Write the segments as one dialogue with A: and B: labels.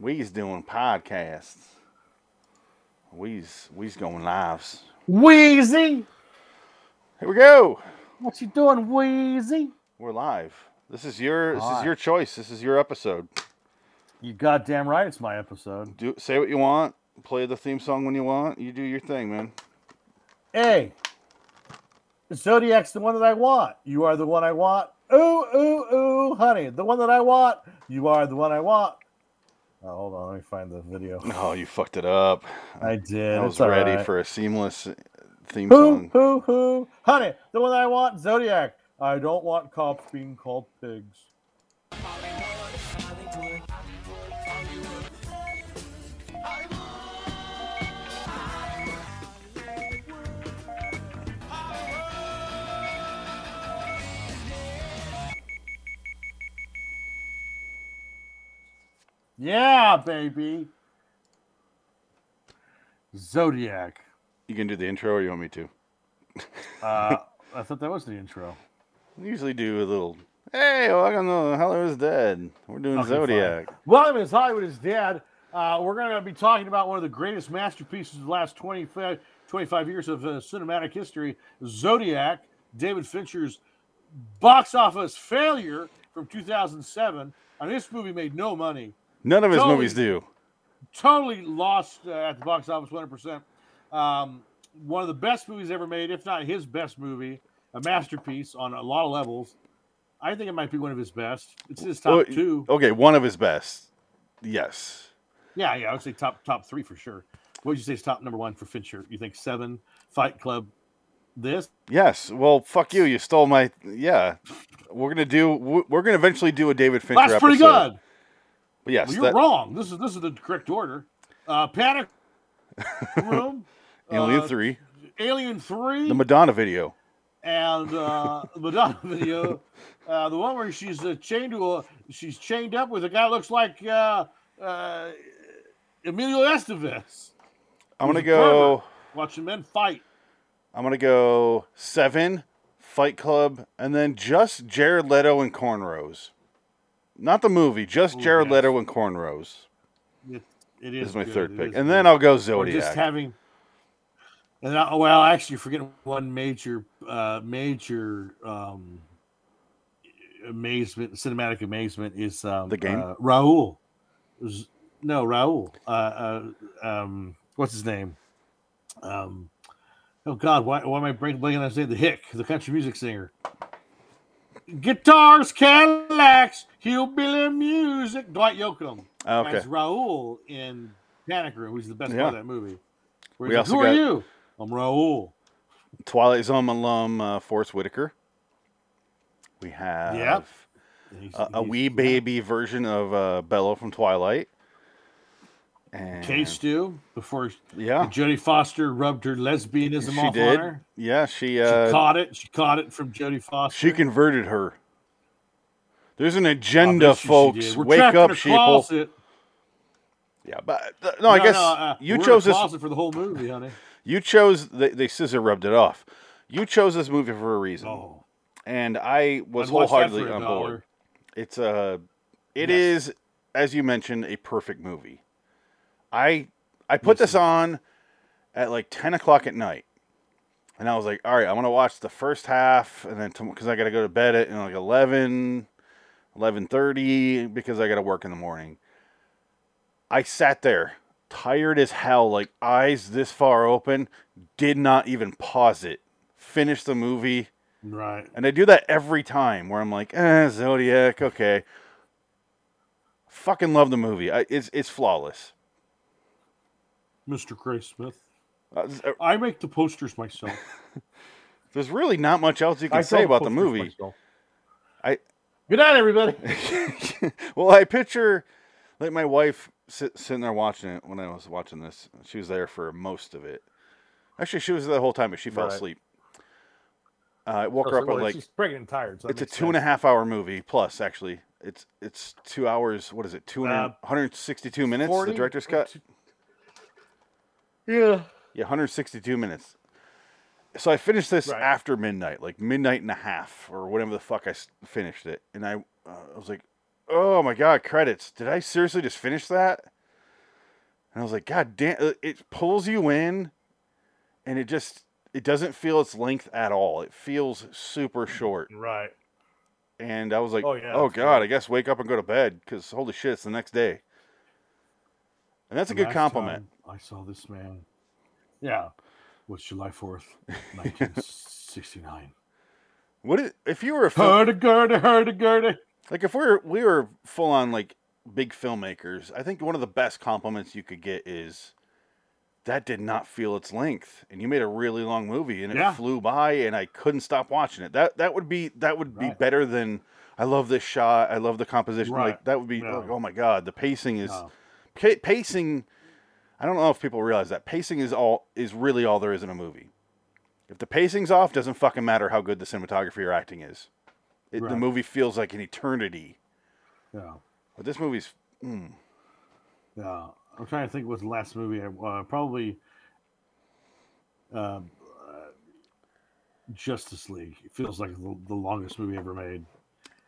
A: We's doing podcasts. We's we's going lives.
B: Wheezy,
A: Here we go.
B: what you doing, Wheezy?
A: We're live. This is your this is
B: Live.
A: your choice. This is your episode.
B: You goddamn right, it's my episode.
A: Do say what you want. Play the theme song when you want. You do your thing, man.
B: Hey, the Zodiac's the one that I want. You are the one I want. Ooh, ooh, ooh, honey, the one that I want. You are the one I want. Oh, hold on, let me find the video.
A: Oh, you fucked it up.
B: I did.
A: I was ready for a seamless uh, theme
B: who,
A: song.
B: who, who, honey, the one that I want. Zodiac. I don't want cops being called pigs. Yeah, baby. Zodiac.
A: You can do the intro, or you want me to?
B: Uh, I thought that was the intro.
A: We usually do a little. Hey, welcome to Hello is Dead. We're doing
B: Okay, fine.
A: Zodiac.
B: Well, I mean, Hollywood is dead. Uh, we're going to be talking about one of the greatest masterpieces of the last 25, 25 years of uh, cinematic history, Zodiac, David Fincher's box office failure from 2007. And this movie made no money.
A: None of his
B: Totally.
A: movies do.
B: Totally lost uh, at the box office 100%. Um, one of the best movies ever made, if not his best movie, a masterpiece on a lot of levels. I think it might be one of his best. It's his top
A: Well,
B: two.
A: Oh, Okay, one of his best. Yes.
B: Yeah, yeah, I would say top top three for sure. What would you say is top number one for Fincher? You think seven, Fight Club, this?
A: Yes. Well, fuck you. You stole my. Yeah. We're gonna do. we- We're gonna eventually do a David Fincher.
B: That's pretty
A: episode.
B: good.
A: But yes,
B: Well, you're
A: that,
B: wrong. This is this is the correct order. Uh, Panic Room,
A: Alien
B: uh,
A: Three,
B: Alien Three,
A: the Madonna video.
B: and uh, the Madonna video, uh, the one where she's uh, chained to a she's chained up with a guy that looks like uh, uh, Emilio Estevez
A: I'm gonna
B: a
A: go.
B: watching men fight.
A: I'm gonna go seven, Fight Club, and then just Jared Leto and cornrows. Not the movie, just
B: Ooh,
A: Jared
B: yes.
A: Leto and cornrows
B: It, it
A: is,
B: is
A: my
B: good.
A: third
B: It
A: pick,
B: is
A: and then
B: good.
A: I'll go
B: Or just
A: Zodiac.
B: having. And I, well, actually, you're forgetting one major, uh, major um, amazement, cinematic amazement is um,
A: The Game?
B: Uh, Raul. Z- No, Raul. Uh, uh, um, what's his name? Um, oh God, why, why am I blanking on his name? The Hick, the country music singer. Guitars, Cadillacs, hillbilly music. Dwight Yoakam
A: okay,
B: as Raul in Panic Room, who's the best
A: Yeah.
B: part of that movie. Where
A: We
B: he's
A: also
B: like, Who
A: got-
B: are you? I'm Raul.
A: Twilight Zone alum uh, Forrest Whitaker. We have
B: And he's-
A: a, a
B: he's-
A: wee baby version of uh, Bello from Twilight. And
B: Case Stew before
A: yeah,
B: Jodie Foster rubbed her lesbianism
A: she
B: off
A: did.
B: on her.
A: Yeah, she
B: She
A: uh,
B: caught it. She caught it from Jodie Foster.
A: She converted her. There's an
B: I bet
A: agenda,
B: you Oh, she
A: folks.
B: did. We're
A: Wake
B: trapped in
A: up,
B: a
A: sheeple.
B: closet.
A: Yeah, but th- no, I guess
B: uh,
A: you
B: we're
A: chose
B: in a
A: this.
B: closet for the whole movie, honey.
A: You chose. They, they scissor rubbed it off. You chose this movie for a reason,
B: Oh,
A: and I was
B: I'd watch that
A: wholeheartedly
B: for a
A: on board.
B: dollar.
A: It's a. It is,
B: Yes.
A: as you mentioned, a perfect movie. I I put
B: Yes,
A: this
B: it is.
A: on at like ten o'clock at night, and I was like, all right, I'm gonna watch the first half, and then because I gotta go to bed at you know, like 11, 11.30 because I gotta work in the morning. I sat there, tired as hell, like eyes this far open, did not even pause it, finished the movie.
B: Right.
A: And I do that every time where I'm like, eh, Zodiac, okay. Fucking love the movie. I, it's it's flawless.
B: Mr. Gray Smith.
A: Uh, z-
B: I make the posters myself.
A: there's really not much else you can
B: I
A: say
B: draw
A: about the
B: posters
A: movie.
B: myself.
A: I-
B: Good night, everybody.
A: well, I picture like my wife sit, sitting there watching it when I was watching this. She was there for most of it. Actually, she was there the whole time, but she fell
B: Right. Oh,
A: asleep. Uh, I woke her up at like
B: she's pregnant and tired. So
A: it's a two and a half hour movie plus. Actually, it's it's two hours. What is it? Two
B: Uh,
A: hundred hundred sixty two minutes. the director's cut.
B: Yeah.
A: Yeah, 162 minutes. So I finished this
B: Right.
A: after midnight, like midnight and a half, or whatever the fuck I s- finished it. And I, uh, I was like, oh my god, credits. Did I seriously just finish that? And I was like, God damn, uh, it pulls you in, and it just it doesn't feel its length at all. It feels super short.
B: Right.
A: And I was like,
B: Oh,
A: Oh,
B: yeah, that's
A: God,
B: right.
A: I guess wake up and go to bed because holy shit, it's the next day. And that's a good
B: Last
A: compliment.
B: time I saw this man. Yeah. Was July 4th, 1969.
A: What is, if you were a film,
B: hurdy gurdy, hurdy gurdy.
A: like if we're we were full on like big filmmakers, I think one of the best compliments you could get is that did not feel its length, and you made a really long movie, and it
B: Yeah.
A: flew by, and I couldn't stop watching it. That that would be that would be
B: Right.
A: better than I love this shot, I love the composition.
B: Right.
A: Like that would be
B: No.
A: like, oh my god, the pacing is
B: No.
A: pa- pacing. I don't know if people realize that pacing is all is really all there is in a movie. If the pacing's off, doesn't fucking matter how good the cinematography or acting is. It, The
B: Right.
A: movie feels like an eternity.
B: Yeah.
A: But this movie's mm,
B: Yeah. I'm trying to think what's the last movie I uh, probably um, uh, Justice League. It feels like the, the longest movie ever made.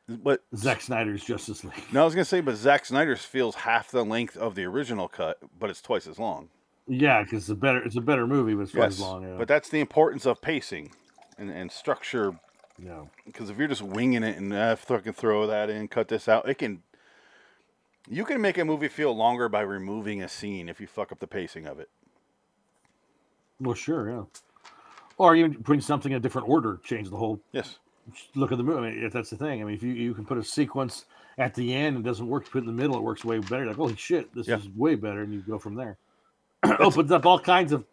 A: but
B: Zack Snyder's Justice League.
A: no, I was gonna say, but Zack Snyder's feels half the length of the original cut, but it's twice as long.
B: Yeah, because it's a better it's a better movie, but it's not as long. Yeah.
A: but that's the importance of pacing and, and structure.
B: yeah.
A: Because if you're just winging it and uh, fucking throw that in, cut this out, it can. You can make a movie feel longer by removing a scene if you fuck up the pacing of it.
B: Well, sure, yeah. Or even putting something in a different order, change the whole
A: Yes.
B: look of the movie. I mean, if that's the thing, I mean, if you, you can put a sequence at the end and doesn't work, put it in the middle, it works way better. Like, holy shit, this
A: Yeah.
B: is way better, and you go from there. Opens up all kinds of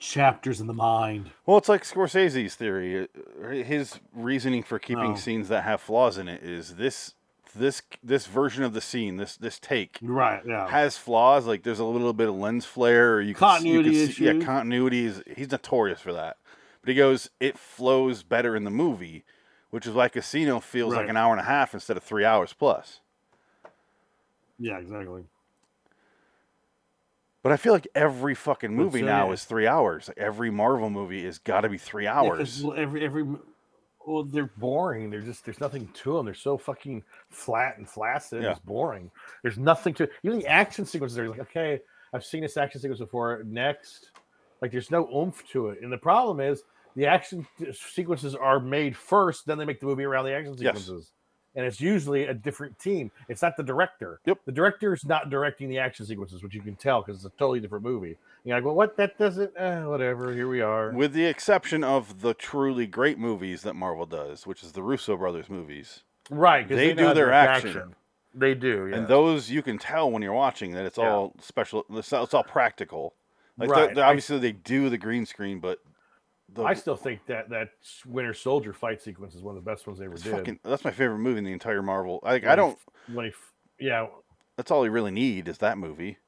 B: chapters in the mind.
A: Well, it's like Scorsese's theory. uh, His reasoning for keeping
B: No.
A: scenes that have flaws in it is this this this version of the scene, this this take
B: Right. Yeah.
A: has flaws. Like there's a little bit of lens flare. Or you can see- you can
B: Continuity
A: see-
B: issues.
A: yeah, continuity is he's notorious for that. But he goes, it flows better in the movie, which is why Casino feels
B: Right.
A: like an hour and a half instead of three hours plus.
B: yeah. Exactly.
A: But I feel like every fucking movie
B: so,
A: now
B: yeah.
A: is three hours. Like, every Marvel movie has got to be three
C: Yeah, 'cause,
A: hours.
C: well, every every well, they're boring. They're just there's nothing to them. They're so fucking flat and flaccid.
A: Yeah.
C: It's boring. There's nothing to even the action sequences. They're like, okay, I've seen this action sequence before. Next, like there's no oomph to it. And the problem is the action t- sequences are made first, then they make the movie around the action
A: Yes.
C: sequences. And it's usually a different team. It's not the director.
A: Yep.
C: The director is not directing the action sequences, which you can tell because it's a totally different movie. You're like, well, what? That doesn't. Uh, whatever. Here we are.
A: With the exception of the truly great movies that Marvel does, which is the Russo brothers movies,
C: Right, 'cause
A: They
C: know
A: do
C: how to
A: their
C: direct
A: action.
C: They do, yeah.
A: and those you can tell when you're watching that it's
C: Yeah.
A: all special. It's all, it's all practical. Like they're-
C: Right,
A: they're-
C: I-
A: obviously, they do the green screen, but the
C: I still think that that Winter Soldier fight sequence is one of the best ones they ever
A: it's
C: did.
A: fucking that's my favorite movie in the entire Marvel. Like
C: Yeah.
A: I don't.
C: When he f- yeah,
A: That's all you really need is that movie.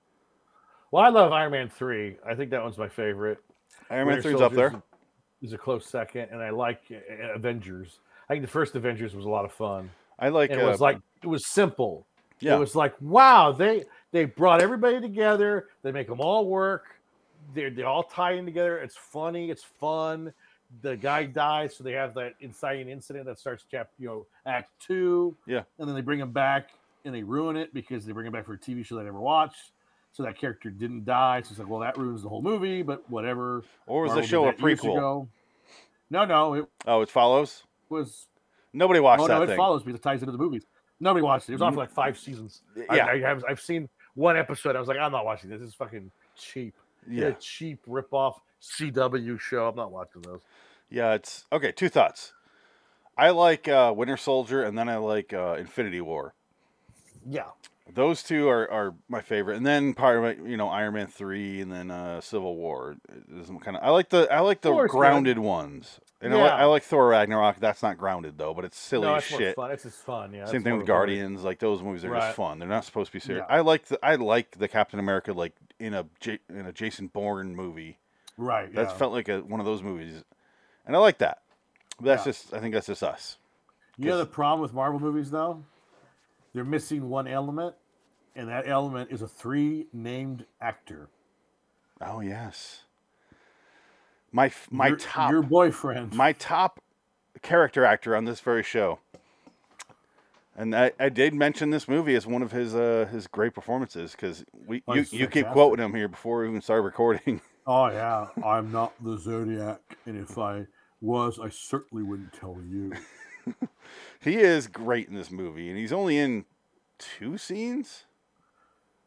C: well, I love Iron Man three. I think that one's my favorite.
A: Iron Man
C: Winter
A: three's up
C: Soldier's
A: there.
C: Is a close second, and I like uh, Avengers. I think the first Avengers was a lot of fun.
A: I like.
C: And it
A: uh,
C: was like it was simple.
A: yeah,
C: It was like wow, they they brought everybody together. They make them all work. They they all tie in together. It's funny. It's fun. The guy dies, so they have that inciting incident that starts chap you know act two.
A: Yeah.
B: And then they bring him back and they ruin it because they bring him back for a TV show that I never watched. So that character didn't die. So it's like, well, that ruins the whole movie. But whatever.
A: or was
B: Marvel
A: the
B: did
A: show a
B: that years
A: prequel?
B: ago. No, no, it
A: Oh, it follows.
B: was.
A: Nobody watched
B: oh
A: that
B: no, it
A: thing. Mm-hmm.
B: follows because it ties into the movies. Nobody watched it. It
C: It
B: was
C: was on
B: awful.
C: for like five seasons. I-
A: Yeah,
C: I, have, I've seen one episode. I was like, I'm not watching this. This is fucking cheap. Yeah.
A: yeah,
C: A cheap ripoff CW show. I'm not watching those.
A: yeah. It's okay. Two thoughts. I like uh, Winter Soldier, and then I like uh, Infinity War.
C: Yeah.
A: those two are, are my favorite, and then part of you know Iron Man three, and then uh, Civil War is kind of I like the I like the
C: Thor's good.
A: grounded ones, and I, like,
C: Yeah.
A: I like Thor Ragnarok. That's not grounded though, but it's silly
C: no,
A: as
C: that's more
A: shit.
C: fun. It's just fun. Yeah.
A: Same
C: it's
A: thing
C: more
A: with
C: of a-
A: Guardians. Like those movies are
C: Right.
A: just fun. They're not supposed to be serious. I like the I like the Captain America like in a J, in a Jason Bourne movie.
B: Right.
A: That
B: yeah.
A: felt like a, one of those movies, and I like that. But that's
B: Yeah.
A: just I think that's just us.
B: You know the
A: 'Cause-
B: problem with Marvel movies though? They're missing one element, and that element is a three named actor.
A: Oh yes, my f- my
B: your,
A: top
B: your boyfriend.
A: my top character actor on this very show. And I, I did mention this movie as one of his uh, his great performances because we
B: Oh,
A: you,
B: it's
A: you keep
B: fantastic.
A: quoting him here before we even started recording.
B: Oh yeah, I'm not the Zodiac, and if I was, I certainly wouldn't tell you.
A: he is great in this movie, and he's only in two scenes.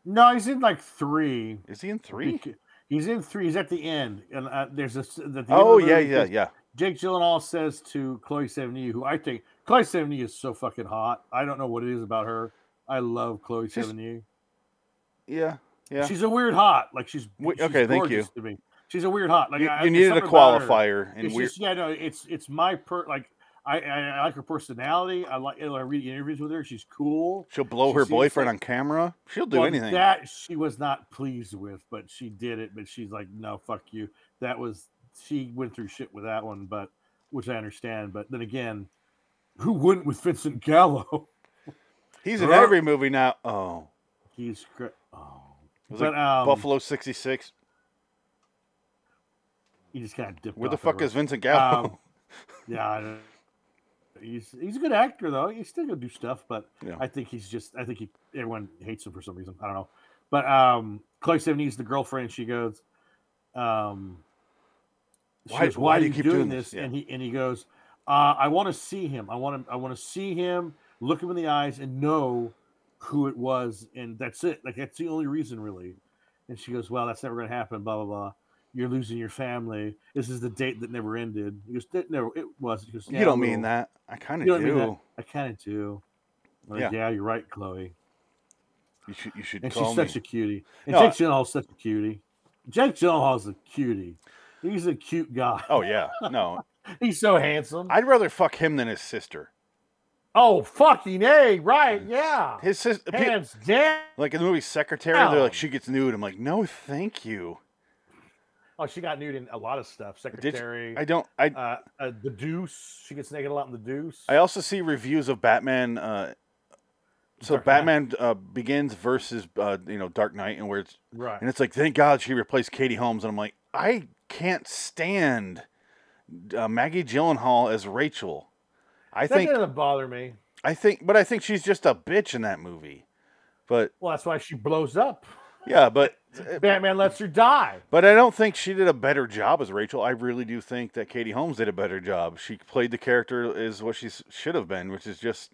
B: No, he's in like three.
A: Is he in three?
B: Bec- He's in three. He's at the end, and uh, there's a. s- at the end of
A: Oh
B: the
A: yeah,
B: movie,
A: yeah, yeah.
B: Jake Gyllenhaal says to Chloe Sevigny, who I think Chloe Sevigny is so fucking hot. I don't know what it is about her. I love Chloe
A: She's-
B: Sevigny.
A: Yeah. Yeah.
B: She's a weird hot. Like she's,
A: Wait,
B: she's
A: okay, thank you.
B: gorgeous To me. She's a weird hot. Like
A: You,
B: I,
A: you
B: there's
A: needed a
B: something about her.
A: qualifier, and
B: it's
A: we're
B: just yeah, no, it's it's my per like I, I I like her personality. I like I read interviews with her. She's cool.
A: she'll blow
B: she
A: her
B: seems
A: boyfriend
B: like-
A: on camera. She'll do
B: Well,
A: anything.
B: that she was not pleased with, but she did it. But she's like, no, fuck you. That was she went through shit with that one, but which I understand. But then again, who wouldn't with Vincent Gallo?
A: He's in
B: Her-
A: every movie now. Oh,
B: He's gr- oh,
A: It was
B: but
A: like
B: um,
A: Buffalo '66.
B: He just kind of dipped.
A: Where the
B: off
A: fuck
B: everywhere.
A: is Vincent Gallo?
B: Um, Yeah, I don't, he's he's a good actor though. He's still gonna do stuff, but
A: Yeah.
B: I think he's just I think he everyone hates him for some reason. I don't know. But um, Chloe Sevigny's the girlfriend. She goes, um, she
A: Why-
B: goes,
A: why
B: "Why
A: do
B: are
A: you
B: you
A: keep
B: doing,
A: doing
B: this?"
A: this? Yeah.
B: And he and he goes, uh, "I want to see him. I want to I want to see him. Look him in the eyes and know who it was. And that's it. Like that's the only reason really." And she goes, "Well, that's never gonna happen." Blah blah blah you're losing your family. This is the date that never ended. He goes, that never it was. He goes,
A: you
B: "Yeah,
A: don't
B: a
A: mean
B: little."
A: that. I kind of
B: You
A: do.
B: don't mean that. I kind of do. I'm like,
A: Yeah.
B: yeah. you're right, Chloe.
A: You should. You should
B: And
A: call
B: she's
A: me.
B: such a cutie. And
A: No, I-
B: Jake Gyllenhaal's such a cutie. Jake Gyllenhaal's a cutie. He's a cute guy.
A: Oh yeah. No,
C: He's so handsome.
A: I'd rather fuck him than his sister.
C: oh, fucking A, right? Yeah.
A: His sister,
C: Hands down.
A: like in the movie Secretary, they're like
C: down.
A: she gets nude. I'm like, no, thank you.
C: Oh, she got nude in a lot of stuff. Secretary,
A: I don't. I
C: uh, uh, the Deuce. She gets naked a lot in the Deuce.
A: I also see reviews of Batman. Uh, so
C: Dark Knight.
A: Batman uh, begins versus uh, you know Dark Knight, and where it's
C: right.
A: and it's like, thank God she replaced Katie Holmes, and I'm like, I can't stand uh, Maggie Gyllenhaal as Rachel. I
C: that
A: think
C: doesn't bother me.
A: I think, but I think she's just a bitch in that movie. But
C: Well, that's why she blows up.
A: yeah, but
C: Batman lets her die.
A: But I don't think she did a better job as Rachel. I really do think that Katie Holmes did a better job. She played the character as what she s- should have been, which is just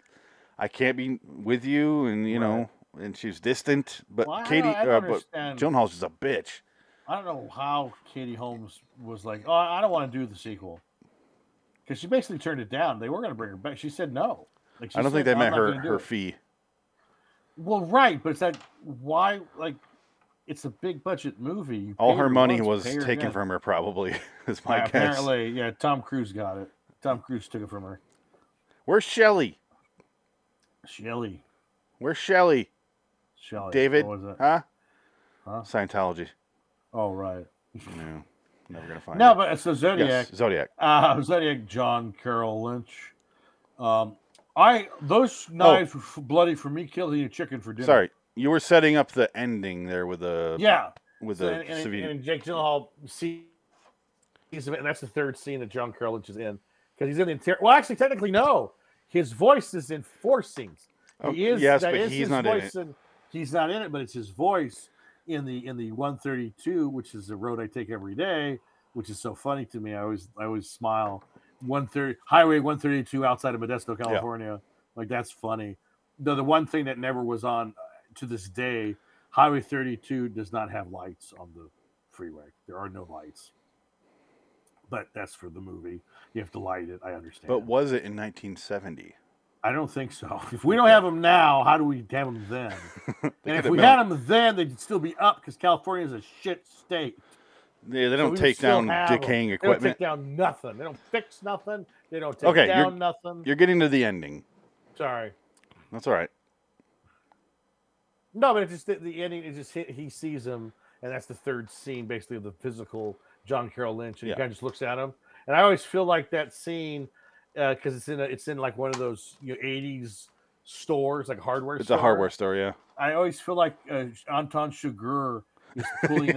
A: I can't be with you, and you know, and she's distant. But
B: Well, I don't-
A: Katie,
B: I don't
A: uh, but
B: understand.
A: Joan Hall's just a bitch.
B: I don't know how Katie Holmes was like, oh, I don't want to do the sequel. Because she basically turned it down. They were going to bring her back. She said no. Like, she
A: I don't think
B: said,
A: they met
B: "I'm not
A: her
B: gonna do
A: her
B: it."
A: fee.
B: Well, right, but it's that why? Like, it's a big budget movie. You
A: All
B: pay
A: her money was
B: once, pay her
A: taken
B: again.
A: from her, probably. Is my
B: Yeah,
A: guess.
B: apparently, yeah. Tom Cruise got it. Tom Cruise took it from her.
A: Where's Shelley?
B: Shelly,
A: Where's Shelley?
B: Shelly.
A: David?
B: What was it?
A: Huh?
B: Huh?
A: Scientology.
B: Oh, right.
A: No, never gonna find.
B: No,
A: her.
B: but so Zodiac.
A: yes, Zodiac.
B: Uh, Zodiac John Carroll Lynch. Um, I those knives were f- bloody for me killing a chicken for dinner.
A: Oh. Sorry, you were setting up the ending there with the
B: Yeah.
A: with
C: So,
A: the
C: and, and,
A: Savini.
C: and Jake Gyllenhaal sees him, and that's the third scene that John Carlin is in because he's in the interior. Well, actually, technically, no, his voice is in four scenes.
A: Oh,
C: He is
A: yes,
C: that
A: but
C: is
A: he's
C: his
A: not in
C: voice in
B: He's not in it, but it's his voice in the in the 132, which is the road I take every day, which is so funny to me. I always I always smile. 130 Highway 132 outside of Modesto, California. Like that's funny. The the one thing that never was on uh, to this day, Highway 32 does not have lights on the freeway. There are no lights. But that's for the movie. You have to light it. I understand.
A: But was it in 1970?
B: I don't think so. If we don't have them now, how do we have them then? and if we had them then, they'd still be up because California is a shit state.
A: Yeah,
C: So
A: they don't
C: we
A: take
C: still
A: down
C: have 'em.
A: decaying
C: They don't take
A: equipment.
C: down nothing. They don't fix nothing. They don't take
A: Okay, you're-
C: down nothing.
A: You're getting to the ending.
C: Sorry.
A: That's all right.
C: No, but it's just the, the ending is just he, he sees him, and that's the third scene, basically, of the physical John Carroll Lynch, and
A: Yeah.
C: he kind of just looks at him. And I always feel like that scene because it's in a, it's in like one of those you know, '80s stores, like hardware.
A: It's
C: store.
A: a hardware store, yeah.
B: I always feel like uh, Anton Chigurh is pulling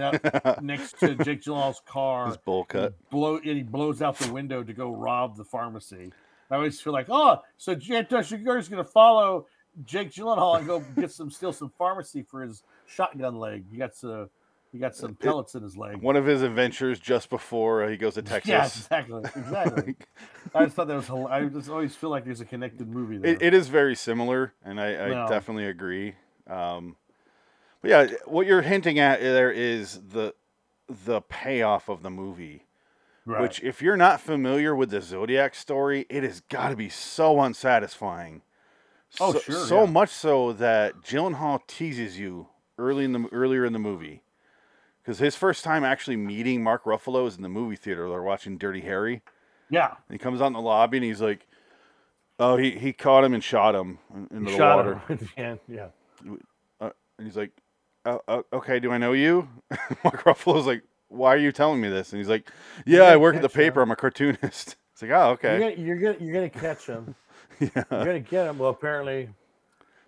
B: up next to Jake Gyllenhaal's car.
A: His bowl
B: and he
A: cut.
B: blow and he blows out the window to go rob the pharmacy. I always feel like, oh, so Anton Sugar is going to follow Jake Gyllenhaal and go get some, steal some pharmacy for his shotgun leg. He got some, he got
A: Uh,
B: some pellets in his
C: Mm.
B: leg.
A: One of his adventures just before he goes to Texas.
B: Yeah, exactly, exactly. I just thought that was. hil- I just always feel like there's a connected movie there.
A: It, it is very similar, and I, I
B: No.
A: definitely agree. Um, but yeah, what you're hinting at there is the the payoff of the movie.
B: Right.
A: Which, if you're not familiar with the Zodiac story, it has got to be so unsatisfying.
B: Oh,
A: so,
B: sure,
A: So
B: yeah.
A: much so that Gyllenhaal teases you early in the earlier in the movie, because his first time actually meeting Mark Ruffalo is in the movie theater. They're watching Dirty Harry.
B: yeah,
A: And he comes out in the lobby and he's like, "Oh, he, he caught him and shot him in- into the water."
C: him at the end. Yeah.
A: And he's like, oh, oh, "Okay, do I know you?" Mark Ruffalo's like, "Why are you telling me this?" And he's like, "Yeah, I
C: gotta
A: work at the
C: catch him."
A: paper. I'm a cartoonist." It's like, "Oh, okay."
C: You're, gonna, you're gonna you're gonna catch him.
A: Yeah.
C: You're gonna get him. Well, apparently.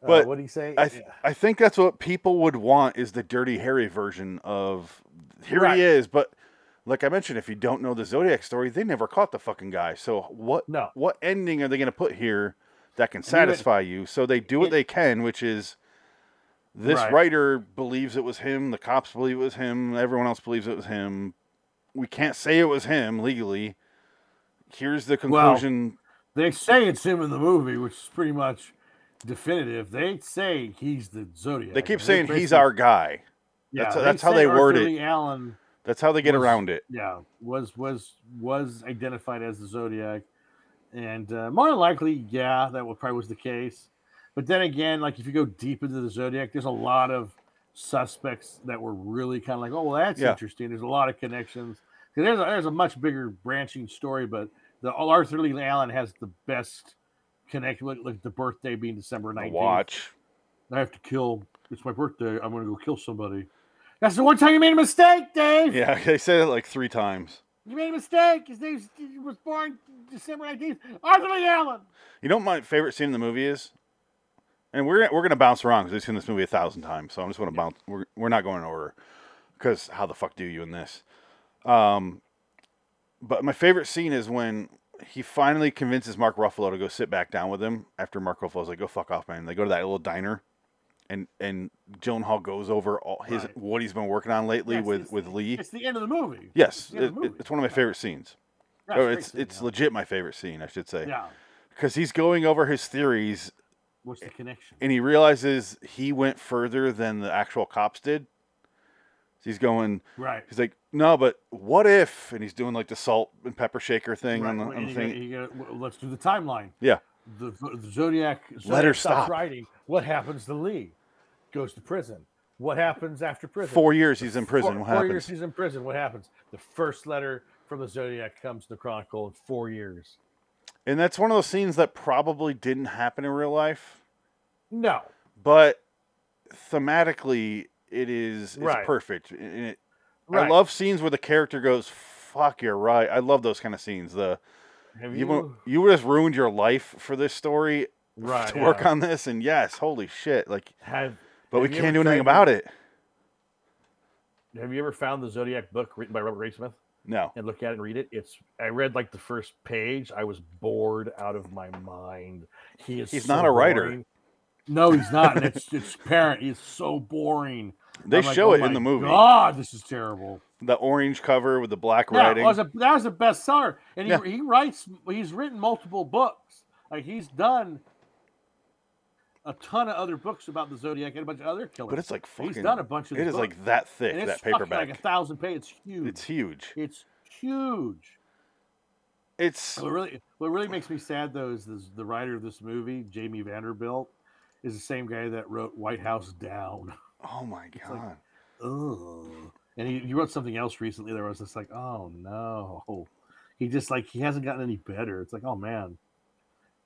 C: uh,
A: But
C: what do you say?
A: I th- I think that's what people would want is the Dirty Harry version of here
C: Right.
A: he is. But like I mentioned, if you don't know the Zodiac story, they never caught the fucking guy. So what?
C: No.
A: What ending are they going to put here that can satisfy you? So they do what
C: it-
A: they can, which is this
B: Right.
A: writer believes it was him. The cops believe it was him. Everyone else believes it was him. We can't say it was him legally. Here's the
B: Well,
A: conclusion.
B: they say it's him in the movie, which is pretty much definitive. They say he's the Zodiac.
A: they keep
B: They
A: saying he's
B: basically-
A: our guy.
B: Yeah,
A: that's- that's how
B: say
A: they word
B: Arthur
A: it.
B: Lee Allen.
A: That's how they get
B: Was-
A: around it.
B: yeah was was was identified as the zodiac and uh, more than likely yeah that wa- probably was the case but then again like if you go deep into the zodiac there's a lot of suspects that were really kind of like oh well that's
A: Yeah.
B: interesting there's a lot of connections 'Cause there's a, there's a much bigger branching story but the arthur lee allen has the best connect like, like the birthday being december
A: The
B: 19th
A: watch.
B: i have to kill it's my birthday i'm gonna go kill somebody that's the one time you made a mistake dave
A: Yeah, they said it like three times.
B: You made a mistake. His name was born December 19th. Arthur Lee Allen.
A: You know what my favorite scene in the movie is? And we're we're gonna bounce around because we've seen this movie a thousand times. So I'm just gonna bounce. We're, we're not going in order because how the fuck do you in this? Um, but my favorite scene is when he finally convinces Mark Ruffalo to go sit back down with him after Mark Ruffalo's like, "Go fuck off, man." They go to that little diner, and and Gyllenhaal goes over all his
B: Right.
A: what he's been working on lately
B: Yeah, it's-
A: with
B: it's-
A: with Lee.
B: It's the end of the movie.
A: yes,
B: the end of
A: it-
B: the
A: it-
B: movie.
A: it's one of my favorite scenes.
B: Yeah,
A: or
B: great
A: Oh, it's
B: scene,
A: it's
B: yeah.
A: legit my favorite scene, I should say,
B: Yeah.
A: because he's going over his theories
B: What's the connection?
A: and he realizes he went further than the actual cops did. So he's going,
B: right.
A: he's like, no, but what if? And he's doing like the salt and pepper shaker thing on the,
B: Right,
A: on
B: and
A: the
B: you gotta-
A: thing.
B: you gotta- well, let's do the timeline.
A: Yeah.
B: The, the Zodiac.
A: Let her
B: Zodiac-
A: stop.
C: writing. What happens to Lee? Goes to prison. What happens after prison?
A: Four years he's in prison.
C: Four,
A: what
C: four years
A: happens?
C: he's in prison. What happens? The first letter from the Zodiac comes to the Chronicle in four years.
A: And that's one of those scenes that probably didn't happen in real life,
C: No.
A: but thematically it is it's
C: Right.
A: perfect. And it, I
C: Right.
A: love scenes where the character goes, "Fuck, you're right." I love those kind of scenes. The
C: Have
A: you won't- you just ruined your life for this story
C: right,
A: to work
C: yeah.
A: on this, and yes, holy shit, like
C: Have
A: But we
C: Have you
A: can't do
C: ever
A: anything
C: tried
A: about it.
C: Have you ever found the Zodiac book written by Robert Ray Smith
A: No.
C: and look at it and read it? It's I read like the first page. I was bored out of my mind. He is
A: He's
C: so
A: not a writer.
C: boring.
B: No, he's not. And it's, it's apparent. He's so boring.
A: They
B: I'm like,
A: show
B: "Oh
A: it in
B: my
A: the movie.
B: God, this is terrible.
A: The orange cover with the black
B: Yeah,
A: writing.
B: Well, it's a, that was a bestseller, and he,
A: Yeah.
B: he writes. He's written multiple books. Like he's done a ton of other books about the Zodiac and a bunch of other killers.
A: but it's like fucking.
B: he's done a bunch of.
A: it
B: the
A: is
B: books,
A: like that thick,
B: and it's
A: that
B: fucking
A: paperback.
B: like a thousand pages. It's huge.
A: it's
B: It's,
A: huge.
B: huge.
A: It's
B: What really, what really makes me sad though is this, the writer of this movie, Jamie Vanderbilt, is the same guy that wrote White House Down.
A: oh my
B: like-
A: god.
B: Ugh. And he, he wrote something else recently that I was just like, oh no. He just like he hasn't gotten any better. It's like, oh man.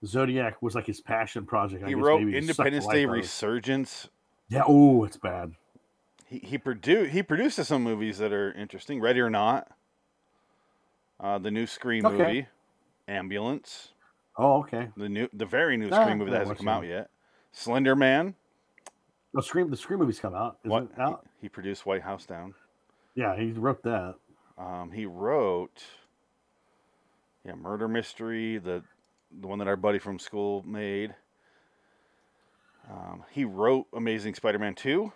B: Zodiac was like his passion project. I
A: he
B: guess
A: wrote
B: maybe sucked
A: Independence
B: life
A: Day
B: out of it.
A: Resurgence.
B: Yeah, oh, it's bad.
A: He he produced he produces some movies that are interesting. Ready or Not. Uh, the new Scream
B: Okay.
A: movie, Ambulance.
B: Oh, okay.
A: The new, the very new
B: Ah,
A: Scream movie
B: I
A: that hasn't
B: watched
A: come out
B: that.
A: yet. Slender Man.
B: The Scream the Scream movies come out. Isn't
A: What
B: it out?
A: he, he produced White House Down.
B: Yeah, he wrote that.
A: Um, he wrote, yeah, murder mystery, the the one that our buddy from school made. Um, he wrote Amazing Spider-Man two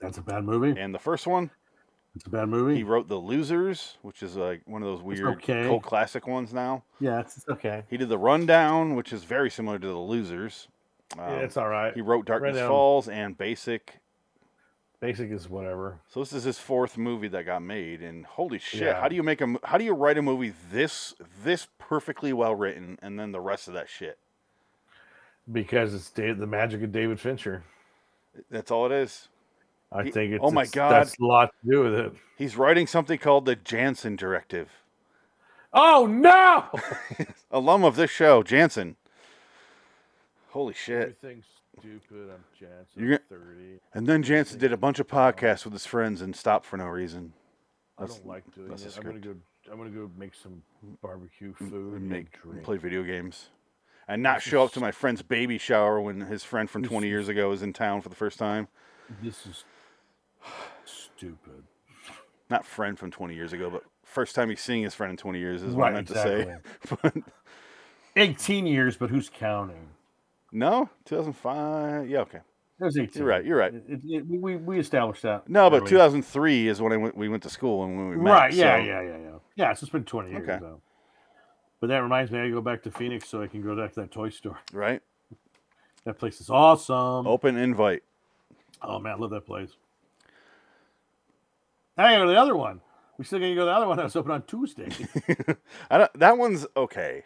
B: That's a bad movie.
A: and the first one.
B: It's a bad
A: He
B: movie.
A: wrote The Losers, which is like one of those weird
B: Hmm. okay.
A: cult classic ones now.
B: Yeah, it's, it's okay.
A: He did The Rundown, which is very similar to The Losers. Um,
C: it's all right.
A: he wrote Darkness
C: Rundown.
A: Falls and Basic.
C: Basic is whatever.
A: So this is his fourth movie that got made, and holy shit!
C: Yeah.
A: How do you make a mo- how do you write a movie this this perfectly well written, and then the rest of that shit?
C: Because it's da- the magic of David Fincher.
A: That's all it is.
C: I
A: He-
C: think it's,
A: oh my
C: it's-
A: God.
C: that's a lot to do with it.
A: He's writing something called the Jansen Directive.
C: Oh no!
A: Alum of this show, Jansen. Holy shit!
C: Everything's stupid. I'm Jansen.
A: You're
C: thirty.
A: And then Jansen did a bunch of podcasts with his friends and stopped for no reason.
C: I
A: That's-
C: don't like doing
A: that's the
C: it. I'm gonna go. I'm gonna go make some barbecue food
A: and
C: and
A: make and
C: drink.
A: play video games and not show up to my friend's baby shower when his friend from 20 years ago is in town for the first time
B: This is stupid.
A: not friend from 20 years ago but first time he's seeing his friend in 20 years is what i
B: Right,
A: meant to say But-
B: 18 years, but who's counting?
A: no 2005 yeah okay
B: It was 18.
A: you're right you're right
B: It, it, it- we, we established that.
A: no but
B: earlier.
A: 2003 is when I went, we went to school and when we met
B: Right. Yeah.
A: so-
B: Yeah. Yeah. Yeah. Yeah. So it's been 20 years.
A: Okay.
B: Though. But that reminds me, I gotta go back to Phoenix so I can go back to that toy store.
A: right
B: That place is awesome. Oh,
A: open invite
B: man, I love that place. Now I gotta go to the other one. We still gotta go to the other one that was open on Tuesday.
A: I don't, that one's okay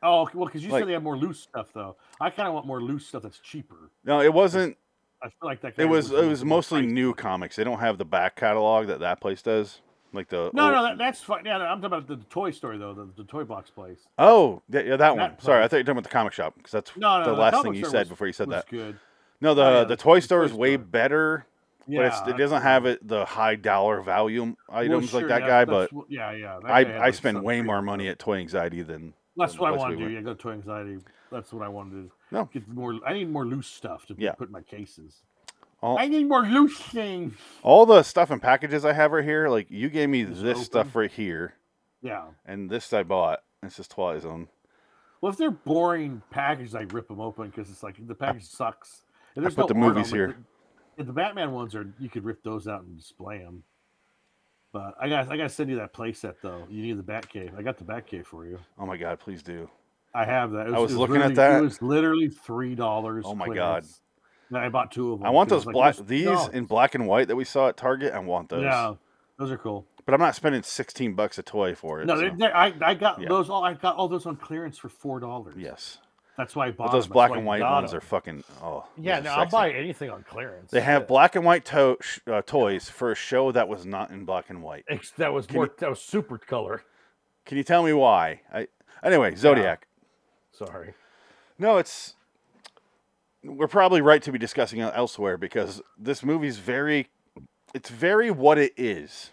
B: oh, okay, well, because you
A: Like-
B: said they have more loose stuff though. I kind of want more loose stuff that's cheaper.
A: no it wasn't
B: I feel like that.
A: it
B: kinda
A: was it was mostly
B: pricey.
A: new comics they don't have the back catalog that that place does like the
B: No,
A: old-
B: no, that, that's fine. Yeah, no, I'm talking about the, toy store though, the, the toy box place.
A: Oh, yeah, yeah that one.
B: That
A: Sorry, I
B: place.
A: thought you were talking about the comic shop because that's
B: No, no,
A: the
B: no,
A: last
B: comic
A: thing you
B: store
A: said
B: was-
A: before you said
B: was
A: that.
B: good.
A: No, the
B: yeah,
A: the
B: the-
A: toy
B: the
A: store
B: toy
A: is way
B: store.
A: better,
B: Yeah,
A: but it's, it
B: that's
A: doesn't have it the high dollar value
B: Well,
A: items
B: sure,
A: like that
B: yeah,
A: guy. But
B: that's what- yeah, yeah. that
A: I
B: guy had,
A: I
B: like,
A: spend
B: some
A: way
B: crazy
A: more
B: stuff.
A: money at Toy Anxiety than
B: That's
A: than
B: what I
A: place
B: want
A: we
B: to do.
A: went.
B: Yeah, go to anxiety. That's what I want to do.
A: No.
B: get more. I need more loose stuff to
A: Yeah.
B: put in my cases.
A: All-
B: I need more loose things.
A: All the stuff and packages I have right here, like you gave me this stuff right here,
B: Yeah.
A: and this I bought. This is Twilight Zone.
B: Well, if they're boring packages, I rip them open because it's like the package sucks.
A: I
B: And there's
A: put
B: no
A: the
B: art on
A: movies
B: them.
A: here.
B: The, the Batman ones are you could rip those out and display them. But I got I got to send you that playset though. You need the Batcave. I got the Batcave for you.
A: Oh my god, please do.
B: I have that. It
A: was
B: it
A: looking at
B: literally-
A: that.
B: It was literally three dollars.
A: Oh my God.
B: And I bought two of them.
A: I want
B: 'cause
A: those
B: it's like,
A: black
B: it was
A: these
B: $3.
A: in black and white that we saw at Target. I want those.
B: Yeah, those are cool.
A: But I'm not spending 16 bucks a toy for it.
B: No,
A: so-
B: they they- I, I got
A: Yeah.
B: those all. I got all those on clearance for four dollars.
A: Yes.
B: that's why I bought
A: But those
B: them. That's
A: black
B: why
A: and
B: I
A: white
B: got
A: ones are
B: them.
A: fucking oh.
C: Yeah,
A: those are
C: no, I'll
A: sexy.
C: buy anything on clearance.
A: They have
C: Shit.
A: black and white to- sh- uh, toys for a show that was not in black and white.
C: Ex- That was
A: Can
C: more. That was super color.
A: Can you tell me why? I anyway, Zodiac.
C: Sorry.
A: No, it's we're probably right to be discussing it elsewhere because this movie's very it's very what it is,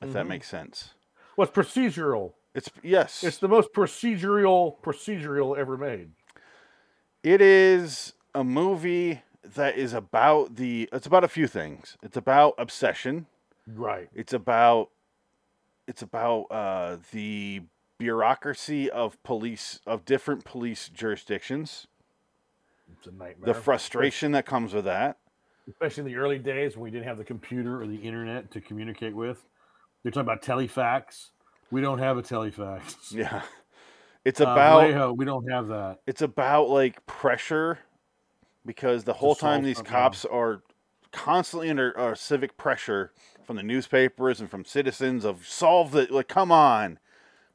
A: if that
C: Mhm.
A: makes sense.
C: What's procedural?
A: It's yes,
C: It's the most procedural procedural ever made.
A: it is a movie that is about the it's about a few things. It's about obsession.
C: Right.
A: It's about it's about uh, the bureaucracy of police of different police jurisdictions.
C: It's a nightmare.
A: The frustration that comes with that.
C: especially in the early days when we didn't have the
B: computer or the internet to communicate with. They're talking about telefax. We don't have a telefax.
A: Yeah. It's
B: Uh,
A: about
B: Vallejo, we don't have that.
A: it's about like pressure because the whole time
B: solve
A: these
B: something.
A: cops are constantly under uh, civic pressure from the newspapers and from citizens of solve the like come on.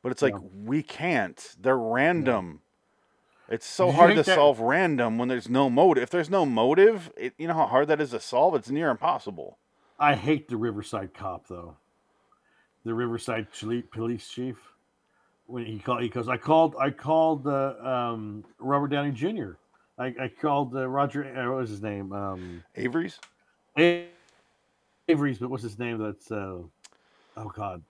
A: But it's like we can't. They're random. It's so
B: Did you
A: hard to
B: think that-
A: solve random when there's no motive. If there's no motive, it, you know how hard that is to solve. It's near impossible.
B: I hate the Riverside cop though. The Riverside chile- police chief. When he called, he goes, I called, I called uh, um, Robert Downey Jr. I, I called uh, Roger. Uh, what was his name? Um,
A: Avery's.
B: A- Avery's, but what's his name? That's uh, oh god,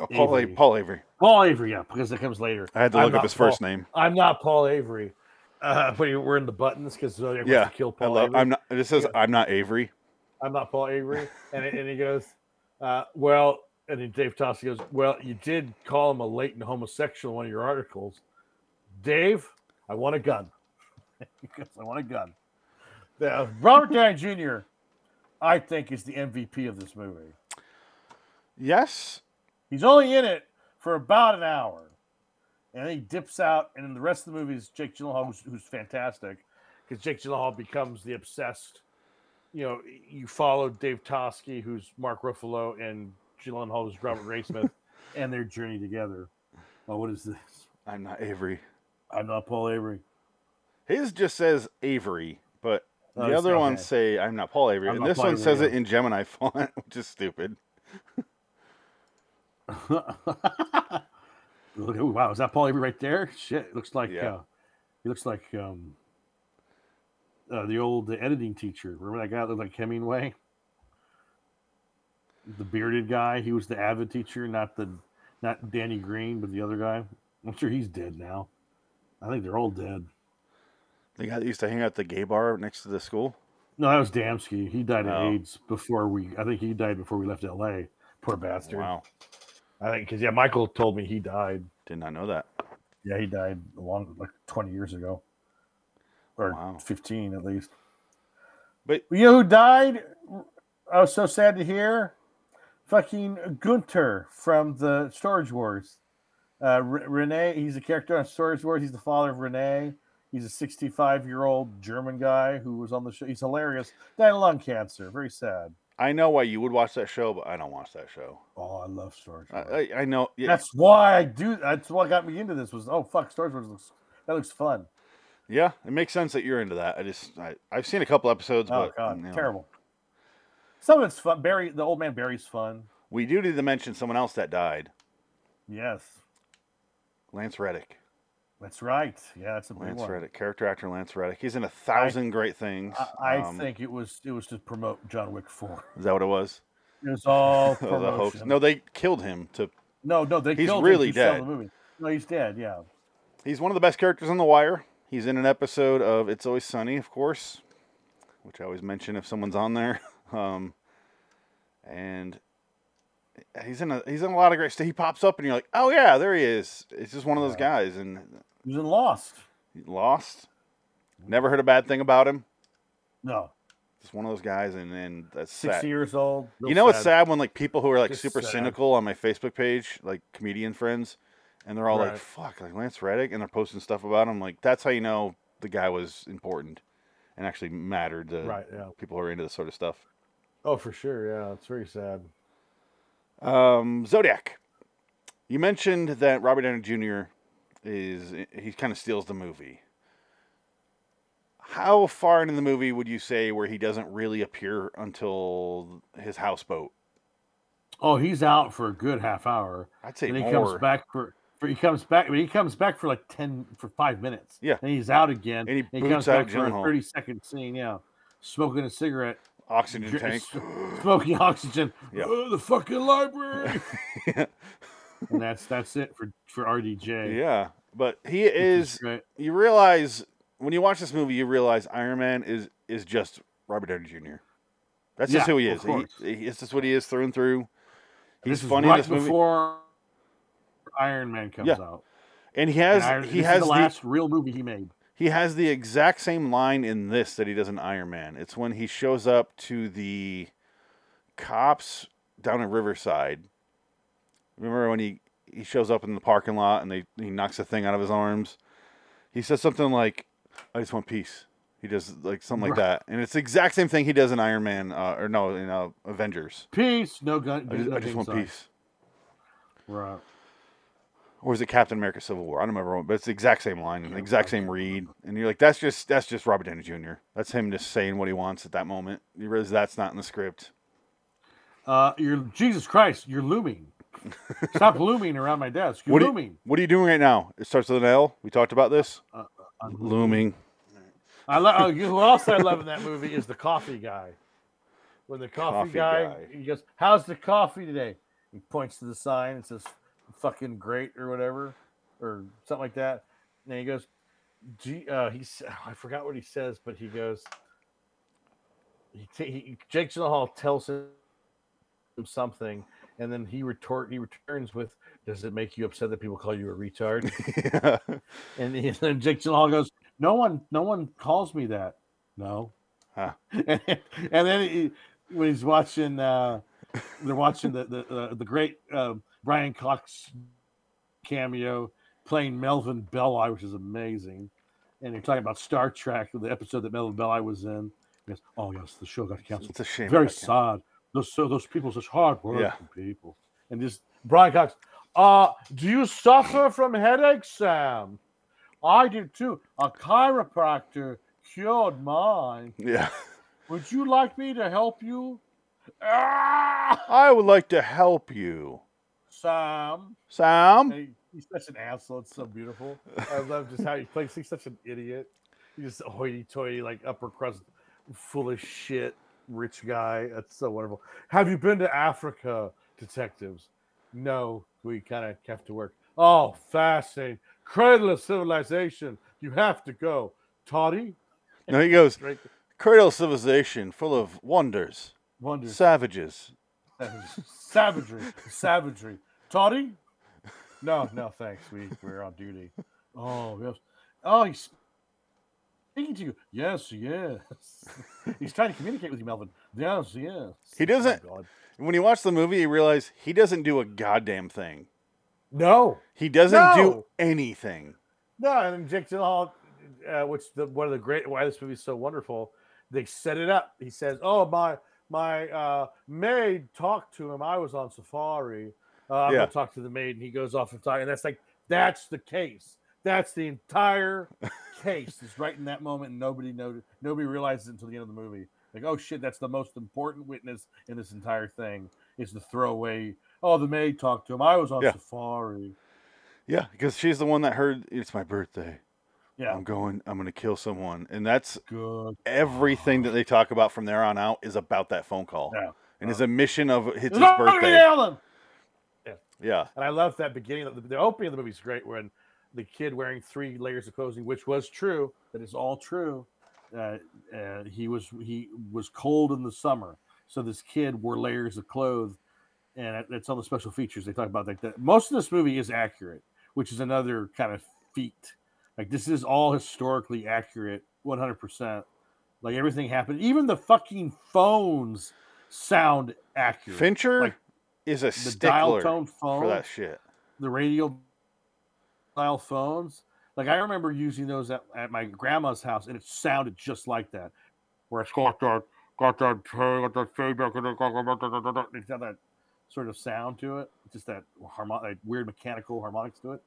A: Oh, Paul, Avery.
B: Avery.
A: Paul Avery.
B: Paul Avery. Yeah, because that comes later.
A: I had to
C: I'm
A: look up
C: not
A: his
C: Paul.
A: first name.
C: I'm not Paul Avery. Uh, when you were in the buttons because
B: uh,
C: Zodiac
A: Yeah,
C: wants to kill
A: I
C: Paul
A: love,
C: Avery.
A: I'm not. It says I'm not Avery.
C: I'm not Paul Avery. And, it- and he goes, uh, well, and then Dave Tossi goes, well, you did call him a latent homosexual in one of your articles,
B: Dave, I want a gun. because I want a gun. The, Robert Downey Jr., I think, is the MVP of this movie.
A: Yes.
B: He's only in it for about an hour, and then he dips out. And then the rest of the movie is Jake Gyllenhaal, who's, who's fantastic, because Jake Gyllenhaal becomes the obsessed. You know, you follow Dave Tosky, who's Mark Ruffalo, and Gyllenhaal is Robert Graysmith, and their journey together. Oh, what is this?
A: I'm not Avery.
B: I'm not Paul Avery.
A: His just says Avery, but
B: No,
A: the
B: it's
A: other
B: not
A: ones
B: that.
A: say I'm not Paul Avery,
B: I'm
A: and
B: not
A: this
B: Paul
A: one
B: Avery,
A: says
B: yeah.
A: it in Gemini font, which is stupid.
B: Look, oh, wow, is that Paul Avery right there? Shit, it looks like
A: Yeah.
B: uh, he looks like um, uh, the old editing teacher. Remember that guy that looked like Hemingway? The bearded guy. He was the avid teacher, not the not Danny Green, but the other guy. I'm sure he's dead now. I think they're all dead.
A: The guy that used to hang out at the gay bar next to the school.
B: No, that was Damsky. He died of
A: Oh.
B: AIDS before we. I think he died before we left L.A. Poor bastard.
A: Wow,
B: I think because yeah, Michael told me he died.
A: did not know that.
B: Yeah, he died a long, like twenty years ago, or
A: Wow.
B: fifteen at least.
A: But-
B: you know who died? I was so sad to hear. Fucking Gunter from the Storage Wars. Uh, Re- Renee, he's a character on Storage Wars. He's the father of Renee. He's a 65 year old German guy who was on the show. He's hilarious. Died of lung cancer. Very sad.
A: I know why you would watch that show, but I don't watch that show.
B: Oh, I love Storage
A: I,
B: Wars.
A: I, I know. Yeah,
B: that's why I do. That's what got me into this. Was oh fuck, Storage Wars looks that looks fun.
A: yeah, it makes sense that you're into that. I just I, I've seen a couple episodes,
B: Oh
A: but
B: god,
A: you know.
B: terrible. Some of it's fun. Barry, the old man Barry's fun.
A: We do need to mention someone else that died,
B: Yes,
A: Lance Reddick.
B: that's right. Yeah, that's a big
A: Lance
B: one.
A: Reddick, character actor Lance Reddick. He's in a thousand great things.
B: I, I
A: Um,
B: think it was it was to promote John Wick Four.
A: is that what it was?
B: It was all
A: That was a hoax.
B: promotion.
A: No, they killed him to
B: no, no, they
A: he's
B: killed
A: really
B: him to sell
A: dead.
B: The movie. No, he's dead. Yeah,
A: He's one of the best characters on The Wire. He's in an episode of It's Always Sunny, of course, which I always mention if someone's on there. Um, and he's in a he's in a lot of great stuff. He pops up and you're like, oh yeah, there he is. It's just one of those
B: Yeah.
A: guys. And
B: he was in Lost.
A: lost, never heard a bad thing about him.
B: No,
A: Just one of those guys, and and that's
B: sixty
A: sad.
B: years old. real
A: you know what's sad when like people who are like
B: Just
A: super
B: sad.
A: cynical on my Facebook page, like comedian friends, and they're all like,
B: Right.
A: "Fuck, like Lance Reddick," and they're posting stuff about him. Like that's how you know the guy was important and actually mattered to
C: Right. Yeah.
A: people who are into this sort of stuff.
C: Oh, for sure. Yeah. It's very sad.
A: Um, Zodiac, you mentioned that Robert Downey Jr. is he kind of steals the movie. How far into the movie would you say where he doesn't really appear until his houseboat?
B: Oh, he's out for a good half hour.
A: I'd say
B: and he
A: more.
B: comes back for, for he comes back. I mean, he comes back for like ten for five minutes.
A: Yeah.
B: and he's out again.
A: And he boots
B: comes
A: out
B: back for a
A: Gyllenhaal.
B: thirty second scene. Yeah, smoking a cigarette,
A: Oxygen
B: dr-
A: tank.
B: s- smoking oxygen.
A: Yeah.
B: "Oh, the fucking library. and that's that's it for for RDJ.
A: Yeah, but he is.
B: right.
A: You realize when you watch this movie, you realize Iron Man is is just Robert Downey Jr. That's just
B: Yeah,
A: who he
B: of
A: is. He,
B: course.
A: he, it's just what he is through and through. He's
B: This is
A: funny
B: right
A: in this movie,
B: before Iron Man comes
A: Yeah.
B: out.
A: and he
B: And
A: has
B: Iron-
A: he
B: this
A: has
B: is the
A: the,
B: last real movie he made.
A: he has the exact same line in this that he does in Iron Man. It's when he shows up to the cops down in Riverside. Remember when he he shows up in the parking lot and they he knocks a thing out of his arms. He says something like, "I just want peace." He does like something like that, and it's the exact same thing he does in Iron Man, uh, or no, in uh, Avengers.
B: Peace, no gun.
A: I just,
B: no
A: I just
B: gang
A: want
B: sign.
A: peace,
B: Right.
A: or is it Captain America: Civil War? I don't remember, but it's the exact same line, the
B: Yeah,
A: exact
B: I
A: same
B: can't
A: read,
B: remember.
A: and you're like, "That's just that's just Robert Downey Jr. That's him just saying what he wants at that moment." You realize that's not in the script.
B: Uh, you're Jesus Christ. You're looming. Stop looming around my desk. You're
A: What do you-
B: looming.
A: What are you doing right now? It starts with an L. We talked about this.
B: Uh, I'm
A: Looming.
B: I love.
C: Oh, you, who else I love in that movie is the coffee guy. When the coffee,
A: Coffee
C: guy,
A: guy.
C: he goes,
B: How's the coffee today? He points to the sign and says, "Fucking great" or whatever, or something like that. And then he goes,
C: G, uh, he's I forgot what he says, but he goes, he, ta he Jake Gyllenhaal tells him something, and then he retort he returns with, "Does it make you upset that people call you a retard?"
A: yeah.
B: And, he- and then Jake Gyllenhaal goes, "No one, no one calls me that. No."
A: Huh.
B: and then he, when he's watching, uh, they're watching the the, uh, the great uh, Brian Cox cameo playing Melvin Belli, which is amazing. And they're talking about Star Trek, the episode that Melvin Belli was in. He goes, "Oh yes, the show got canceled.
A: It's a shame.
B: Very
A: I can't-
B: sad. Those so those people, such hard working
A: Yeah.
B: people." And just
C: Brian Cox, uh, do you suffer from headaches, Sam?
B: I do too. A chiropractor cured mine.
A: Yeah.
B: Would you like me to help you,
C: Ah!
A: I would like to help you,
B: Sam?
A: Sam.
B: Hey, he's such an asshole. It's so beautiful.
C: I love just how he plays. He's such an idiot. He's just hoity-toity, like upper crust, full of shit, rich guy. That's so wonderful. Have you been to Africa, detectives? No, we kind of have to work. Oh, fascinating! Cradle of civilization. You have to go, Toddy.
A: No, he goes.
C: Drink
A: Cradle of civilization, full of wonders,
B: Wonder
A: savages.
B: savagery, savagery. Toddy? No, no, thanks. We we're on duty. Oh yes. Oh, he's speaking to you. Yes, yes. he's trying to communicate with you, Melvin. Yes, yes.
A: He doesn't-
B: Oh, God.
A: When you watch the movie, you realize he doesn't do a goddamn thing.
C: No,
A: He doesn't do
C: No.
A: anything.
C: No, and then Jake Gyllenhaal, uh, which the one of the great why this movie is so wonderful, they set it up. He says, "Oh my my uh, maid talked to him. I was on safari. Uh, I'm
A: Yeah.
C: gonna talk to the maid." And he goes off and talk, and that's like that's the case. That's the entire
B: case is right in that moment, and nobody noticed. Nobody realizes it until the end of the movie. Like, oh shit, that's the most important witness in this entire thing. Is the throwaway? Oh, the maid talked to him. I was on
A: Yeah.
B: safari.
A: Yeah, because she's the one that heard it's my birthday.
B: Yeah,
A: I'm going. I'm going to kill someone, and that's
B: good.
A: everything that they talk about from there on out is about that phone call
B: Yeah. Uh-huh. Oh,
A: and his admission of it's his
B: Not
A: birthday.
B: Allen!
A: Yeah,
C: And I love that beginning. of The, the opening of the movie is great when the kid wearing three layers of clothing, which was true.
B: That is all true. Uh, uh, he was he was cold in the summer, so this kid wore layers of clothes, and it- it's on the special features they talk about. Like that, most of this movie is accurate, which is another kind of feat. Like this is all historically accurate, one hundred percent. Like everything happened, even the fucking phones sound accurate.
A: Fincher
B: Like,
A: is a
B: the dial
A: stickler
B: tone phone
A: for that shit.
B: the radio dial phones. Like I remember using those at, at my grandma's house, and it sounded just like that. Where it's got that, got that, uh, got that feedback, and it got that- it's got that sort of sound to it. Just that harmon, like weird mechanical harmonics to it.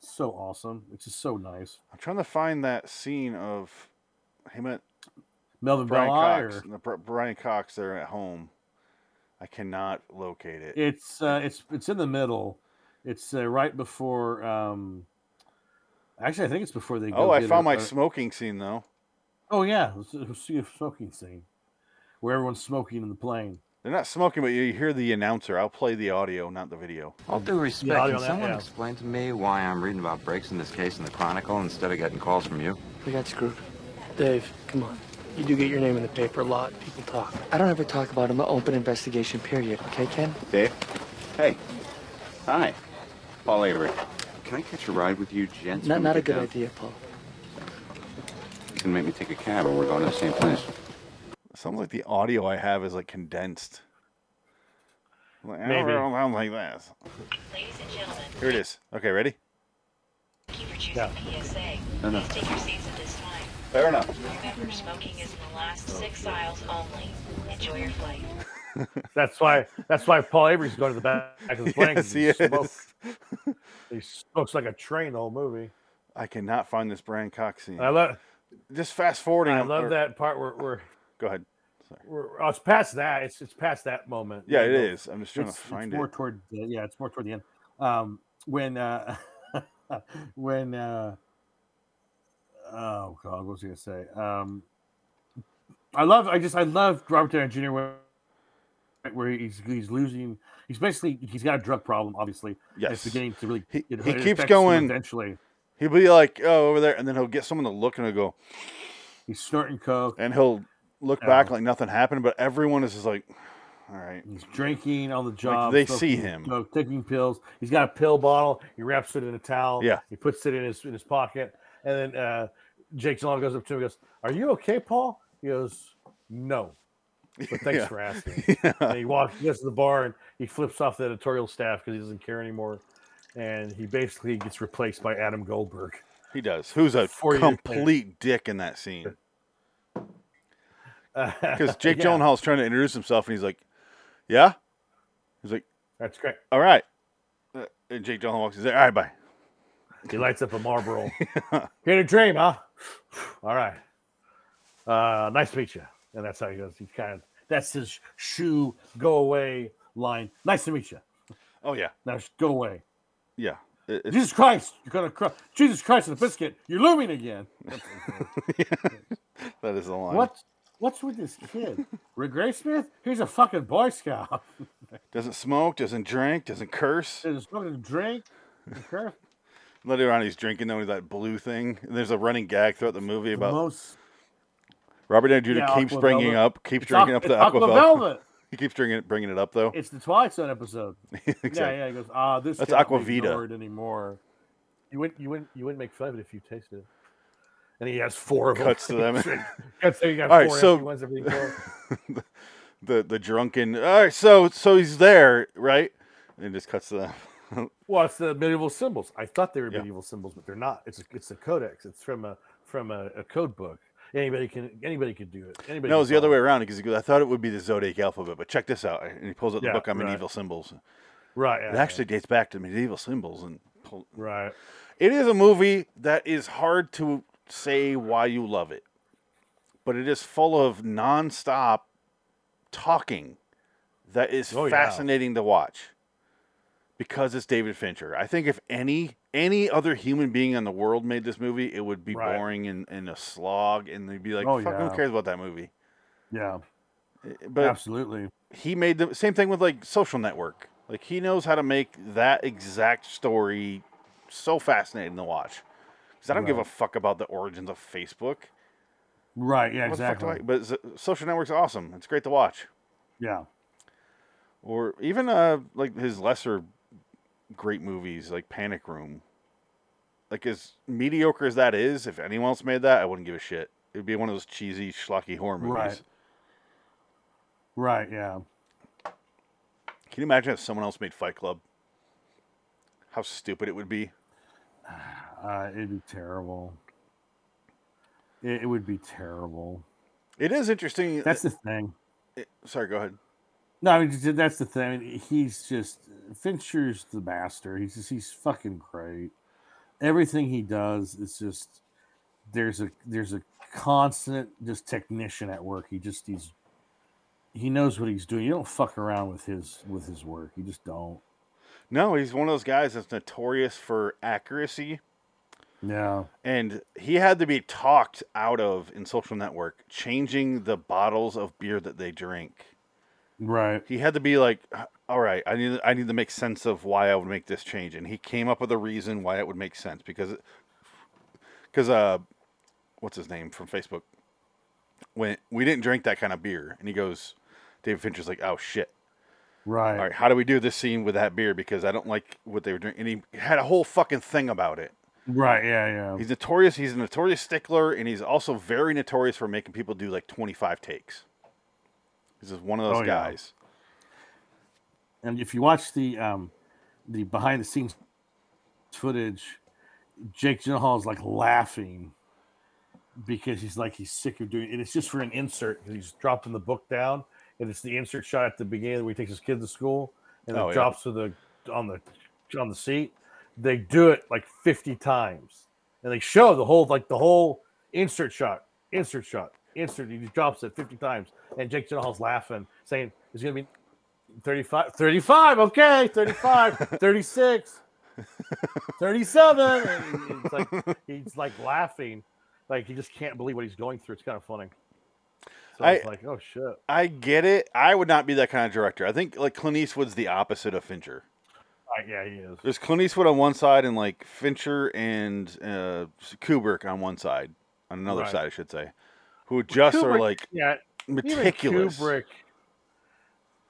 B: So awesome! It's just so nice.
A: I'm trying to find that scene of him at
B: Melvin
A: Brian
B: Belli,
A: Cox.
B: or-
A: the Br- Brian Cox there at home. I cannot locate it.
B: It's uh, it's it's in the middle. It's uh, right before. Um, actually, I think it's before they.
A: oh,
B: go
A: I
B: get Uh,
A: found
B: a-
A: my
B: a-
A: smoking scene though.
B: Oh yeah, let's, let's see a smoking scene where everyone's smoking in the plane.
A: They're not smoking, but you you hear the announcer. I'll play the audio, not the video.
D: All due respect,
C: Yeah, I'll do
D: can
C: that,
D: someone
C: yeah.
D: explain to me why I'm reading about breaks in this case in the Chronicle instead of getting calls from you?
E: We got screwed. Dave, come on. You do get your name in the paper a lot. People talk. I don't ever talk about an open investigation period, okay, Ken?
F: Dave? Hey. Hi. Paul Avery.
D: Can I catch a ride with you, gents?
E: Not,
D: when we
E: not a
D: get
E: good
D: down?
E: idea, Paul.
D: You can make me take a cab or we're going to the same place.
A: sounds like the audio I have is like condensed. I'm Like, I don't
C: Maybe.
A: know, sound like this.
G: Ladies and gentlemen,
A: Here it is. Okay, ready?
G: thank you for choosing
C: Yeah.
G: PSA.
D: No, no.
G: Please take your seats at this time.
D: Fair enough.
G: Remember, smoking is in the last six aisles only. Enjoy your flight.
C: That's why. That's why Paul Avery's going to the back of the plane. 'cause
A: Yes,
C: he,
A: yes.
C: smokes, he smokes like a train the whole movie.
A: I cannot find this Brian Cox scene.
C: And
B: Uh,
C: I love.
A: Just fast forwarding.
C: I
A: I'm- or-
C: love that part where we're.
A: Go ahead.
C: we're, oh, it's past that. It's it's past that moment.
A: Yeah, it
C: no.
A: is. I'm just trying
B: it's,
A: to
B: it's
A: find
B: more
A: it.
B: toward the, yeah, it's more toward the end. Um, when uh, when uh, oh god, what was I gonna say? Um, I love, I just, I love Robert Downey Jr. where where he's he's losing. He's basically he's got a drug problem, obviously. and
A: Yes.
B: It's beginning to really.
A: He-
B: it-
A: he
B: it
A: keeps
B: affects him
A: going-
B: Eventually,
A: He'll be like, oh, over there, and then he'll get someone to look and he'll go,
B: he's snorting coke.
A: and he'll look
B: Yeah.
A: back like nothing happened, but everyone is just like, All right.
B: He's drinking on the job.
A: they
B: smoking
A: see him.
B: smoke, taking pills. He's got a pill bottle. He wraps it in a towel.
A: Yeah.
B: He puts it in his in his pocket. And then uh, Jake Gyllenhaal goes up to him and goes, Are you okay, Paul? He goes, No. But thanks
A: Yeah.
B: for asking. And he walks he gets to the bar and he flips off the editorial staff because he doesn't care anymore. And he basically gets replaced by Adam Goldberg.
A: He does. Who's a
B: Four years later.
A: complete dick in that scene? Because Jake
B: Yeah.
A: Gyllenhaal's trying to introduce himself, and he's like, "Yeah." He's like,
B: That's great.
A: "All right." Uh, And Jake Gyllenhaal walks. He's like, "All right, bye."
B: He lights up a Marlboro. Here to dream, huh? All right. Uh, nice to meet you. And that's how he goes. He's kind of that's his shoe go away line. Nice to meet you.
A: Oh yeah,
B: Now sh- go away.
A: yeah. It- it's-
B: Jesus Christ, you're gonna cry. Jesus Christ and a biscuit. You're looming again.
A: that is the line.
B: What? What's with this kid? Rick Graysmith? He's a fucking Boy Scout.
A: Doesn't smoke. Doesn't drink. Doesn't curse.
B: He's fucking drink. Curve.
A: Later on, he's drinking though. He's that blue thing. And there's a running gag throughout the movie about
B: Most
A: Robert Downey Jr.
B: Yeah,
A: keeps
B: Aqua
A: bringing
B: Velvet.
A: up, keeps
B: It's
A: drinking
B: Aqu-
A: up
B: it's
A: the
B: Aqua
A: Aqua
B: Velvet.
A: He keeps drinking it, bringing it up though.
B: It's the Twilight Zone episode.
A: Exactly.
B: Yeah, yeah. He goes, ah, this
A: That's
B: cannot be
A: Aquavita.
B: ignored anymore. You wouldn't, you wouldn't, you wouldn't make fun of it if you tasted it. And he has four of
A: Cuts to
B: them.
A: them.
B: Cuts to- he got
A: All
B: four
A: right, so-
B: empty ones, everything goes.
A: the the drunken. All right, so so he's there, right? And it just cuts to them.
B: well, it's the medieval symbols. I thought they were
A: Yeah.
B: medieval symbols, but they're not. It's a, it's a codex. It's from a from a, a code book. Anybody can anybody could do it. Anybody.
A: No,
B: can
A: it's the other
B: follow
A: way
B: it.
A: around because he goes, I thought it would be the zodiac alphabet, but check this out. And he pulls out the
B: Yeah,
A: book on
B: right.
A: medieval symbols.
B: Right. yeah,
A: It
B: yeah,
A: actually dates back to medieval symbols. And pull...
B: Right.
A: it is a movie that is hard to say why you love it, but it is full of nonstop talking that is
B: Oh, yeah.
A: fascinating to watch because it's David Fincher. I think if any any other human being in the world made this movie, it would be
B: Right.
A: boring and, and a slog, and they'd be like,
B: Oh,
A: "Fuck,
B: yeah.
A: who cares about that movie?"
B: Yeah.
A: But
B: absolutely.
A: he made the same thing with like social network like he knows how to make that exact story so fascinating to watch because i don't give a
B: Right.
A: fuck about the origins of facebook
B: Right. Yeah.
A: What the fuck do
B: Exactly.
A: I- but so- social network's awesome it's great to watch
B: Yeah.
A: or even uh like his lesser great movies like panic room like as mediocre as that is if anyone else made that i wouldn't give a shit it would be one of those cheesy schlocky horror movies
B: Right. Right. Yeah.
A: can you imagine if someone else made fight club how stupid it would be
B: Uh, it'd be terrible. It, it would be terrible.
A: it is interesting uh,
B: That's the thing.
A: Sorry, go ahead.
B: No, I mean, th- that's the thing. I mean, he's just Fincher's the master. He's just he's fucking great. Everything he does is just there's a there's a constant just technician at work. He just he's he knows what he's doing. You don't fuck around with his with his work. You just don't.
A: No, he's one of those guys that's notorious for accuracy,
B: Yeah.
A: and he had to be talked out of in Social Network, changing the bottles of beer that they drink.
B: Right.
A: He had to be like, "Uh, "All right, I need I need to make sense of why I would make this change," and he came up with a reason why it would make sense because, because uh, what's his name from Facebook? When we didn't drink that kind of beer, and he goes, David Fincher's like, "Oh shit."
B: Right.
A: all right, how do we do this scene with that beer? Because I don't like what they were drinking. And he had a whole fucking thing about it.
B: Right. Yeah. Yeah.
A: He's notorious. He's a notorious stickler, and he's also very notorious for making people do like 25 takes. He's just one of those
B: Oh, yeah.
A: guys.
B: And if you watch the um the behind the scenes footage, Jake Gyllenhaal is like laughing because he's like he's sick of doing it. It's just for an insert. 'cause He's dropping the book down, and it's the insert shot at the beginning where he takes his kid to school and
A: Oh,
B: it
A: yeah.
B: drops to the on the on the seat. They do it like fifty times, and they show the whole like the whole insert shot, insert shot, insert. He drops it fifty times, and Jake Gyllenhaal's laughing, saying, "It's gonna be 35, 35, okay, 35, 36, 37. And he- It's like, he's like laughing. Like he just can't believe what he's going through. It's kind of funny. So
A: I-
B: it's like, oh shit.
A: I get it. I would not be that kind of director. I think like Clint Eastwood's the opposite of Fincher.
B: Right, yeah, he is.
A: There's Clint Eastwood on one side, and like Fincher and uh, Kubrick on one side, on another
B: Right.
A: side, I should say, who just are
B: Kubrick-
A: like
B: Yeah, even
A: meticulous.
B: Kubrick.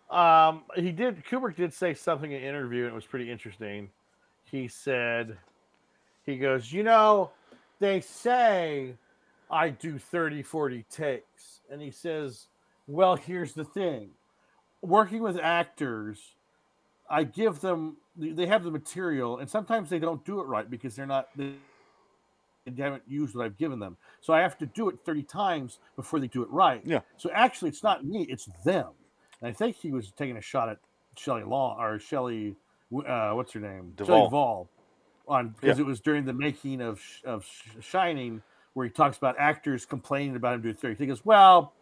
B: Um, he did. Kubrick did say something in an interview, and it was pretty interesting. He said, "He goes, you know, they say I do 30, 40 takes," and he says, "Well, here's the thing: working with actors, I give them they have the material, and sometimes they don't do it right because they're not they haven't used what I've given them. So I have to do it 30 times before they do it right.
A: Yeah.
B: So actually, it's not me; it's them." And I think he was taking a shot at Shelley Long or Shelley, uh, what's her name? Shelley
A: Duvall.
B: Duvall. On because
A: Yeah.
B: it was during the making of Sh- of Sh- Shining where he talks about actors complaining about him doing three. He goes, "Well,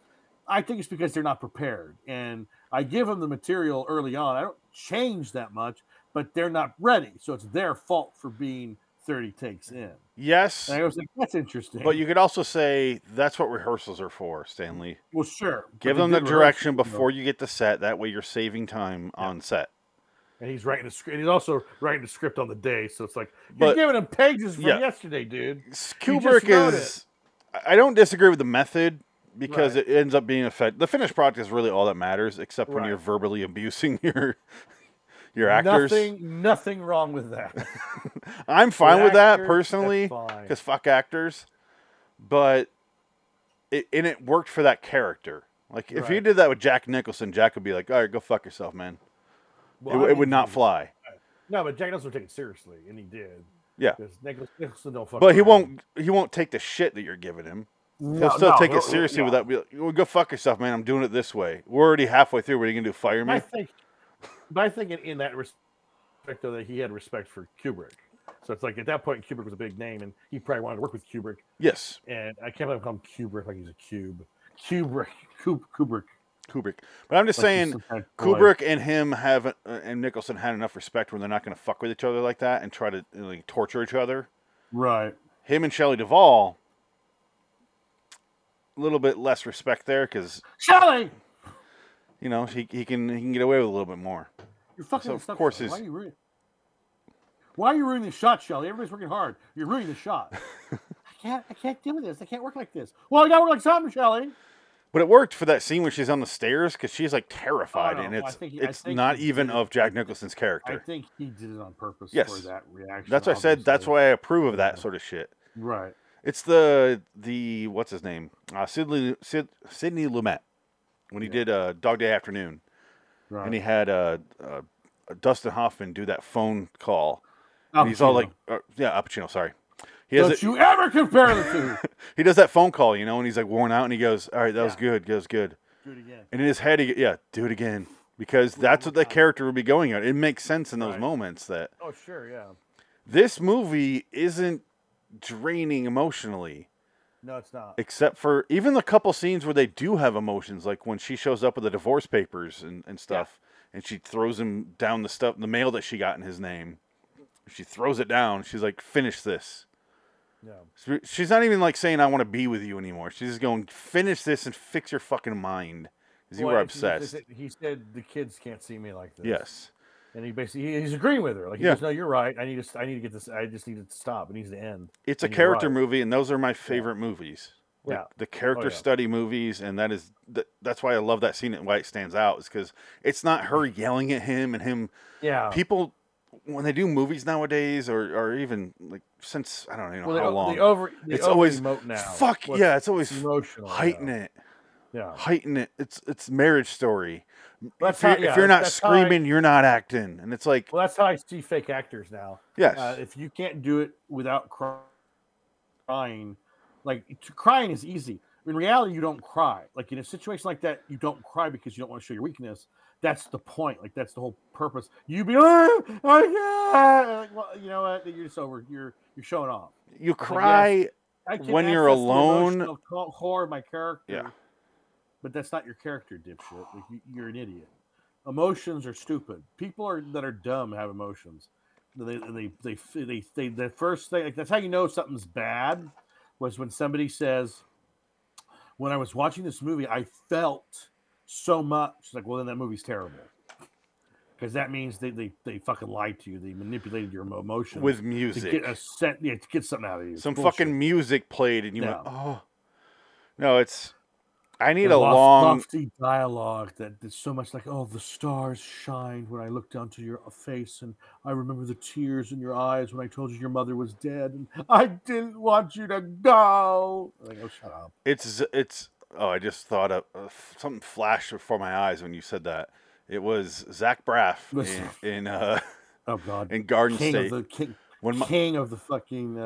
B: I think it's because they're not prepared, and I give them the material early on. I don't change that much, but they're not ready, so it's their fault for being thirty takes in."
A: Yes,
B: And I was like, "That's interesting."
A: but you could also say that's what rehearsals are for, Stanley.
B: well, sure, Mm-hmm. but
A: Give
B: they
A: them the
B: did rehearse,
A: direction
B: you know.
A: before you get to set. That way, you're saving time on set.
B: And he's writing a script. He's also writing a script on the day, so it's like
A: But-
B: you're giving him pages from
A: yeah.
B: yesterday, dude.
A: S-
B: You just
A: Kubrick
B: wrote
A: is. I- I don't disagree with the method because it ends up being a fed. The finished product is really all that matters, except when
B: Right.
A: you're verbally abusing your your actors.
B: Nothing, nothing wrong with that.
A: I'm fine
B: Your
A: with that
B: actor,
A: personally,
B: that's fine.
A: because fuck actors. But it and it worked for that character. Like if you
B: Right.
A: did that with Jack Nicholson, Jack would be like, "All right, go fuck yourself, man."
B: Well,
A: it,
B: I
A: it would
B: mean,
A: not fly.
B: No, but Jack Nicholson would take it seriously, and he did.
A: Yeah.
B: Because Nicholas, Nicholson don't fuck
A: But he
B: around.
A: won't. He won't take the shit that you're giving him. He'll still
H: no,
A: take
H: he'll-
A: it seriously
H: yeah.
A: without be like, well, go fuck yourself, man. I'm doing it this way. We're already halfway through. What are you gonna do? Fire
B: I
A: me?
B: think, but I think in, in that respect, though, that he had respect for Kubrick. So it's like at that point, Kubrick was a big name, and he probably wanted to work with Kubrick.
A: Yes,
B: And I can't believe I call him Kubrick like he's a cube. Kubrick, Kub, Kubrick.
A: Kubrick. But I'm just
B: Like, he's
A: saying,
B: some kind of boy.
A: Kubrick and him have uh, and Nicholson had enough respect where they're not gonna fuck with each other like that and try to uh, like torture each other.
H: Right.
A: Him and Shelley Duvall, a little bit less respect there because
H: Shelley!
A: you know he, he can he can get away with a little bit more.
H: You're fucking
A: So,
H: so
A: of course
H: Why
A: he's-
H: are you ruining? Why are you ruining the shot, Shelly? Everybody's working hard. You're ruining the shot. I can't. I can't deal with this. I can't work like this. Well, I gotta work like something, Shelly.
A: But it worked for that scene where she's on the stairs because she's like terrified,
H: no,
A: and
H: Oh, I
A: it's
H: think he- I
A: it's
H: think
A: not
H: he
A: even
H: did.
A: of Jack Nicholson's character.
H: I think he did it on purpose for
A: Yes.
H: that reaction.
A: That's why I said that's
H: obviously.
A: why I approve of that sort of shit.
H: Right.
A: It's the the what's his name? Uh, Sidley Sid, Sidney Lumet when he did uh, Dog Day Afternoon,
H: Right.
A: and he had uh, uh, Dustin Hoffman do that phone call. And he's all
H: Pacino.
A: like, uh, "Yeah, Al Pacino, sorry." He has
H: Oh, "Don't
A: it,
H: you ever compare the two."
A: he does that phone call, you know, and he's like worn out, and he goes, "All right, that was good, that was good."
H: Do it again.
A: And in his head, he go- yeah, do it again because that's what the character would be going at. It makes sense in those moments that
B: Oh sure, yeah.
A: this movie isn't draining emotionally.
B: No, it's not.
A: except for even the couple scenes where they do have emotions, like when she shows up with the divorce papers and, and stuff, and she throws him down the stuff, the mail that she got in his name. She throws it down. She's like, "Finish this."
B: No.
A: She- She's not even like saying, "I want to be with you anymore." She's just going, "Finish this and fix your fucking mind," because you
B: Well,
A: were
B: he- he just
A: obsessed.
B: said- He said the kids can't see me like this.
A: Yes,
B: And he basically he- he's agreeing with her. Like he
A: Yeah.
B: goes, "No, you're right. I need to. I need to get this. I just need it to stop. It needs to end."
A: it's a
B: And you're
A: character
B: right.
A: movie, and those are my favorite movies. Like,
B: Yeah. Oh,
A: the character
B: yeah.
A: study movies, and that is th- that's why I love that scene and why it stands out is because it's not her yelling at him and him
B: Yeah.
A: people when they do movies nowadays or, or even like since I don't even know
B: well, they,
A: how
B: o-
A: long
B: They over. They
A: it's
B: over
A: always
B: emote now.
A: fuck
B: What's
A: yeah it's always
B: emotional.
A: heighten
B: now.
A: it
B: Yeah.
A: heighten it it's it's marriage story
B: That's
A: if you're,
B: how- yeah,
A: if you're not
B: that's how I-
A: screaming you're not acting and it's like
B: Well, that's how I see fake actors now.
A: yes
B: Uh, if you can't do it without cry- crying, like t- crying is easy. In reality, you don't cry. Like in a situation like that, you don't cry because you don't want to show your weakness. That's the point. Like that's the whole purpose. You be, oh, like, well, you know what? You're just over. You're you're showing off.
A: you
B: yes.
A: cry
B: I
A: When you're
B: access the
A: alone-
B: emotional co- core of my character.
A: Yeah.
B: But that's not your character, dipshit. Like, you, you're an idiot. Emotions are stupid. People are that are dumb have emotions. They they they they, they, they the first thing like, that's how you know something's bad was when somebody says, "When I was watching this movie, I felt so much." It's like, well, then that movie's terrible. Because that means they, they, they fucking lied to you. They manipulated your emo- emotions
A: with
B: to
A: music
B: get a set, yeah, to get something out of you. It's
A: some
B: bullshit.
A: fucking music played and you went
B: No.
A: oh no "Oh." it's I need
B: the
A: a
B: lof-
A: long.
B: lofty dialogue that there's so much like oh the stars shined when i looked onto your uh, face and i remember the tears in your eyes when i told you your mother was dead and i didn't want you to go like oh shut up
A: It's z- it's. Oh, I just thought of uh, f- something flashed before my eyes when you said that. It was Zach Braff
B: Listen.
A: in in, uh,
B: oh god
A: in Garden
B: king
A: State.
B: of the king,
A: when my,
B: king of the fucking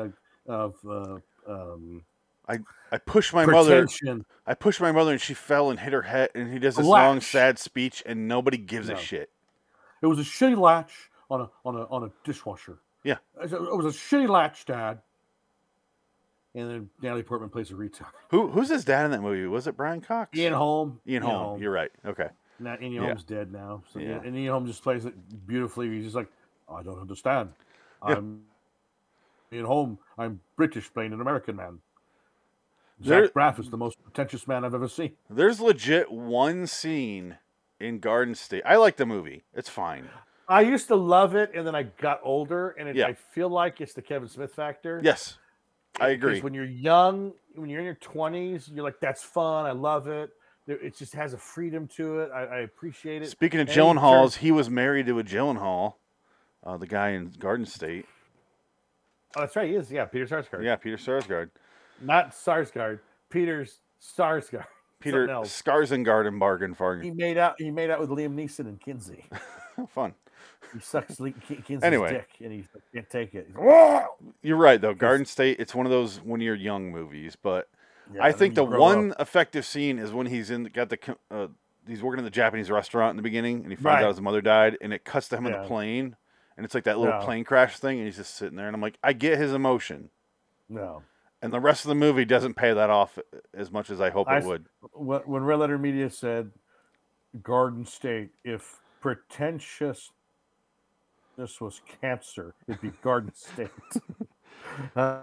B: uh, of uh, um
A: I pushed my mother,
B: pretension
A: I pushed my mother, and she fell and hit her head. And he does this long,
B: Latch.
A: sad speech, and nobody gives a
B: No.
A: shit.
B: it was a shitty latch on a on a on a dishwasher
A: Yeah.
B: it was a- it was a shitty latch dad and then natalie portman plays a retard
A: Who who's his dad in that movie? Was it Brian Cox?
B: Ian Holm.
A: Ian Holm. You're right. Okay.
B: Now, Ian
A: Yeah.
B: Holm's dead now. So
A: Yeah.
B: yeah. and Ian Holm just plays it beautifully. He's just like, I don't understand.
A: Yeah.
B: I'm Ian Holm. I'm British playing an American man.
A: There-
B: Zach Braff is the most pretentious man I've ever seen.
A: There's legit one scene in Garden State. I like the movie. It's fine.
C: I used to love it, and then I got older, and it,
A: Yeah.
C: I feel like it's the Kevin Smith factor.
A: Yes,
C: Because
A: I agree.
C: When you're young, when you're in your 20s, you're like, that's fun. I love it. There- It just has a freedom to it. I, I appreciate it.
A: Speaking
C: And
A: of
C: he turns-
A: Gyllenhaals, he was married to a Gyllenhaal, uh, the guy in Garden State.
C: Oh, that's right. He is. Yeah. Peter Sarsgaard.
A: Yeah, Peter Sarsgaard.
C: Not Sarsgaard. Peter's Sarsgaard.
A: Peter
C: Something else.
A: Skarsgård and Bargain
B: He
A: Fargan.
B: made out. He made out with Liam Neeson and Kinsey.
A: Fun.
B: He sucks Lee, Ki- Kinsey's
A: Anyway.
B: dick, and he can't take it.
A: You're right though. Garden State. It's one of those when you're young movies, but
B: Yeah,
A: I
B: and
A: think the
B: then you grow
A: one
B: up.
A: effective scene is when he's in got the co- uh, he's working in the Japanese restaurant in the beginning, and he finds
B: Right.
A: out his mother died, and it cuts to him on
B: Yeah.
A: the plane, and it's like that little
B: Yeah.
A: plane crash thing, and he's just sitting there, and I'm like, I get his emotion,
B: no.
A: and the rest of the movie doesn't pay that off uh, as much as I hope
B: I
A: it
B: s-
A: would.
B: when, when Red Letter Media said Garden State, if pretentiousness was cancer, it'd be Garden State. uh,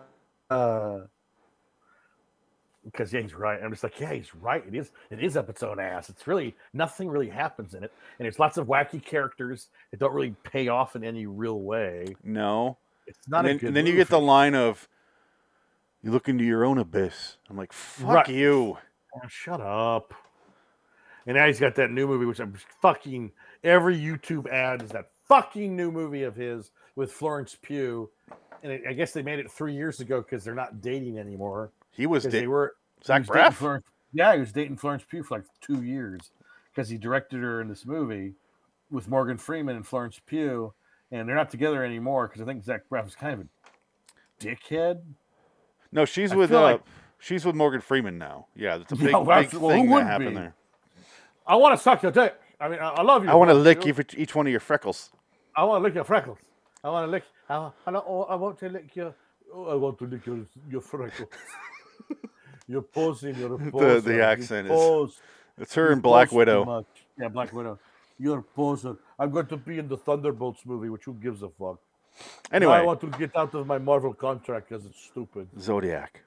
B: because yeah, he's right. I'm just like, yeah, he's right. It is. It is up its own ass. It's really nothing really happens in it, and there's lots of wacky characters that don't really pay off in any real way.
A: No,
B: It's not.
A: and
B: a
A: then,
B: good
A: and then you
B: movie.
A: get the line of, "You look into your own abyss." I'm like, "Fuck
B: Right.
A: you."
B: Oh, shut up. And now he's got that new movie, which I'm just fucking every YouTube ad is that fucking new movie of his with Florence Pugh. And I- I guess they made it three years ago because they're not dating anymore.
A: He was
B: Because
A: da-
B: they were he
A: Zach
B: was dating
A: Braff.
B: Florence- yeah, he was dating Florence Pugh for like two years because he directed her in this movie with Morgan Freeman and Florence Pugh, and they're not together anymore because I think Zach Braff is kind of a dickhead.
A: No, she's
B: I
A: with uh,
B: feel like-
A: she's with Morgan Freeman now. Yeah, that's a
B: Yeah,
A: big,
B: well,
A: big
B: that's- well, who
A: thing that
B: wouldn't
A: happened
B: be?
A: there.
B: I want to suck your dick. I mean, I, I love you.
A: I want to
B: Florence
A: lick
B: Pugh.
A: each, each one of your freckles.
B: I want to lick your freckles. I want to lick. I, wa- I, don't- oh, I want to lick your. oh, I want to lick your your freckles. you're posing. You're a poser.
A: the
B: you
A: accent is-
B: pose-
A: It's her
B: you
A: and Black
B: pose too
A: Widow.
B: much. Yeah, Black Widow. You're a poser. I'm going to be in the Thunderbolts movie, which who gives a fuck? Now I
A: Anyway,
B: want to get out of my Marvel contract because it's stupid.
A: Zodiac.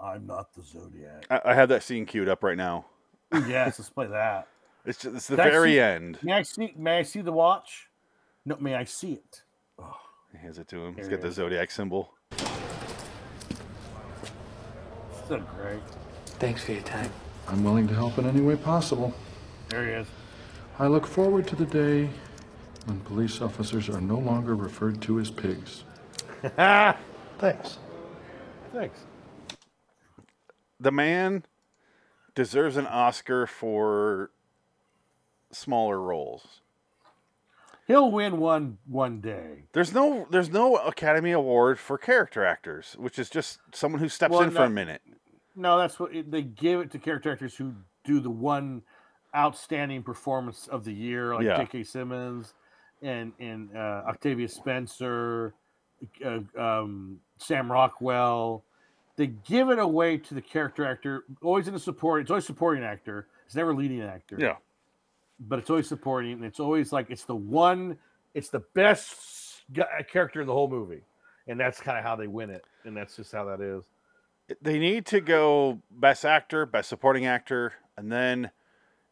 B: I'm not the Zodiac.
A: I, I have that scene queued up right now.
B: yes, let's play that.
A: It's just, it's the
B: That
A: very
B: scene-
A: end.
B: May I see? May I see the watch? No, may I see it?
A: He hands it to him. He's
B: There
A: got
B: it
A: the
B: is.
A: zodiac symbol.
B: So great.
E: Thanks for your time.
I: I'm willing to help in any way possible.
B: There he is.
I: I look forward to the day when police officers are no longer referred to as pigs.
E: Thanks.
B: Ah! Thanks.
A: The man deserves an Oscar for smaller roles.
B: He'll win one one day.
A: There's no there's no Academy Award for character actors, which is just someone who steps
B: Well,
A: in for
B: no-
A: a minute.
B: No, that's what it, they give it to character actors who do the one outstanding performance of the year, like
A: Yeah.
B: J.K. Simmons and and uh, Octavia Spencer, uh, um, Sam Rockwell. They give it away to the character actor, always in the support. It's always supporting actor. It's never leading actor.
A: Yeah.
B: but it's always supporting, and it's always like it's the one, it's the best s- gu- uh, character in the whole movie, and that's kind of how they win it, and that's just how that is.
A: they need to go best actor, best supporting actor, and then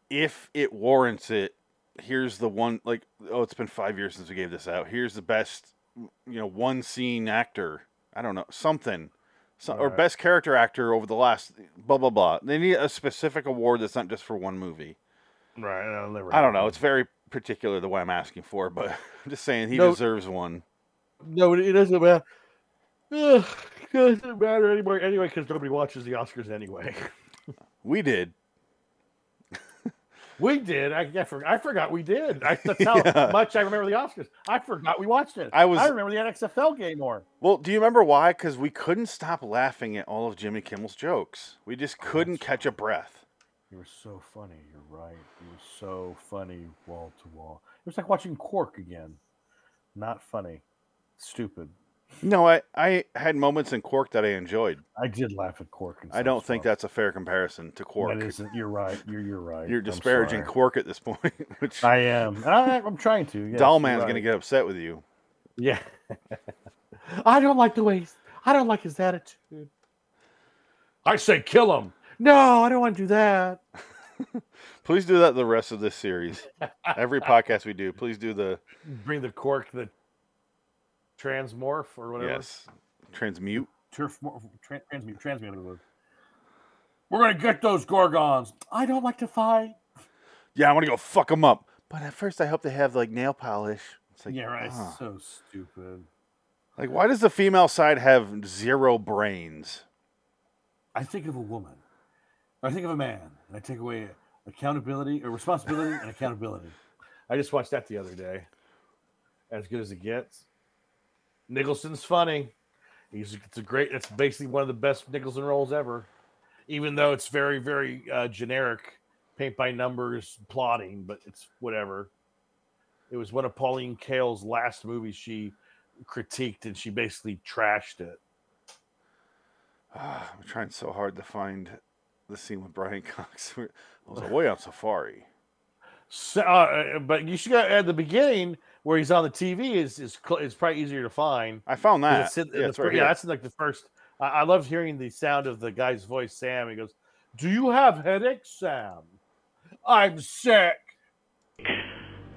A: if it warrants it, here's the one like oh it's been 5 years since we gave this out. Here's the best you know one scene actor. I don't know, something so, or best character actor over the last blah blah blah. They need a specific award that's not just for one movie.
B: Right. that'll never
A: I don't know. It's very particular the way I'm asking for, but I'm just saying he
B: No.
A: deserves one.
C: No, it doesn't matter. Ugh, it doesn't matter anymore anyway because nobody watches the Oscars anyway.
A: We did.
C: We did. I, I, for, I forgot we did. I, that's how
A: Yeah.
C: much I remember the Oscars. I forgot we watched it.
A: I was-
C: I remember the NXFL game more.
A: Well, do you remember why? Because we couldn't stop laughing at all of Jimmy Kimmel's jokes. We just
B: Oh,
A: couldn't catch a breath.
B: You were so funny. You're right. You were so funny, wall to wall. It was like watching Quark again. Not funny. Stupid.
A: No, I, I had moments in Quark that I enjoyed.
B: I did laugh at Quark. And
A: I don't think that's a fair comparison to Quark.
B: That isn't. You're right. You're you're right.
A: You're
B: I'm
A: disparaging
B: sorry.
A: Quark at this point, which
B: I am. I, I'm trying to. Yes,
A: Doll
B: you're
A: Man's
B: right.
A: going to get upset with you.
C: Yeah. I don't like the way he's, I don't like his attitude. I say kill him. No, I don't want to do that.
A: Please do that the rest of this series. Every podcast we do, please do the
C: Bring the cork, the transmorph or whatever.
A: yes, transmute.
B: turf mo- tran- transmute transmute. it was. We're gonna get those gorgons. I don't like to fight.
A: Yeah, I want to go fuck them up. But at first, I hope they have like nail polish. It's like,
B: yeah, right. it's
A: ah.
B: So stupid.
A: Like, why does the female side have zero brains?
B: I think of a woman. I think of a man, and I take away accountability or responsibility and accountability.
C: I just watched that the other day. As good as it gets. Nicholson's funny. He's it's a great. It's basically one of the best Nicholson roles ever, even though it's very very uh, generic, paint by numbers plotting. But it's whatever. It was one of Pauline Kael's last movies she critiqued, and she basically trashed it.
A: Ah, I'm trying so hard to find the scene with Brian Cox. where- I was away on safari.
C: So, uh, but you should go at the beginning where he's on the TV is is cl- it's probably easier to find.
A: I found
C: 'Cause
A: that.
C: it's in- in
A: Uh, yeah,
C: the
A: it's
C: fir-
A: right
C: yeah,
A: here.
C: that's in, like the first. I, I love hearing the sound of the guy's voice, Sam. He goes, "Do you have headaches, Sam? I'm sick.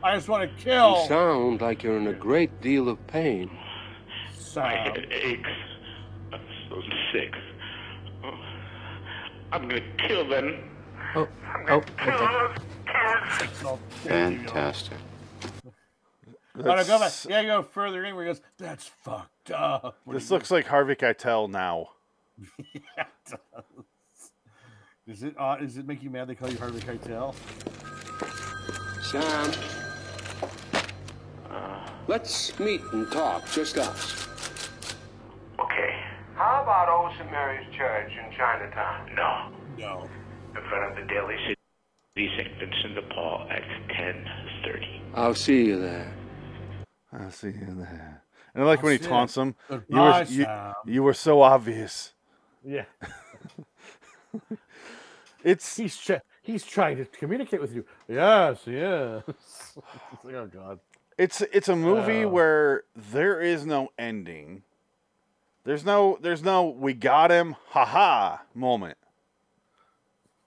C: I just want to kill."
J: sound like you're in a great deal of pain.
B: Sam.
K: aches. I'm so sick. Oh, I'm gonna kill them.
E: Oh, oh, okay.
F: Fantastic.
B: Oh, no, go back.
A: That's-
B: Yeah, go further in where he goes, that's fucked up. What
A: This
B: do you-
A: looks like Harvey Keitel now.
B: Yeah, it does. Is it uh, is it make you mad they call you Harvey Keitel?
J: Sam, let's meet and talk, just us.
K: Okay. How about Old St. Mary's Church in Chinatown? No.
B: No.
K: In front of the Daily City Sanctum St. Paul at 10.30.
J: I'll see you there.
A: I see you there. And
C: Oh,
A: I like when he
B: That's it.
A: taunts him. You were,
B: Goodbye,
A: you,
B: Sam.
A: you were so obvious.
C: Yeah,
A: It's
C: he's tr- he's trying to communicate with you. Yes, yes. It's like, oh God.
A: It's it's a movie
C: Uh.
A: where there is no ending. There's no there's no we got him haha moment.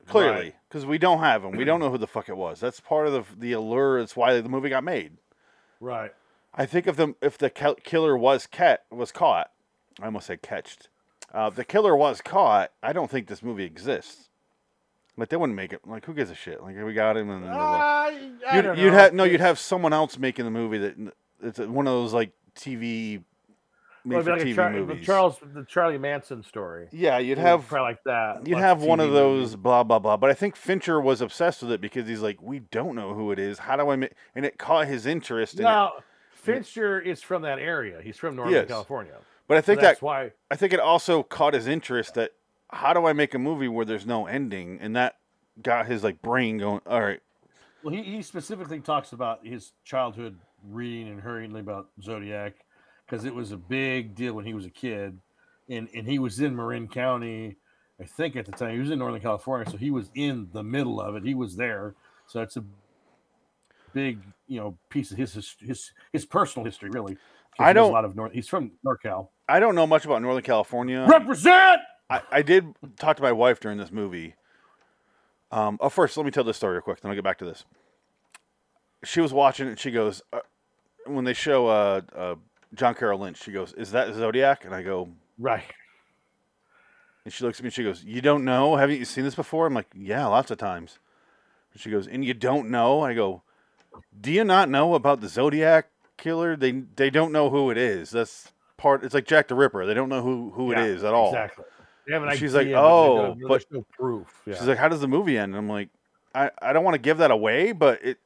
A: Clearly, because we don't have him. We don't know who the fuck it was. That's part of the the allure. It's why the movie got made.
C: Right.
A: I think if the if the ca- killer was cat was caught, I almost said catched. Uh, if the killer was caught, I don't think this movie exists. Like they wouldn't make it. Like who gives a shit? Like we got him and. then we'll-
C: I, I
A: you'd,
C: don't
A: you'd
C: know.
A: have no, you'd have someone else making the movie that it's one of those like TV
C: Well,
A: made
C: it'd be
A: for
C: like a
A: TV
C: Char- the
A: movies.
C: Charles, the Charlie Manson story.
A: yeah, you'd
C: It was
A: have
C: probably like that.
A: you'd
C: like
A: have one of
C: TV movie.
A: those blah blah blah. But I think Fincher was obsessed with it because he's like, we don't know who it is. How do I make? And it caught his interest. And it-
C: Now, Fincher is from that area. He's from Northern
A: Yes.
C: California.
A: but I think
C: that's
A: that
C: why
A: I think it also caught his interest that how do I make a movie where there's no ending? And that got his like brain going. All right,
B: Well, he, he specifically talks about his childhood reading and hearing about Zodiac because it was a big deal when he was a kid. And, and he was in Marin County, I think, at the time. He was in Northern California, so he was in the middle of it. He was there. So it's a big, you know, piece of his his his, his personal history, really. 'cause
A: I
B: he knows
A: don't-
B: a lot of North. He's from NorCal.
A: I don't know much about Northern California.
B: Represent.
A: I, I did talk to my wife during this movie. Um, oh, first, let me tell this story real quick, then I'll get back to this. She was watching it, and she goes, uh, when they show uh, uh, John Carroll Lynch, she goes, Is that Zodiac? And I go,
C: right.
A: And she looks at me and she goes, You don't know? Haven't you seen this before? I'm like, Yeah, lots of times. And she goes, And you don't know? I go, Do you not know about the Zodiac killer? They they don't know who it is. That's part it's like Jack the Ripper. They don't know who, who
B: Yeah,
A: it is at all.
B: Exactly. They have an
A: And she's like,
B: idea,
A: Oh,
B: but,
A: but
B: there's no proof. Yeah.
A: She's like, "How does the movie end?" And I'm like, "I, I don't want to give that away, but it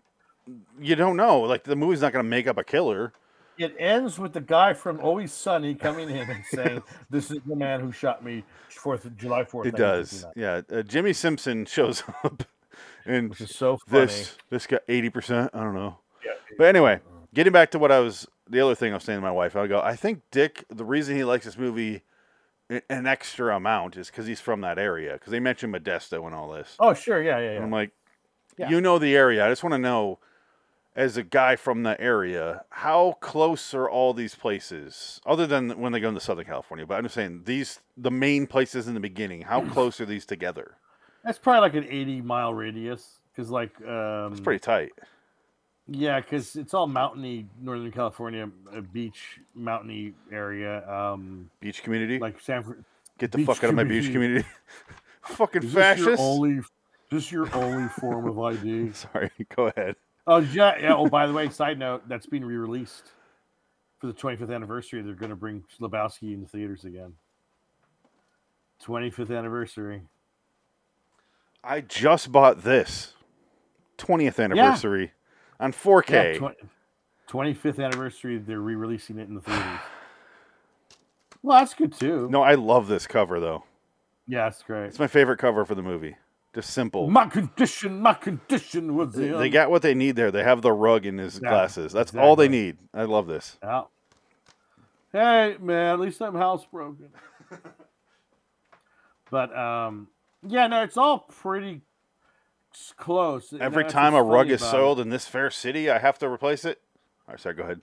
A: you don't know. Like the movie's not going to make up a killer."
B: It ends with the guy from Always Sunny coming in and saying, "This is the man who shot me Fourth of July Fourth."
A: it does. Yeah, uh, Jimmy Simpson shows up, and
B: Which is so
A: this
B: funny. Uh-huh.
A: this got eighty percent. I don't know.
B: Yeah,
A: But anyway, getting back to what I was the other thing I was saying to my wife, I go, I think Dick. The reason he likes this movie a- an extra amount is because he's from that area. Because they mentioned Modesto and all this.
B: Oh, sure. Yeah, yeah,
A: And
B: yeah.
A: I'm like,
B: Yeah.
A: you know the area. I just want to know, as a guy from the area, how close are all these places, other than when they go into Southern California? But I'm just saying these the main places in the beginning. How close are these together?
B: That's probably like an eighty mile radius because, like, um,
A: It's pretty tight.
B: Yeah, because it's all mountainy Northern California, a beach mountainy area. Um,
A: Beach community.
B: like San. Fr-
A: Get the
B: beach
A: fuck out of my beach community. Fucking
B: Is this your
A: fascist.
B: only? Is this your only form of ID?
A: Sorry, go ahead.
B: Oh yeah, yeah. Oh, by the way, side note, that's being re-released for the 25th anniversary. They're going to bring Lebowski in the theaters again. 25th anniversary.
A: I just bought this 20th anniversary on 4K.
B: Yeah, twen- 25th anniversary. They're re-releasing it in the theaters. Well, that's good too.
A: no, I love this cover though.
B: Yeah, that's great.
A: It's my favorite cover for the movie. Just simple.
B: My condition, my condition was
A: They-
B: the
A: They got what they need there. They have the rug in his
B: Um, Yeah,
A: glasses. That's all they
B: exactly.
A: need. I love this.
B: Yeah. Hey man, at least I'm housebroken. but um, yeah, no, it's all pretty s- close. and
A: Every
B: that's
A: time a
B: what's
A: rug
B: funny
A: is
B: about
A: sold in this fair city, I have to replace it. All right, sorry, go ahead.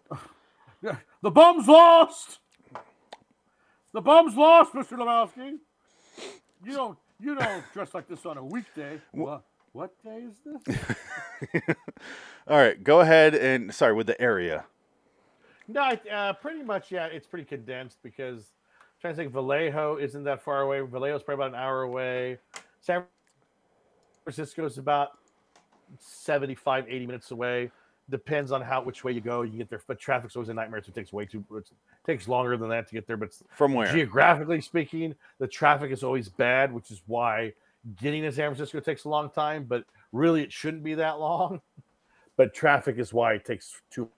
B: it. the bum's lost. The bum's lost, Mister Lebowski. You don't, you don't dress like this on a weekday. What, what day is this?
A: All right, go ahead and sorry with the area.
C: No, I- uh, pretty much. Yeah, it's pretty condensed because I'm trying to think, Vallejo isn't that far away. Vallejo's probably about an hour away. San Francisco's about 75, 80 minutes away. Depends on how which way you go. You can get there, but traffic's always a nightmare, so it takes way too. It takes longer than that to get there, but it's
A: From where?
C: Geographically speaking, the traffic is always bad, which is why getting to San Francisco takes a long time, but really it shouldn't be that long. But traffic is why it takes two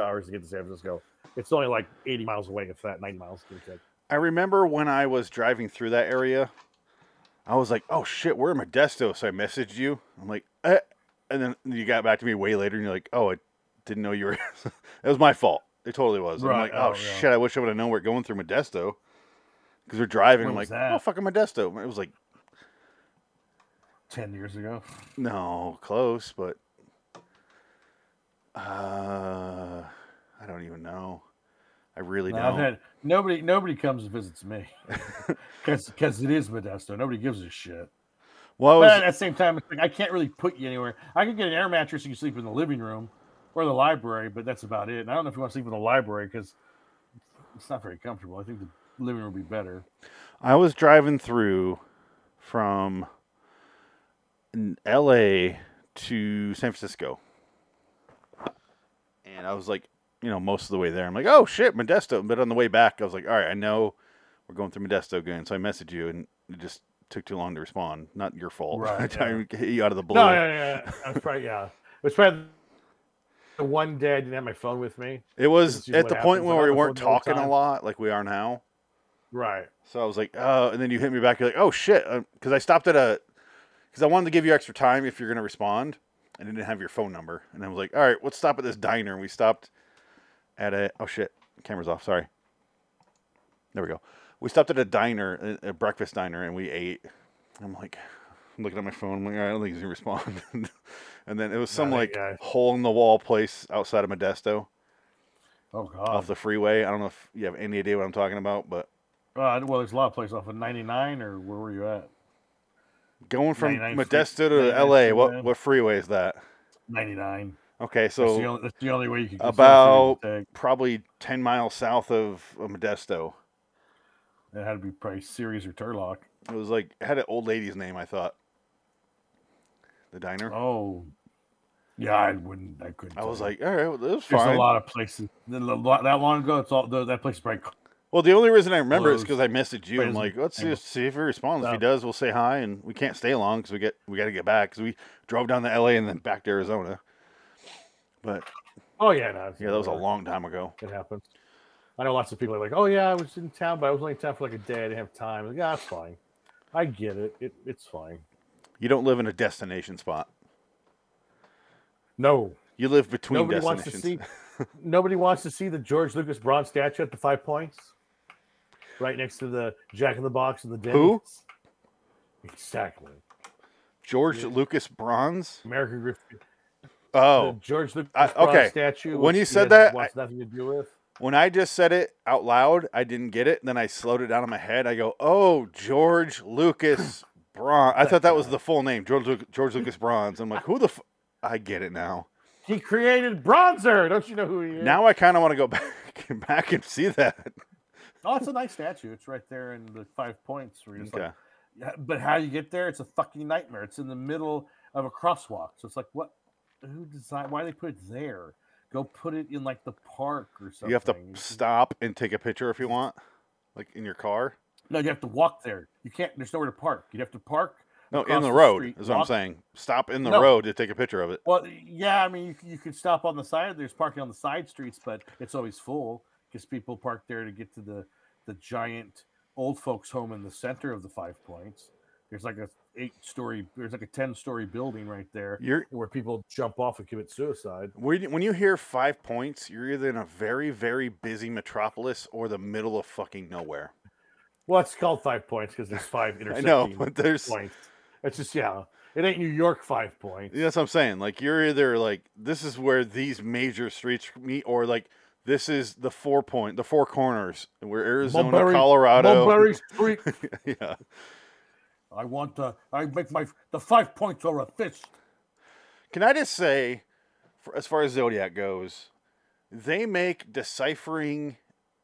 C: hours to get to San Francisco. It's only like 80 miles away, if that 90 miles. give or take.
A: I remember when I was driving through that area, I was like, "Oh shit, we're in Modesto." So I messaged you. I'm like, eh. and then you got back to me way later, and you're like, "Oh, I didn't know you were." it was my fault. It totally was. And I'm
B: Right,
A: like, "Oh,
B: oh, yeah.
A: shit, I wish I would have known we're going through Modesto." Because we're driving,
B: When
A: I'm like,
B: was that?
A: "Oh, fucking Modesto." It was like,
B: Ten years ago.
A: no, close, but uh, I don't even know. I really
B: No,
A: don't.
B: I've had nobody, nobody comes and visits me because it is Modesto. Nobody gives a shit.
A: well, I was-
B: But at the same time, it's like, I can't really put you anywhere. I could get an air mattress and you sleep in the living room or the library, but that's about it. And I don't know if you want to sleep in the library because it's not very comfortable. I think the living room would be better.
A: I was driving through from n- LA to San Francisco. And I was like, you know, most of the way there. I'm like, oh shit, Modesto. But on the way back, I was like, all right, I know we're going through Modesto again. So I messaged you and it just took too long to respond. Not your fault.
B: Right,
A: I tried to hit you out of the blue.
C: No, yeah, yeah, yeah. I was probably, yeah. It was probably the one day I didn't have my phone with me.
A: It was
C: This is
A: at
C: what
A: the
C: happens
A: point where
C: on
A: we
C: the
A: weren't
C: phone all the
A: talking a
C: time.
A: lot like we are now.
C: Right.
A: So I was like, oh, and then you hit me back. You're like, oh shit, because I stopped at a, because I wanted to give you extra time if you're gonna respond. I didn't have your phone number, and I was like, all right, let's stop at this diner. And we stopped at a, oh shit, camera's off. Sorry. There we go. We stopped at a diner, a, a breakfast diner, and we ate. I'm like, I'm looking at my phone. I'm like, all right, I don't think he's gonna respond. and then it was some
C: that
A: like
C: guy.
A: hole in the wall place outside of Modesto,
B: Oh,
A: off
B: God.
A: the freeway. I don't know if you have any idea what I'm talking about, but
B: Uh, well, there's a lot of places off of 99 or where were you at?
A: Going from
B: 99 free-
A: Modesto to
B: 99
A: LA,
B: freeway.
A: what what freeway is that?
B: 99.
A: Okay,
B: that's, the
A: so
B: only, that's the only way you could consider
A: about
B: taking the tag.
A: probably ten miles south of of Modesto.
B: It had to be probably Series or Turlock.
A: It was like it had an old lady's name, I thought. The diner.
B: Oh, yeah, I wouldn't. I couldn't.
A: I
B: tell
A: was
B: you.
A: like, all right, well, that was
B: there's
A: fine.
B: a lot of places. Then a lot- That long ago, it's all though that place is probably cl-
A: Well, the only reason I remember is
B: Closed.
A: because I messaged you.
B: Wait,
A: I'm
B: isn't-
A: like, let's
B: hang on.
A: just see if he responds. If he
B: No.
A: does, we'll say hi, and we can't stay long because we get we got to get back because we drove down to L.A. and then back to Arizona. But
B: Oh yeah, no, it's
A: yeah, that was a
B: whatever.
A: long time ago.
B: It happens.
C: I know lots of people are like, oh yeah, I was in town, but I was only in town for like a day. I didn't have time. Like, yeah, that's fine. I get it. it it's fine.
A: You don't live in a destination spot.
C: No,
A: You live between
C: nobody wants to
A: destinations.
C: see. nobody wants to see the George Lucas bronze statue at the Five Points, right next to the Jack in the Box and the Denny's.
A: Who?
C: Exactly.
A: George Lucas Bronze.
C: American Griffin.
A: Oh,
C: the George Lucas
A: I-
C: bronze
A: okay.
C: statue.
A: When
C: which
A: you
C: he
A: said
C: has-
A: that,
C: wants nothing to do with.
A: when I just said it out loud, I didn't get it. Then I slowed it down in my head. I go, "Oh, George Lucas Bronze." I thought that was the full name, George Lu- George Lucas Bronze. I'm like, "Who the?" F-? I get it now.
C: He created Bronzer. Don't you know who he is?
A: Now I kind of want to go back back and see that.
B: Oh, it's a nice statue. It's right there in the Five Points. Where you're just like,
A: Okay.
B: Yeah, but how you get there? It's a fucking nightmare. It's in the middle of a crosswalk. So it's like, what? Who designed? Why they put it there? Go put it in like the park or something.
A: You have to stop and take a picture if you want, like in your car.
B: No, you have to walk there. You can't. There's nowhere to park. You have to park.
A: No,
B: across
A: in the road
B: street,
A: is what I'm
B: walk-
A: saying. Stop in the
B: No.
A: road to take a picture of it.
B: Well, yeah, I mean, you, c- you could stop on the side. There's parking on the side streets, but it's always full because people park there to get to the the giant old folks home in the center of the Five Points. There's like a eight story. There's like a ten story building right there
A: You're
B: where people jump off and commit suicide.
A: when you- when you hear five points, you're either in a very very busy metropolis or the middle of fucking nowhere.
C: Well, it's called Five Points because there's five
A: I
C: intersecting
A: know, but there's
C: points. It's just yeah, it ain't New York Five Points.
A: that's what I'm saying. Like you're either like this is where these major streets meet, or like this is the four point, the four corners where Arizona,
C: Mulberry-
A: Colorado.
C: Mulberry Street.
A: yeah.
B: I want to. I make my the five points are a fist.
A: Can I just say, for, as far as Zodiac goes, they make deciphering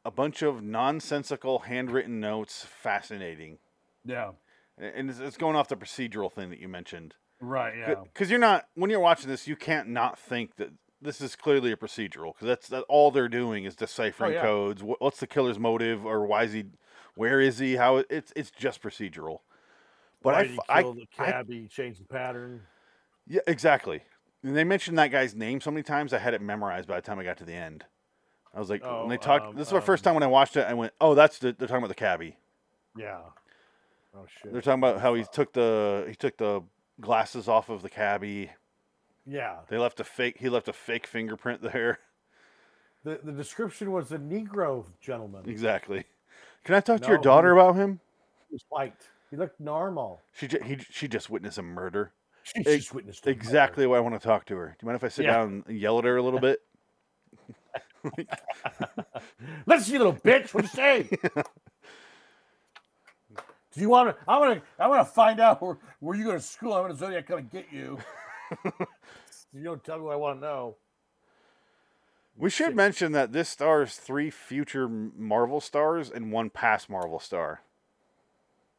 A: a bunch of nonsensical handwritten notes fascinating.
B: Yeah,
A: A- And it's, it's going off the procedural thing that you mentioned.
B: right. Yeah,
A: Because you're not, when you're watching this, you can't not think that this is clearly a procedural. Because that's that, all they're doing is
C: Oh,
A: deciphering
B: yeah.
A: codes. Wh- What's the killer's motive? Or why is he, where is he? How it's, it's just procedural. But
C: Why
A: I
C: did he
A: f- I,
C: kill the
A: I
C: cabbie, change the pattern.
A: Yeah, exactly. And they mentioned that guy's name so many times I had it memorized by the time I got to the end. I was like, when
C: Oh,
A: they talked.
C: um,
A: this is my first
C: um,
A: time when I watched it. I went, oh, that's the they're talking about the cabbie.
C: Yeah. Oh shit.
A: They're talking about how he took the he took the glasses off of the cabbie.
C: Yeah.
A: They left a fake. He left a fake fingerprint there.
C: The the description was a Negro gentleman. He
A: exactly. Can I talk to your
C: No,
A: daughter
C: he-
A: about him?
C: was white. He looked normal.
A: She ju- he she just witnessed a murder.
C: She
A: Ex-
C: just witnessed a murder.
A: Exactly why I want to talk to her. Do you mind if I sit
C: Yeah.
A: down and yell at her a little bit?
C: Listen, you little bitch. What you say?
B: Do you want to? I want to. I want to find out where, where you go to school. I'm going to Zodiac come and get you.
C: you don't tell me what I want to know.
A: We should mention that this stars three future M- Marvel stars and one past Marvel star.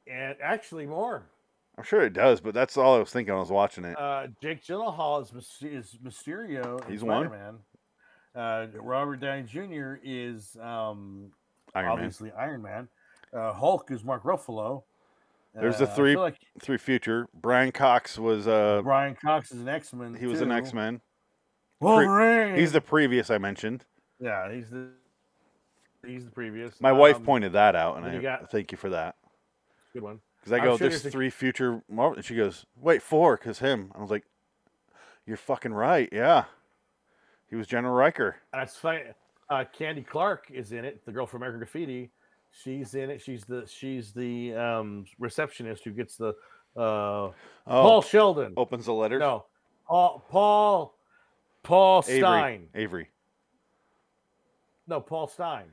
C: And actually, more.
A: I'm sure it does, but that's all I was thinking when I was watching it.
B: Uh, Jake Gyllenhaal is, Mys- is Mysterio. in
A: He's one.
B: Spider-Man. Uh, Robert Downey Jr. is um,
A: Iron Man.
B: obviously Iron Man. Uh, Hulk is Mark Ruffalo.
A: There's the
B: Uh, I
A: three-
B: feel like
A: Three future. Brian Cox was uh
B: Brian Cox is an X Men.
A: he was an X Men.
B: Wolverine.
A: He's the previous I mentioned.
B: yeah. He's the he's the previous.
A: My wife
B: Um,
A: pointed that out, and
C: then
A: I
C: you got-
A: thank you for that.
C: Good one.
A: Because I
C: I'm
A: go,
C: sure
A: there's
C: there's a-
A: three future Marvel, and she goes, wait, four, because him. I was like, you're fucking right, yeah. He was General Riker.
C: That's funny. Uh, Candy Clark is in it. The girl from American Graffiti. She's in it. She's the she's the um, receptionist who gets the uh,
A: Oh,
C: Paul Sheldon.
A: opens the letters.
C: No, Paul Paul Paul
A: Avery.
C: Stein.
A: Avery.
C: No, Paul Stein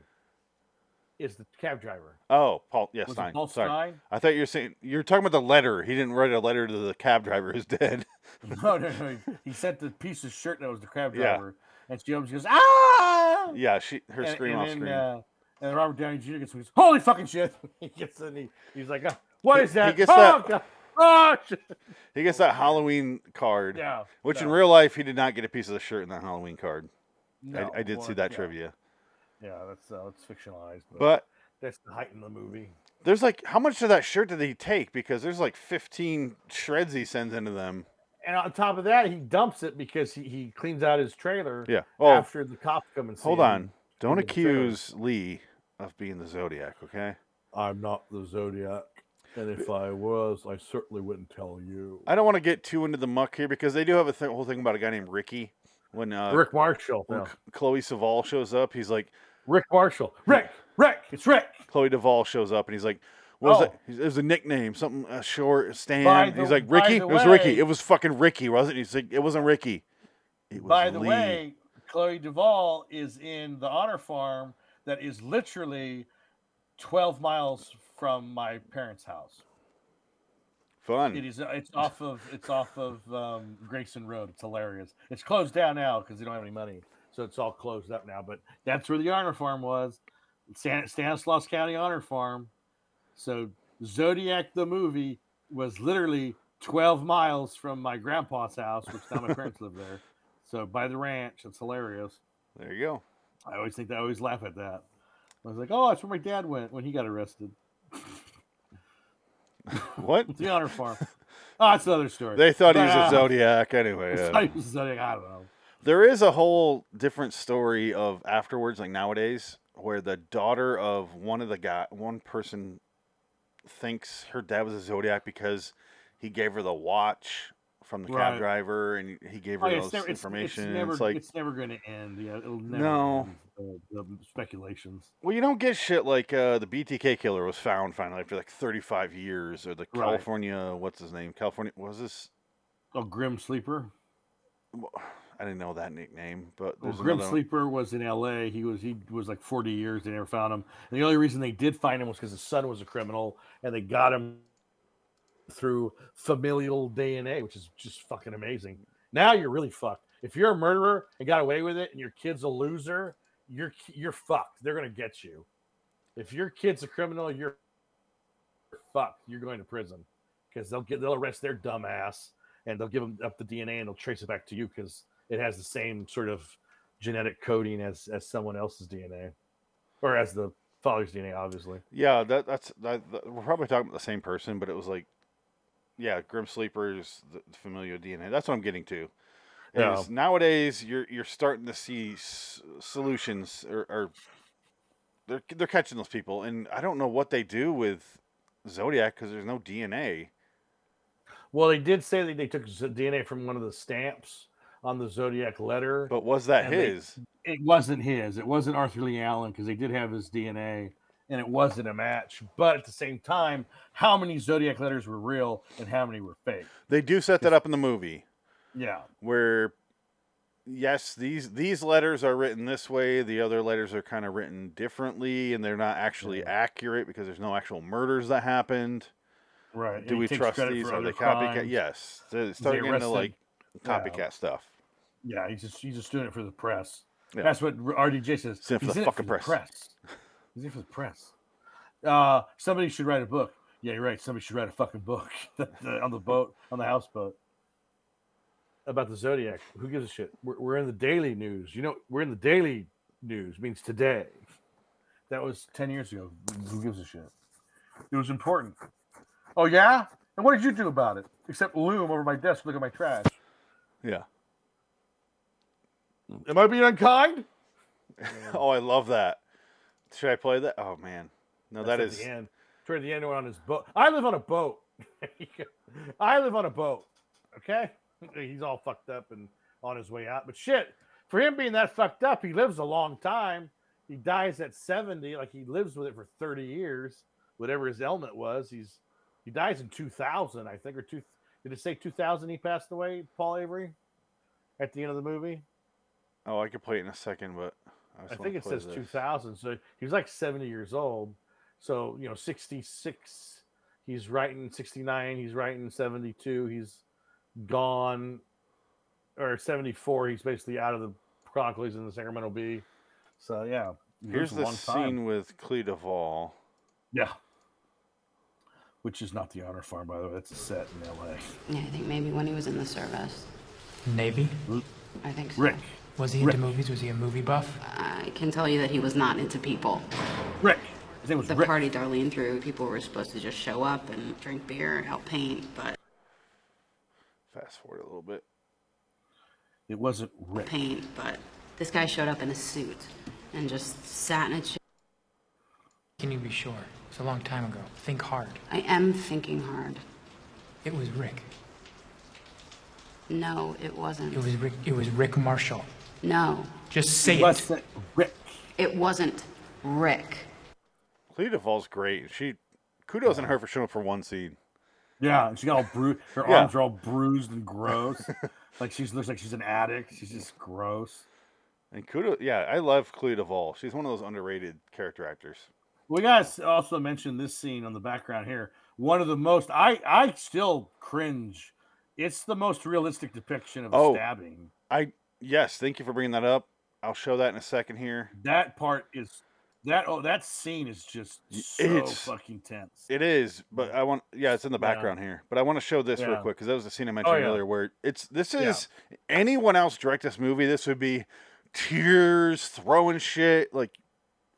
C: is the cab driver.
A: Oh, Paul. Yes,
B: Was it
A: Stein.
B: Paul
A: Sorry.
B: Stein?
A: I thought you were saying you're talking about the letter. He didn't write a letter to the cab driver who's dead.
B: No, no, no. he- He sent the piece of shirt that was the crab
A: Yeah.
B: driver, and she opens, she goes, ah!
A: yeah, she her
B: and,
A: scream
B: and
A: off
B: then,
A: screen.
B: uh, and Robert Downey Jr. gets goes, holy fucking shit. he gets in, he, he's like, "Ah, what is that?
A: He gets
B: oh,
A: that.
B: God. Oh, shit."
A: He gets that Halloween card.
B: Yeah,
A: Which in
B: yeah.
A: real life, he did not get a piece of the shirt in that Halloween card.
B: No,
A: I, I did see
B: well,
A: that
B: yeah.
A: trivia.
B: Yeah, that's uh, it's fictionalized, but,
A: But
B: that's the height in the movie.
A: there's like, how much of that shirt did he take? Because there's like 15 shreds he sends into them.
B: And on top of that, he dumps it because he, he cleans out his trailer.
A: Yeah. Oh.
B: after the cops come and see
A: Hold
B: him.
A: on. Don't
B: in the trailer.
A: accuse Lee of being the Zodiac, okay?
B: I'm not the Zodiac, and if I was, I certainly wouldn't tell you.
A: I don't want to get too into the muck here because they do have a th- whole thing about a guy named Ricky. When uh,
B: Rick Marshall.
A: when
B: no.
A: Ch- Chloe Saval shows up, he's like,
B: Rick Marshall. Rick. Rick. It's Rick.
A: Chloe Duvall shows up and he's like, what was
B: Oh.
A: that? He's- It was a nickname, something uh, short,
B: By
A: Stan.
B: the-
A: He's like,
B: by
A: Ricky?
B: the
A: It was Ricky.
B: way-
A: It was fucking Ricky, wasn't it? He's like, it wasn't Ricky. It was
B: By the
A: Lee."
B: way, Chloe Duvall is in the Honor Farm that is literally 12 miles from my parents' house.
A: Fun.
B: It is. uh, It's off of. It's off of um, Grayson Road. It's hilarious. It's closed down now because they don't have any money, so it's all closed up now. But that's where the honor farm was, Stan, Stanislaus County Honor Farm. So Zodiac the movie was literally 12 miles from my grandpa's house, which now my parents live there. So by the ranch, it's hilarious.
A: There you go.
B: I always think that. I always laugh at that. I was like, oh, that's where my dad went when he got arrested.
A: What?
B: The honor farm. oh, that's another story.
A: They thought he was
B: But,
A: a
B: uh,
A: Zodiac anyway.
B: It's
A: yeah.
B: like- it's like, I don't know.
A: There is a whole different story of afterwards, like nowadays, where the daughter of one of the guy, one person, thinks her dad was a Zodiac because he gave her the watch from the
B: Right.
A: cab driver, and he gave her
B: Oh, yeah,
A: those
B: it's never, it's,
A: information.
B: It's
A: and
B: never,
A: it's like,
B: it's never going to end. Yeah, it'll never
A: No.
B: end, uh, the speculations.
A: well, you don't get shit like uh, the BTK killer was found finally after like 35 years, or the
B: Right.
A: California, what's his name? California, what was this?
B: Oh, Grim Sleeper.
A: I didn't know that nickname, but
B: Well,
A: there's
B: Grim
A: another one.
B: Sleeper was in L.A. He was he was like 40 years. They never found him. And the only reason they did find him was because his son was a criminal, and they got him through familial DNA, which is just fucking amazing. Now you're really fucked. If you're a murderer and got away with it, and your kid's a loser, you're you're fucked. They're gonna get you. If your kid's a criminal, you're fucked. You're going to prison because they'll get they'll arrest their dumbass and they'll give them up the DNA and they'll trace it back to you because it has the same sort of genetic coding as as someone else's DNA or as the father's DNA, obviously.
A: Yeah, that that's that, that- we're probably talking about the same person, but it was like, yeah, Grim Sleepers, the the familial DNA. That's what I'm getting to.
B: Yeah.
A: Is nowadays you're you're starting to see s- solutions or, or they're they're catching those people, and I don't know what they do with Zodiac because there's no DNA.
B: Well, they did say that they took z- DNA from one of the stamps on the zodiac letter.
A: But was that
B: And they-
A: his?
B: it wasn't his. It wasn't Arthur Lee Allen because they did have his DNA, and it wasn't a match. But at the same time, how many zodiac letters were real and how many were fake?
A: They do set that up in the movie.
B: Yeah,
A: where yes these these letters are written this way the other letters are kind of written differently and they're not actually accurate because there's no actual murders that happened
B: right. and
A: do
B: he
A: we
B: takes
A: trust
B: credit
A: these
B: for
A: are
B: other
A: they
B: crimes.
A: copycat yes they're starting to get into
B: arrested?
A: like
B: Yeah.
A: copycat stuff
B: Yeah, he's just he's just doing it for the press.
A: Yeah.
B: That's what R- RDJ says.
A: He's in it for
B: He's
A: the
B: in it
A: fucking press."
B: He's in it for the press. Uh, somebody should write a book. Yeah, you're right. Somebody should write a fucking book on the boat on the houseboat about the zodiac. Who gives a shit? We're, we're in the daily news. You know, we're in the daily news means today. That was ten years ago. Who gives a shit? It was important. Oh yeah. And what did you do about it? Except loom over my desk, look at my trash.
A: yeah
B: Am I being unkind?
A: oh i love that should i play that oh man no that
B: That's
A: is
B: at the end. Toward the end, we're on his boat. I live on a boat. I live on a boat. Okay, he's all fucked up and on his way out. But shit, for him being that fucked up, he lives a long time. He dies at seventy. Like he lives with it for thirty years. Whatever his ailment was, he's he dies in two thousand, I think, or two. Did it say two thousand? He passed away, Paul Avery, at the end of the movie.
A: oh i could play it in a second but i, just
B: I
A: wanna
B: think it
A: play
B: says
A: this.
B: 2000. So he was like 70 years old. So, you know, 66, he's writing 69, he's writing 72, he's gone, or 74, he's basically out of the Chronicles in the Sacramento Bee. So, yeah,
A: Here's
B: It's a
A: the
B: long time.
A: scene with Clea Duvall.
B: Yeah. Which is not the honor farm, by the way. That's a set in L.A.
L: Yeah, I think maybe when he was in the service.
E: Navy?
L: I think so.
B: Rick.
E: Was he into movies? Was he a movie buff?
L: I can tell you that he was not into people.
B: Rick.
L: the party Darlene threw, people were supposed to just show up and drink beer and help paint, but
A: Fast forward a little bit.
B: It wasn't Rick.
L: paint, but this guy showed up in a suit and just sat in a chair.
E: Can you be sure? It's a long time ago. Think hard.
L: I am thinking hard.
E: It was Rick.
L: No, it wasn't.
E: It was Rick. It was Rick Marshall.
L: No,
E: Just say it.
L: it wasn't Rick.
A: Clea Duvall's great. She kudos on her for showing up for one scene.
B: Yeah, and she got all bruised. Her
A: Yeah.
B: arms are all bruised and gross. like she looks like she's an addict. She's just gross.
A: And kudos, yeah, I love Clea Duvall. She's one of those underrated character actors.
B: We guys also mentioned this scene on the background here. One of the most I I still cringe. It's the most realistic depiction of a
A: Oh.
B: stabbing.
A: I yes, thank you for bringing that up. I'll show that in a second here.
B: That part is that oh that scene is just so
A: it's-
B: fucking tense.
A: It is, but I want yeah, it's in the
B: Yeah.
A: background here. But I want to show this real
B: Yeah.
A: quick because that was the scene I mentioned
B: Oh, yeah.
A: earlier. Where it's this
B: Yeah.
A: is anyone else direct this movie, this would be tears, throwing shit, like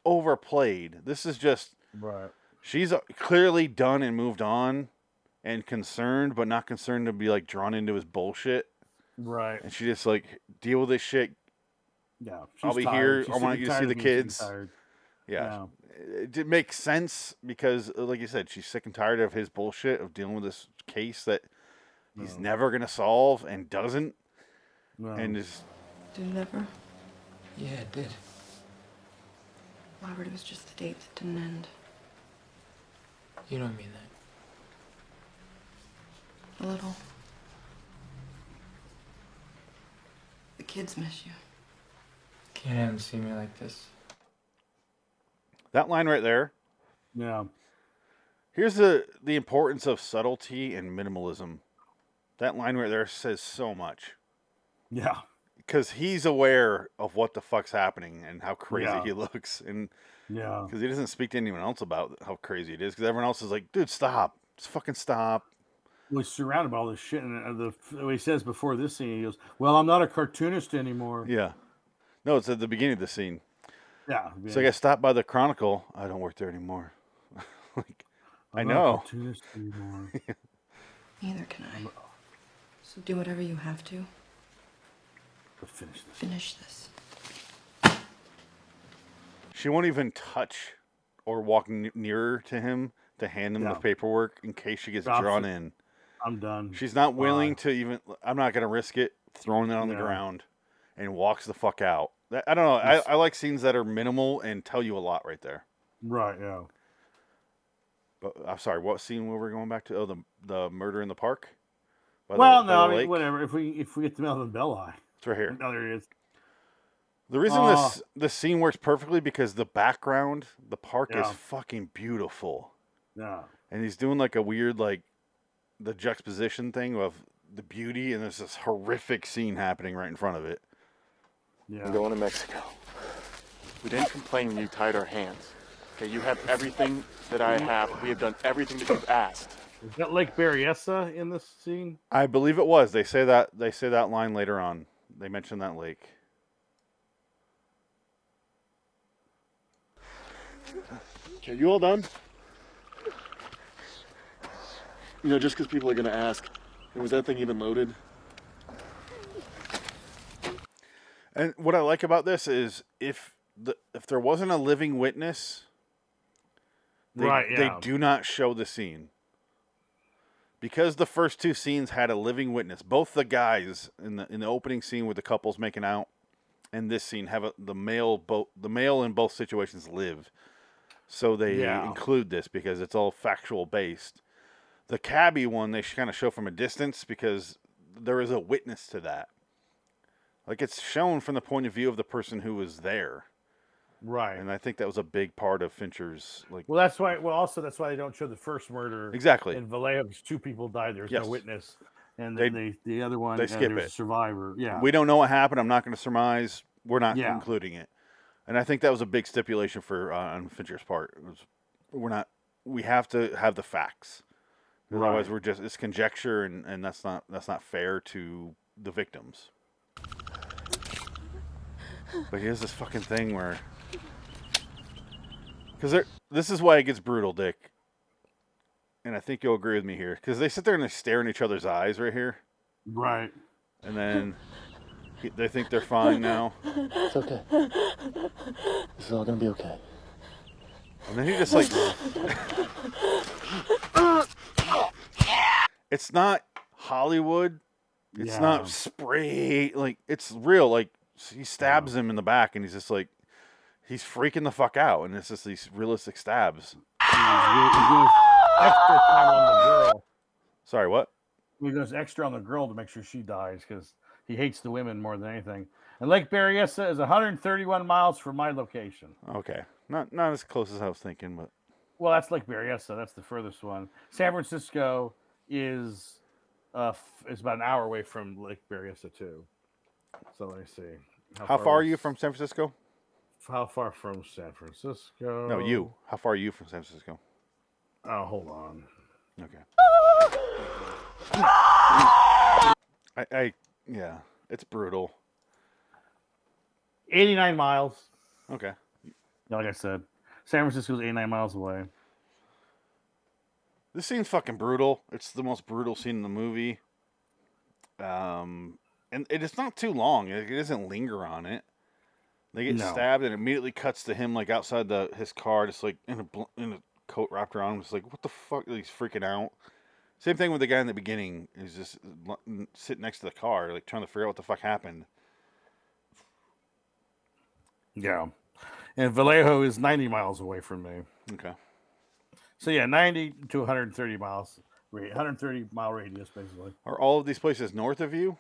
A: overplayed. This is just
B: Right.
A: she's uh, clearly done and moved on, and concerned, but not concerned to be like drawn into his bullshit.
B: Right.
A: And she just like deal with this shit.
B: Yeah.
A: I'll
B: she's
A: be
B: tired.
A: here.
B: She's
A: I want
B: sick
A: you
B: and
A: to see
B: tired
A: the
B: of me. She's
A: kids.
B: tired.
A: Yeah. It did make sense because, uh, like you said, she's sick and tired of his bullshit of dealing with this case that he's never going to solve and doesn't. And is
M: Did it ever?
E: Yeah, it did.
M: Robert, it was just the date that didn't end.
E: You don't mean
M: A
E: that.
M: little. The kids miss you.
E: Can't have him see me like this.
A: that line right there.
B: Yeah.
A: Here's the, the importance of subtlety and minimalism. That line right there says so much.
B: Yeah.
A: Because he's aware of what the fuck's happening and how crazy
B: Yeah.
A: he looks. And
B: Yeah.
A: because he doesn't speak to anyone else about how crazy it is. Because everyone else is like, dude, stop. Just fucking stop.
B: Well, he's surrounded by all this shit, and uh, the what he says before this scene, he goes, "Well, I'm not a cartoonist anymore."
A: Yeah. No, it's at the beginning of the scene.
B: Yeah.
A: So I got stopped by the Chronicle. I don't work there anymore. like, i
B: I'm not a
A: know.
B: cartoonist anymore.
M: Neither can I. So do whatever you have to.
B: But finish this.
M: Finish this.
A: She won't even touch or walk n- nearer to him to hand him
B: Yeah.
A: the paperwork in case she gets
B: Drops
A: drawn
B: it.
A: in.
B: I'm done.
A: She's not willing to even. I'm not going to risk it. Throwing it on the
B: No.
A: ground, and walks the fuck out. That, I don't know. I,
B: Yes.
A: I like scenes that are minimal and tell you a lot right there.
B: Right. Yeah.
A: But I'm sorry. What scene were we going back to? Oh, the the murder in the park. By the-
B: well,
A: by the
B: no, I mean,
A: lake?
B: whatever. If we if we get to Melvin Belli,
A: It's right here.
B: no, there it is.
A: The reason
B: Ah.
A: this the scene works perfectly because the background, the park
B: Yeah.
A: is fucking beautiful,
B: Yeah.
A: and he's doing like a weird like the juxtaposition thing of the beauty, and there's this horrific scene happening right in front of it.
B: Yeah.
N: going to Mexico. We didn't complain when you tied our hands. Okay, you have everything that I have. We have done everything that you've asked.
B: Is that Lake Berryessa in this scene?
A: I believe it was. They say that they say that line later on. They mention that lake.
N: Okay, you all done? You know, just because people are going to ask, "Hey, was that thing even loaded?
A: And what I like about this is if the if there wasn't a living witness, they,
B: Right,
A: they
B: yeah.
A: do not show the scene. Because the first two scenes had a living witness, both the guys in the in the opening scene with the couples making out and this scene have a, the male both the male in both situations live. So they
B: Yeah.
A: include this because it's all factual based. The cabbie one they kind of show from a distance because there is a witness to that. Like it's shown from the point of view of the person who was there.
B: Right.
A: And I think that was a big part of Fincher's like
B: Well, that's why. Well, also that's why they don't show the first murder.
A: Exactly.
B: In Vallejo, because two people died. There's
A: Yes.
B: no witness, and then they, the other one
A: they
B: uh,
A: skip
B: there's a
A: it.
B: survivor. Yeah.
A: we don't know what happened. I'm not going to surmise. We're not
B: Yeah.
A: including it. and I think that was a big stipulation for uh, on Fincher's part. It was, we're not we have to have the facts, otherwise
B: Right.
A: we're just it's conjecture, and, and that's not that's not fair to the victims. But here's this fucking thing where, because this is why it gets brutal, Dick. And I think you'll agree with me here, because they sit there and they stare in each other's eyes right here.
B: Right.
A: And then he- they think they're fine now.
E: It's okay. This is all gonna be okay.
A: And then he just like, it's not Hollywood. It's
B: Yeah.
A: not spray. Like it's real. Like s- he stabs him in the back, and he's just like, he's freaking the fuck out, and it's just these realistic stabs.
B: Extra time on the girl.
A: Sorry, what?
B: He goes extra on the girl to make sure she dies because he hates the women more than anything. And Lake Berryessa is 131 miles from my location.
A: Okay, not not as close as I was thinking, but
B: Well, that's Lake Berryessa. That's the furthest one. San Francisco is uh, f- is about an hour away from Lake Berryessa too. So let me see.
A: how far are
B: was-
A: you from San Francisco?
B: How far from San Francisco?
A: No, you. How far are you from San Francisco?
B: Oh, hold on.
A: Okay. I, I yeah, it's brutal.
B: 89 miles.
A: Okay.
B: Like I said, San Francisco's 89 miles away.
A: This scene's fucking brutal. It's the most brutal scene in the movie. Um, and it is not too long. It, it doesn't linger on it. They get
B: No.
A: stabbed, and it immediately cuts to him like outside the his car, just like in a bl- in a coat wrapped around him. It's like what the fuck? Like, he's freaking out. Same thing with the guy in the beginning. He's just l- n- sitting next to the car, like trying to figure out what the fuck happened.
B: Yeah. And Vallejo is 90 miles away from me.
A: Okay.
B: So yeah, 90 to 130 miles, ra- 130 mile radius basically.
A: Are all of these places north of you?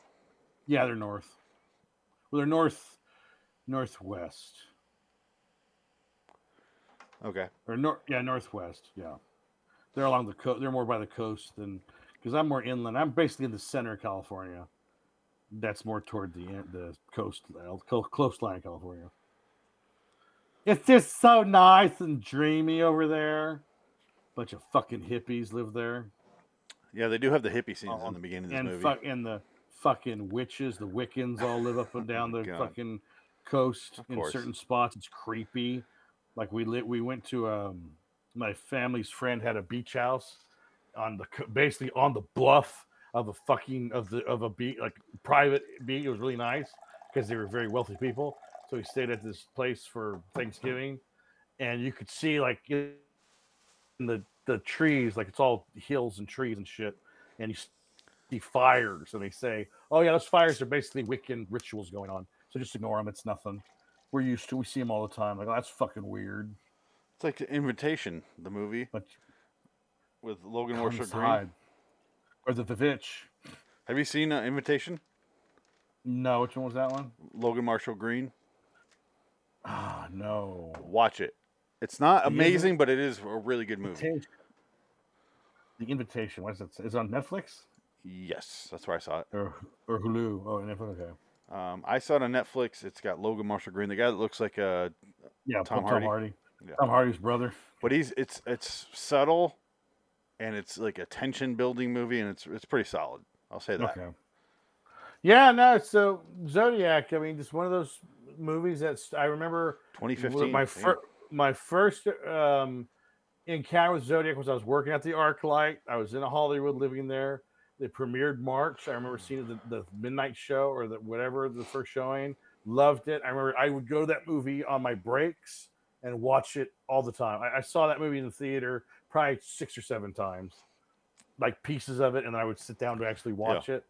B: Yeah, they're north. Well, they're north, northwest
A: Okay.
B: or north. Yeah, northwest. Yeah, they're along the coast. They're more by the coast than because I'm more inland. I'm basically in the center of California. That's more toward the in- the coast, uh, co- coastline of California. It's just so nice and dreamy over there. Bunch of fucking hippies live there.
A: Yeah, they do have the hippie scenes in the beginning of this
B: Uh-huh. and
A: movie.
B: Fuck, and the fucking witches, the Wiccans all live up and down the
A: Oh God.
B: fucking coast in
A: course.
B: certain spots. It's creepy. Like we lit, we went to um, my family's friend had a beach house on the co- basically on the bluff of a fucking of the of a beach like private beach. It was really nice because they were very wealthy people. So we stayed at this place for Thanksgiving, and you could see like in the the trees, like it's all hills and trees and shit, and you see fires, and they say, "Oh yeah, those fires are basically Wiccan rituals going on." So just ignore them; it's nothing. We're used to. We see them all the time. Like oh, that's fucking weird.
A: It's like the Invitation, the movie. with Logan
B: Come
A: Worship Green.
B: inside. Or the Vivitch.
A: Have you seen uh, Invitation?
B: No, which one was that one?
A: Logan Marshall Green.
B: Ah, no.
A: Watch it. It's not
B: The
A: amazing, but it is a really good movie.
B: Invitation. The invitation. What is it? Is it on Netflix
A: Yes, that's where I saw it.
B: or or Hulu? Oh, Netflix. Okay.
A: Um, I saw it on Netflix. It's got Logan Marshall Green, the guy that looks like uh,
B: Yeah,
A: Tom
B: Tom
A: Hardy.
B: Hardy.
A: Yeah.
B: Tom Hardy's brother.
A: But he's it's it's subtle, and it's like a tension building movie, and it's it's pretty solid. I'll say that.
B: Okay. Yeah, no. So Zodiac. I mean, just one of those movies that's I remember.
A: Twenty
B: w-
A: fifteen.
B: My first my first um, encounter with Zodiac was I was working at the ArcLight. I was in Hollywood, living there. They premiered March. I remember seeing the, the midnight show or the whatever the first showing. Loved it. I remember I would go to that movie on my breaks and watch it all the time. I, I saw that movie in the theater probably six or seven times, like pieces of it, and I would sit down to actually watch it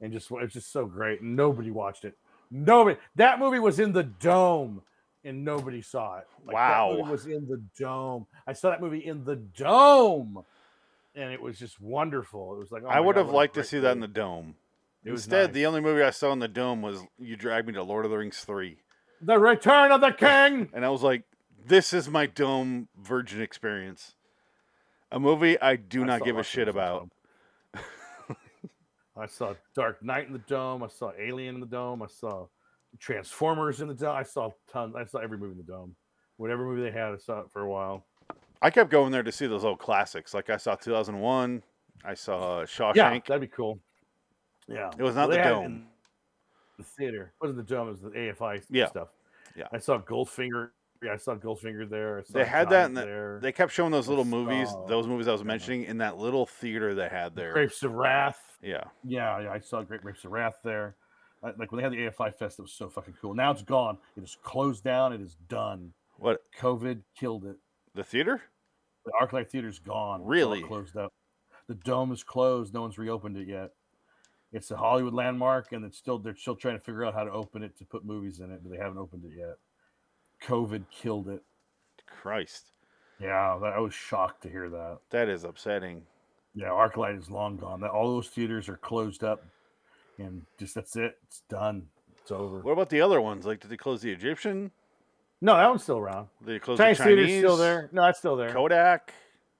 B: and just it's just so great. and Nobody watched it. Nobody. That movie was in the dome, and nobody saw it.
A: Wow.
B: That movie was in the dome. I saw that movie in the dome, and it was just wonderful. It was like oh
A: I
B: my
A: would
B: God,
A: have
B: what a
A: liked to
B: great
A: see that in
B: movie.
A: the dome.
B: It was
A: Instead,
B: nice.
A: the only movie I saw in the dome was "You Dragged Me to Lord of the Rings 3."
B: The Return of the King.
A: and I was like, "This is my dome virgin experience." A movie I do
B: I
A: not
B: saw
A: give a
B: Lost in
A: shit about.
B: I saw Dark Knight in the dome. I saw Alien in the dome. I saw
C: Transformers in the dome. I saw tons. I saw every movie in the dome. Whatever movie they had, I saw it for a while.
A: I kept going there to see those old classics. Like I saw 2001. I saw Shawshank.
C: Yeah, that'd be cool. Yeah,
A: It was not
C: Well, they
A: the
C: had it
A: dome.
C: in The theater it wasn't the dome. It was the AFI
A: Yeah.
C: stuff.
A: Yeah,
C: I saw Goldfinger. Yeah, I saw Goldfinger there. I saw
A: They had that,
C: Giant
A: and
C: there.
A: they kept showing those
C: I
A: little movies,
C: saw-
A: those movies I was mentioning, in that little theater they had there.
C: Grapes of Wrath.
A: Yeah,
B: Yeah, yeah, I saw Great Rapes of Wrath there. Uh, Like when they had the AFI Fest, it was so fucking cool. Now it's gone. It is closed down. It is done.
A: What?
B: COVID killed it.
A: The theater?
B: The ArcLight Theater's gone. It's all
A: Really?
B: closed up. The dome is closed. No one's reopened it yet. It's a Hollywood landmark, and it's still they're still trying to figure out how to open it to put movies in it, but they haven't opened it yet. COVID killed it.
A: Christ.
B: Yeah, that, I was shocked to hear that.
A: that is upsetting.
B: Yeah, ArcLight is long gone. That all those theaters are closed up, and just that's it. It's done. It's over.
A: What about the other ones? Like, did they close the Egyptian?
C: No, that one's still around.
A: Did they close
C: Chinese
A: the
C: theater's
A: Chinese?
C: still there. No, it's still there.
A: Kodak.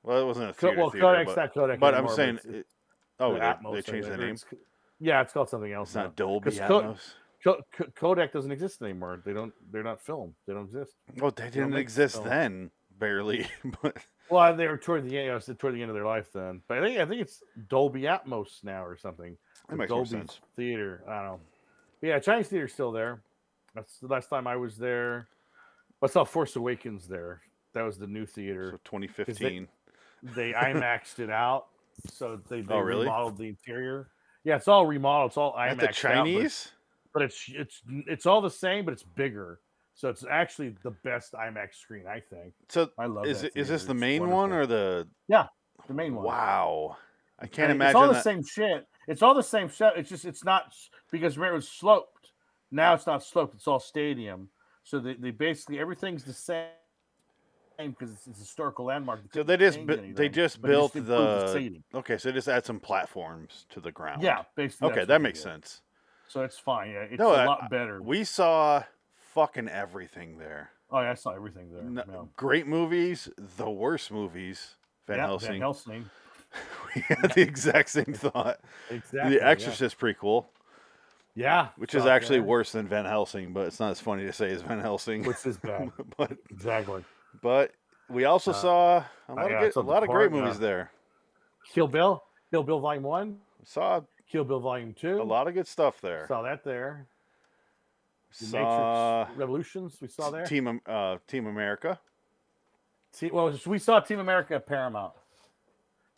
A: Well, it wasn't a
C: Co-
A: theater.
C: well,
A: theater,
C: Kodak's
A: but,
C: not Kodak
A: But
C: anymore,
A: I'm
C: but
A: saying,
C: it's-
A: it,
C: it's
A: oh,
C: the
A: they,
C: Atmos,
A: they
C: I
A: changed the
C: think, or
A: name.
C: it's- Yeah, it's called something else.
A: It's not Dolby
C: 'Cause Ko-
A: Atmos.
C: Ko- Ko- Kodak doesn't exist anymore. They don't. They're not film. They don't exist.
A: Well, they
C: don't
A: didn't
C: make
A: exist
C: film.
A: then, barely. but
C: Well, they were toward the end. I said toward the end of their life then. But I think I think it's Dolby Atmos now or something.
A: That
C: or
A: makes more
C: Dolby
A: sense.
C: Theater. I don't know. But yeah, Chinese theater's still there. That's the last time I was there. I saw Force Awakens there. That was the new theater.
A: 2015.
C: They, IMAXed it out, so they, they
A: Oh, really?
C: remodeled the interior. Yeah, it's all remodeled. It's all IMAX.
A: At the Chinese?
C: but it's it's it's all the same, but it's bigger. So it's actually the best IMAX screen, I think.
A: So
C: I love
A: is
C: that
A: it, is this
C: theater.
A: the
C: It's
A: main one or the?
B: Yeah, the main one.
A: Wow, I can't
B: And
A: imagine.
B: It's all the
A: that-
B: same shit. It's all the same shit. It's just it's not s- because remember it was sloped. Now it's not sloped. It's all stadium. So they, they basically everything's the same because it's, it's a historical landmark.
A: So they just bu- they just built
B: the
A: the
B: stadium.
A: okay, so just add some platforms to the ground.
B: Yeah, basically
A: Okay,
B: that's
A: that
B: what they
A: makes
B: did.
A: sense.
B: So it's fine. Yeah, it's
A: No,
B: a
A: I-
B: lot better.
A: We saw fucking everything there.
B: Oh, yeah, I saw everything there.
A: No-
B: yeah.
A: Great movies, the worst movies. Van
B: Yeah,
A: Helsing.
B: Van Helsing.
A: we had the exact same thought.
C: Exactly,
A: The
C: yeah.
A: Exorcist prequel.
C: Yeah,
A: Which is
C: saw it
A: actually
C: there.
A: worse than Van Helsing, but it's not as funny to say as Van Helsing.
C: Which is bad.
A: but
C: exactly.
A: But we also
C: Uh,
A: saw a
B: oh
C: uh,
A: lot
C: yeah,
A: of, good,
C: saw
A: a lot of
C: Depart,
A: great movies
C: uh,
A: there.
C: Kill Bill, Kill Bill Volume One.
A: Saw
C: Kill Bill Volume Two.
A: A lot of good stuff there.
C: Saw that there. The
A: Saw-
C: Matrix Revolutions. We saw there.
A: Team Am- uh, Team America.
C: Te- well, we saw Team America at Paramount.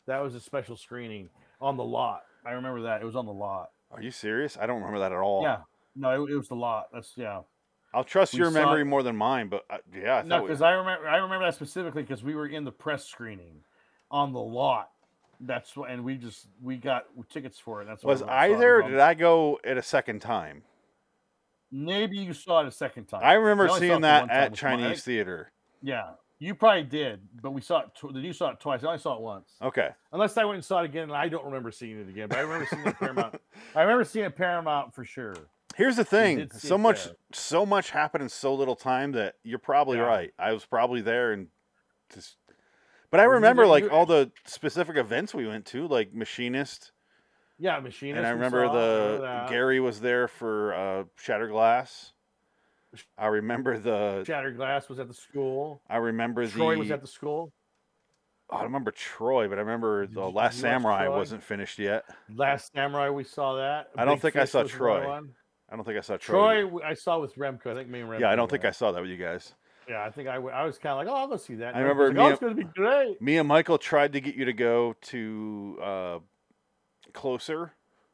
C: That was a special screening on the lot.
B: I remember that. It was on the lot.
A: Are you serious? I don't remember that at all.
B: Yeah. No, it, it was the lot. That's yeah.
A: I'll trust
B: We
A: your
B: saw
A: memory
B: it-
A: more than mine, but uh, yeah, I
B: No,
A: thought we-
B: because I remember I remember that specifically because we were in the press screening on the lot. That's wh- and we just we got tickets for it. That's why
A: was
B: we went
A: I
B: and saw it.
A: there
B: It
A: or
B: was on-
A: did I go at a second time?
B: Maybe you saw it a second time.
A: I remember
B: We only saw it
A: seeing
B: the
A: that
B: one time
A: at
B: with my- I
A: Chinese
B: think-
A: Theater.
B: Yeah, you probably did, but we saw it. Tw- you saw it twice. I only saw it once.
A: Okay.
C: Unless I went and saw it again, and I don't remember seeing it again, but I remember seeing it at Paramount. I remember seeing it at Paramount for sure.
A: Here's the thing:
C: did see
A: so
C: it
A: much,
C: there.
A: so much happened in so little time that you're probably
C: Yeah.
A: right. I was probably there and just, but I
C: Well, you
A: remember
C: didn't-
A: like
C: you-
A: all the specific events we went to, like Machinist,
C: Yeah, Machinist.
A: and I
C: we
A: remember
C: saw,
A: the
C: that.
A: Gary was there for uh, Shattered Glass. I remember the
C: Shattered Glass was at the school.
A: I remember
C: Troy
A: the, oh,
C: was at the school.
A: I don't remember Troy, but I remember the
C: you-
A: Last
C: you watch
A: Samurai
C: Troy?
A: wasn't finished yet.
C: Last Samurai, we saw that.
A: I don't
C: Big
A: think I
C: Fish
A: saw
C: was another
A: Troy.
C: one.
A: I don't think I saw Troy.
C: Troy, w- I saw with Remco. I think me and Remco.
A: yeah, I don't
C: went.
A: think I saw that with you guys.
C: Yeah, I think I, w- I was kind of like, oh, I'll go see that.
A: I
C: And Remco was
A: remember
C: Like, oh,
A: me
C: it's going to be great.
A: Me and Michael tried to get you to go to uh, closer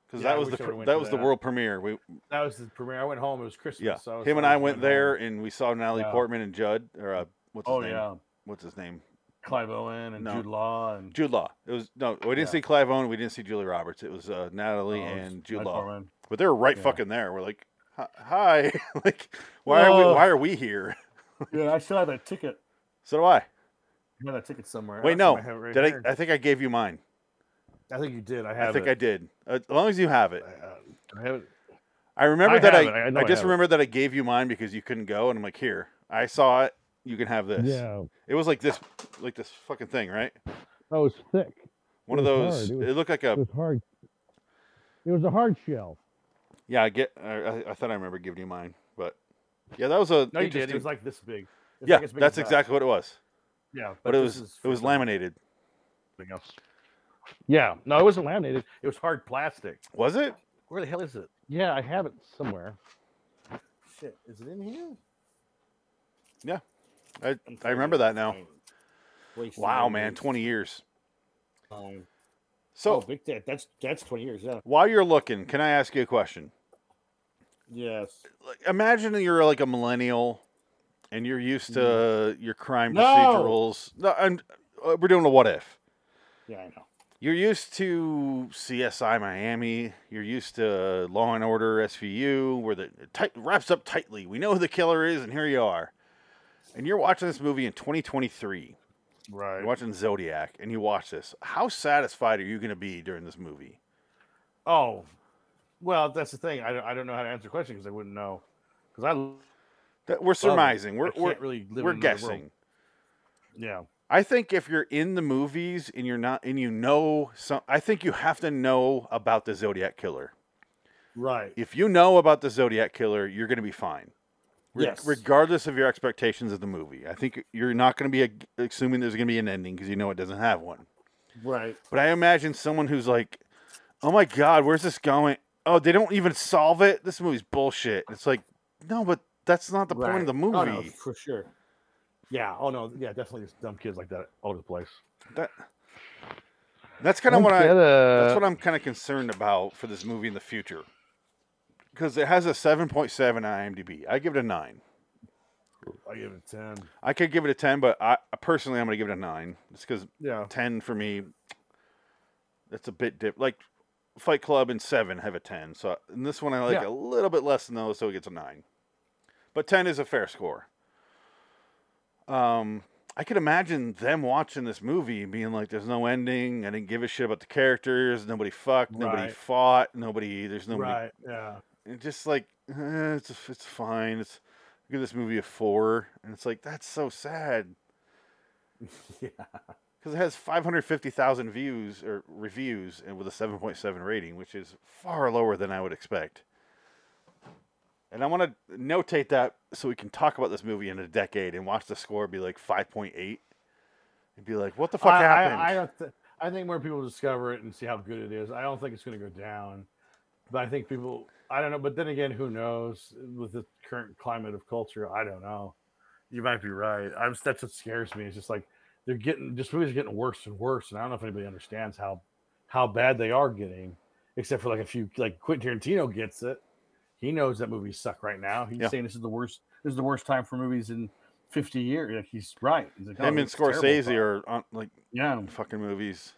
A: because
C: Yeah, I
A: that was
C: wish I
A: the pr-
C: would've went
A: that
C: to
A: was the
C: that.
A: world premiere. We
C: That was the premiere. I went home. It was Christmas.
A: yeah,
C: so I was
A: him and
C: like,
A: I
C: I'm
A: went
C: going
A: there
C: home.
A: and we saw Natalie
C: Yeah.
A: Portman and Judd or uh, what's his
B: Oh,
A: name?
B: yeah.
A: what's his name?
B: Clive Owen and
A: No.
B: Jude Law and
A: Jude Law. It was no, we didn't
B: Yeah.
A: see Clive Owen. We didn't see Julie Roberts. It was uh, Natalie
B: Oh, it was
A: and Jude
B: Clive
A: Law.
B: Owen.
A: But they were right
B: Yeah.
A: fucking there. We're like, "Hi- hi, like why are we
B: Oh.
A: why are we here?
B: yeah, I still have that ticket.
A: So do I.
B: I have that ticket somewhere.
A: Wait,
B: That's
A: no.
B: somewhere I have it right
A: did
B: here.
A: I? I think I gave you mine.
C: I think you did. I
A: I
C: have.
A: think
C: it.
A: I did. As long as you have it.
B: uh,
C: I have it.
A: I remember
C: I
A: that I,
C: have it. I know
A: I
C: I
A: just
C: have it.
A: remember that I gave you mine because you couldn't go, and I'm like, here, I saw it. You can have this.
O: Yeah.
A: It was like this, like this fucking thing, right?
O: Oh, it's thick.
A: One of
O: was hard.
A: those. It,
O: was-
A: looked like a.
O: It was hard. It was a hard shell.
A: Yeah, I get. I, I- I thought I remember giving you mine, but yeah, that was a.
B: No, you did. It
A: interesting-
B: was like this big. It's
A: yeah,
B: like as big
A: that's
B: as that.
A: exactly what it was.
B: Yeah,
A: but,
B: but
A: it
B: this
A: was
B: is
A: it was
B: fucking-
A: laminated.
B: Yeah, no, it wasn't laminated. It was hard plastic.
A: Was it?
B: Where the hell is it? Yeah, I have it somewhere. Shit, is it in here?
A: Yeah, I I remember that now. Wow, man, twenty years.
P: Um,
A: So
P: oh, big that that's that's twenty years. Yeah.
A: While you're looking, can I ask you a question?
P: Yes.
A: Like, imagine that you're like a millennial, and you're used to
B: Mm.
A: your crime
P: No!
A: procedurals. No, I'm, uh, we're doing a what if.
P: Yeah, I know.
A: You're used to CSI Miami. You're used to Law and Order SVU, where the it tight, wraps up tightly. We know who the killer is, and here you are. And you're watching this movie in 2023.
P: Right.
A: You're watching Zodiac, and you watch this. How satisfied are you going to be during this movie?
B: Oh, well, that's the thing. I don't, I don't know how to answer questions because I wouldn't know. Because I l-
A: That we're
B: love it.
A: surmising.
B: I
A: We're
B: can't
A: we're,
B: really live
A: we're
B: in another world.
A: guessing.
B: Yeah.
A: I think if you're in the movies and you're not and you know some, I think you have to know about the Zodiac killer.
P: Right.
A: If you know about the Zodiac killer, you're going to be fine. Re-
P: Yes.
A: Regardless of your expectations of the movie, I think you're not going to be ag- assuming there's going to be an ending because you know it doesn't have one.
P: Right.
A: But I imagine someone who's like, "Oh my god, where's this going? Oh, they don't even solve it. This movie's bullshit." It's like, no, but that's not the point of the movie.
B: Oh, no, for sure. Yeah. Oh no. Yeah, definitely. There's dumb kids like that all over the place.
A: That That's kind of
B: Don't
A: what I.
B: get
A: That's
B: a-
A: what I'm kind of concerned about for this movie in the future, because it has a 7.7 IMDb. I give it a nine.
B: I give it a ten.
A: I could give it a ten, but I personally I'm gonna give it a nine. It's because
B: Yeah.
A: ten for me. That's a bit dip. Like Fight Club and Seven have a ten, so and this one I like
B: Yeah.
A: a little bit less than those, so it gets a nine. But ten is a fair score. Um, I could imagine them watching this movie and being like, "There's no ending. I didn't give a shit about the characters. Nobody fucked. Nobody
B: Right.
A: fought. Nobody. There's nobody
B: Right. Yeah.
A: and just like eh, it's it's fine. It's I give this movie a four, and it's like that's so sad.
B: yeah,
A: because it has five hundred fifty thousand views or reviews, and with a seven point seven rating, which is far lower than I would expect. And I want to notate that so we can talk about this movie in a decade and watch the score be like five point eight, and be like, "What the fuck
B: I,
A: happened?"
B: I, I, don't th- I think more people discover it and see how good it is. I don't think it's going to go down, but I think people. I don't know. But then again, who knows? With the current climate of culture, I don't know. You might be right. I'm. That's what scares me. It's just like they're getting. This movies are getting worse and worse, and I don't know if anybody understands how how bad they are getting, except for like a few. Like Quentin Tarantino gets it. He knows that movies suck right now. He's
A: Yeah.
B: saying this is the worst. This is the worst time for movies in 50 years. Like he's right. He's like, oh,
A: Him and
B: it's a terrible
A: Scorsese
B: time.
A: are on, like
B: yeah
A: fucking movies.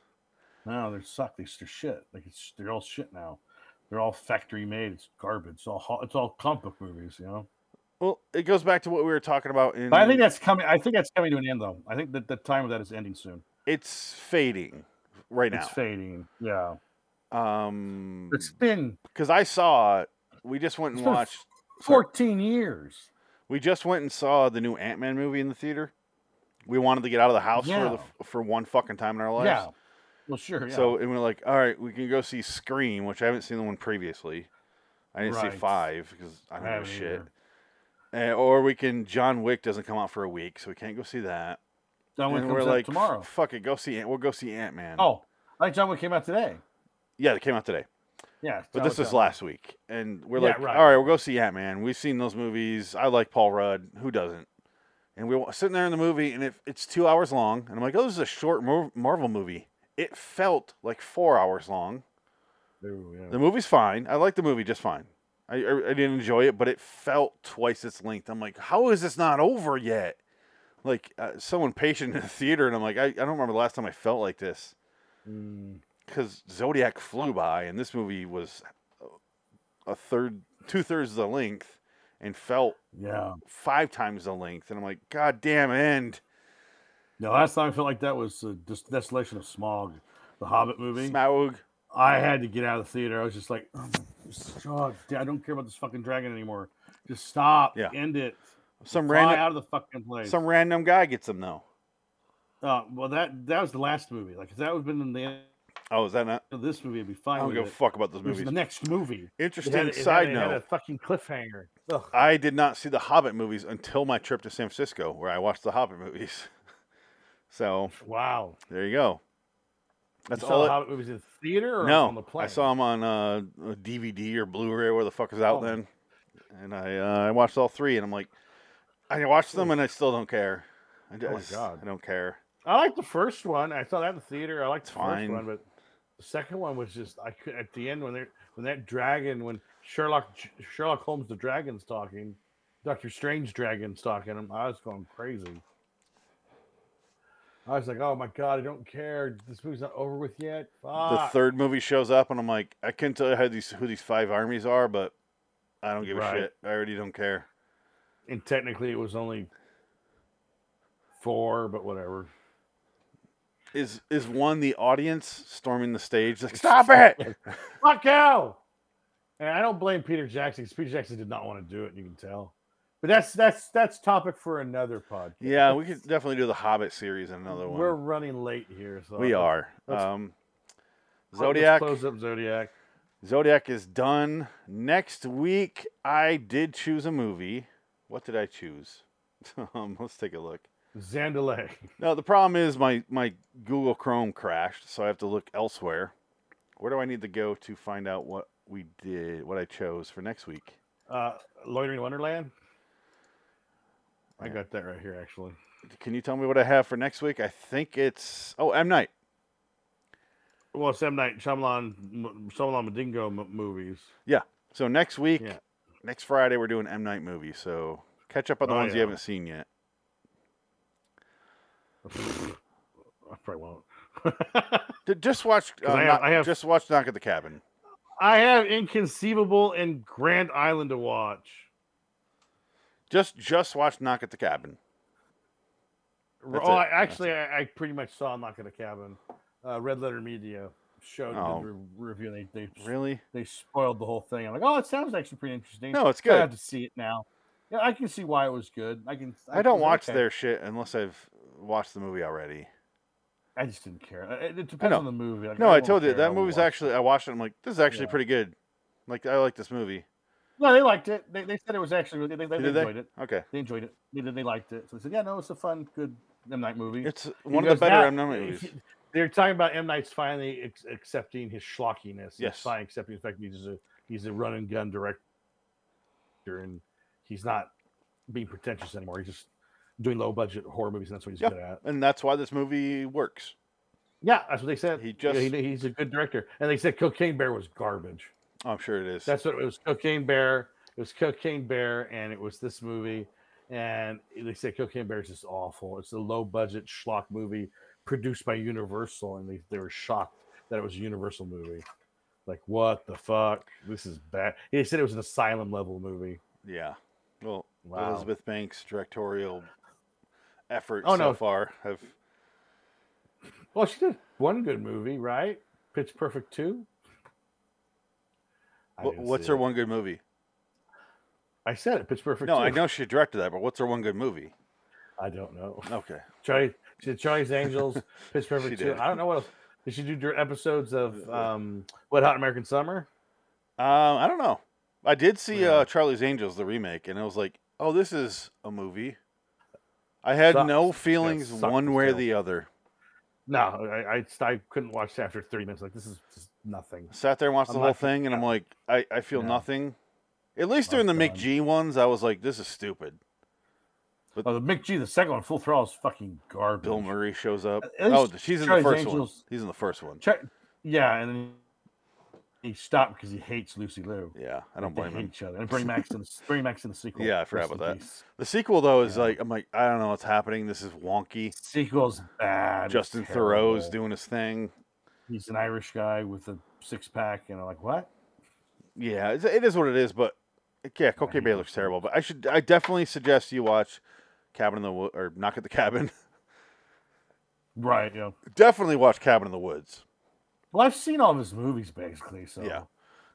B: No, they suck. These they're shit. Like it's they're all shit now. They're all factory made. It's garbage. It's all ho- it's all comic book movies. You know.
A: Well, it goes back to what we were talking about in.
B: But I think that's coming. I think that's coming to an end, though. I think that the time of that is ending soon.
A: it's fading right now.
B: It's fading. Yeah.
A: Um,
B: It's been
A: because I saw it. We just went
B: It's
A: and
B: been
A: watched. sorry.
B: fourteen years.
A: We just went and saw the new Ant Man movie in the theater. We wanted to get out of the house for
B: Yeah.
A: the, f- for one fucking time in our lives.
B: Yeah. Well, sure. Yeah.
A: So and we're like, all right, we can go see Scream, which I haven't seen the one previously. I didn't see
B: Right.
A: five because I don't
B: I
A: know
B: haven't
A: shit. Uh, or we can John Wick doesn't come out for a week, so we can't go see that.
B: John Wick
A: And
B: comes out
A: like,
B: tomorrow.
A: "F- Fuck it, go see Ant. We'll go see Ant Man.
B: oh, I think John Wick came out today.
A: yeah, it came out today.
B: Yeah.
A: But
B: John
A: this
B: Wick
A: was
B: out.
A: last week, and we're
B: Yeah,
A: like,
B: right.
A: all right, we'll go see Ant Man. We've seen those movies. I like Paul Rudd. Who doesn't? And we were sitting there in the movie, and it, it's two hours long, and I'm like, oh, this is a short Mar- Marvel movie. It felt like four hours long.
B: Ooh, yeah.
A: The movie's fine. I like the movie just fine. I, I, I didn't enjoy it, but it felt twice its length. I'm like, how is this not over yet? Like, uh, so impatient in the theater, and I'm like, I, I don't remember the last time I felt like this.
B: Mm.
A: Because Zodiac flew by, and this movie was a third, two thirds the length, and felt
B: Yeah.
A: five times the length. And I'm like, God damn end.
B: The last time I felt like that was uh, Des- Desolation of Smog, the Hobbit movie.
A: Smaug.
B: I had to get out of the theater. I was just like, oh, Strog, I don't care about this fucking dragon anymore. Just stop.
A: Yeah.
B: End it.
A: Some
B: Fly
A: random-
B: out of the fucking place.
A: Some random guy gets him though.
B: Uh, well, that that was the last movie. Like if that would have been in the
A: Oh, is that not?
B: This movie would be fine.
A: I don't
B: with
A: give a
B: it.
A: fuck about those
B: It was
A: movies.
B: The next movie.
A: Interesting
B: It had- it had-
A: side
B: it had
A: note.
B: a fucking cliffhanger. Ugh.
A: I did not see the Hobbit movies until my trip to San Francisco, where I watched the Hobbit movies. so
B: Wow.
A: there you go. That's
B: you
A: all.
B: Saw
A: it-
B: how it was in theater or
A: no,
B: on the plane.
A: I saw them on uh, a DVD or Blu-ray, where the fuck is out
B: Oh.
A: then. And I uh, I watched all three, and I'm like, I watched them, and I still don't care. I
B: Oh my
A: just-
B: God.
A: I don't care.
B: I liked the first one. I saw that in the theater. I liked the
A: fine.
B: first one, but the second one was just I could at the end when they when that dragon when Sherlock Sherlock Holmes the dragon's talking, Doctor Strange dragon's talking. him, I was going crazy. I was like, oh my god, I don't care. This movie's not over with yet.
A: the
B: Fuck.
A: third movie shows up, and I'm like, I can't tell you how these who these five armies are, but I don't give
B: Right.
A: a shit. I already don't care.
B: and technically it was only four, but whatever.
A: Is is one the audience storming the stage? Like, stop it!
B: Fuck you! And I don't blame Peter Jackson 'cause Peter Jackson did not want to do it, and you can tell. But that's that's that's topic for another pod.
A: yeah, we could definitely do the Hobbit series in another one.
B: We're running late here, so
A: we
B: let's-
A: are.
B: let's-
A: Um,
B: let's
A: Zodiac.
B: close up Zodiac.
A: Zodiac is done. Next week, I did choose a movie. What did I choose? um, let's take a look.
B: Zandalay.
A: No, the problem is my my Google Chrome crashed, so I have to look elsewhere. Where do I need to go to find out what we did, what I chose for next week?
B: Uh, Loitering Wonderland. I got that right here, actually.
A: Can you tell me what I have for next week? I think it's oh M Night.
B: Well, it's M Night Shyamalan, M- Shyamalan Madingo m- movies.
A: Yeah. So next week,
B: Yeah.
A: next Friday, we're doing M Night movie. So catch up on the
B: Oh,
A: ones you
B: yeah.
A: haven't seen yet.
B: I probably won't.
A: D- Just watch.
B: 'Cause I have-
A: Knock-
B: I have-
A: just watch Knock at the Cabin.
B: I have Inconceivable and Grand Island to watch.
A: Just just watch Knock at the Cabin. That's
B: oh,
A: it.
B: I, actually, I, I pretty much saw Knock at the Cabin. Uh, Red Letter Media showed
A: Oh.
B: the re- review. and They, they
A: Really?
B: they spoiled the whole thing. I'm like, oh, it sounds actually pretty interesting.
A: No, it's
B: But I
A: good.
B: have to see it now. Yeah, I can see why it was good. I can.
A: I don't
B: was
A: watch
B: okay.
A: their shit unless I've watched the movie already.
B: I just didn't care. Uh, It, it
A: I
B: depends
A: know.
B: on the movie. Like,
A: no, I
B: won't
A: told you
B: care.
A: that
B: won't
A: movie's
B: watch it.
A: actually. I watched it. I'm like, this is actually pretty good. Like, I like this movie.
B: No, they liked it. They, they said it was actually really- they, they, they
A: Did they?
B: enjoyed it.
A: Okay.
B: They enjoyed it. They did. They liked it. So they said, yeah, no, it's a fun, good M Night movie.
A: It's
B: And
A: one
B: he
A: of the
B: goes,
A: better
B: "Now-
A: M. Night movies."
B: They're talking about M Night's finally ex- accepting his schlockiness. He's
A: Yes.
B: finally accepting the fact that he's a he's a run and gun director, and he's not being pretentious anymore. He's just doing low budget horror movies, and that's what he's
A: Yeah,
B: good at.
A: and that's why this movie works.
B: Yeah, that's what they said. He
A: just-
B: he's a good director, and they said Cocaine Bear was garbage.
A: Oh, I'm sure it is.
B: That's what it was. Cocaine Bear. It was Cocaine Bear, and it was this movie. And they said Cocaine Bear is just awful. It's a low budget schlock movie produced by Universal, and they, they were shocked that it was a Universal movie. Like, what the fuck? This is bad. They said it was an asylum level movie.
A: yeah. Well,
B: Wow.
A: Elizabeth Banks' directorial effort
B: Oh,
A: so
B: no.
A: far have
B: Well, she did one good movie, right? Pitch Perfect 2. I
A: Wha-
B: didn't
A: what's
B: see
A: her
B: it.
A: one good movie?
B: I said it, Pitch Perfect
A: No,
B: 2.
A: I know she directed that, but what's her one good movie?
B: I don't know.
A: Okay.
B: Charlie, she did Charlie's Angels, Pitch
A: She
B: Perfect 2.
A: did.
B: I don't know what else. Did she do dir- episodes of um, What Hot American Summer?
A: Um, I don't know. I did see uh, Charlie's Angels, the remake, and I was like, oh, this is a movie. I had no
B: Sucks. Yeah,
A: feelings
B: sucked
A: one
B: as
A: way or
B: hell.
A: the other.
B: No, I, I, I couldn't watch after 30 minutes. Like, this is just nothing.
A: Sat there and watched
B: I'm
A: the
B: not
A: whole thing, and I'm like, I, I feel
B: No.
A: nothing. At least during the Mick G ones, I was like, this is stupid. But
B: oh, the Mick G, the second one, Full Throttle, is fucking garbage.
A: Bill Murray shows up.
B: at
A: Oh,
B: least
A: she's in
B: Charlie's
A: the first
B: Angels-
A: one. He's in the first one.
B: Char- yeah, and then he stopped because he hates Lucy Liu.
A: Yeah, I don't
B: they
A: blame
B: hate
A: him.
B: Each other. And bring Max in, the- bring Max in the sequel.
A: Yeah, I forgot
B: Rest
A: about that.
B: in peace.
A: The sequel though is like I'm like I don't know what's happening. This is wonky.
B: Sequel's bad.
A: Justin
B: It's
A: Thoreau's
B: terrible.
A: doing his thing.
B: He's an Irish guy with a six pack, and I'm like, what?
A: Yeah, it's, it is what it is. But yeah, Cocaine Bay looks terrible. But I should I definitely suggest you watch Cabin in the Wood or Knock at the Cabin.
B: Right, yeah.
A: definitely watch Cabin in the Woods.
B: Well, I've seen all of his movies basically, so
A: Yeah.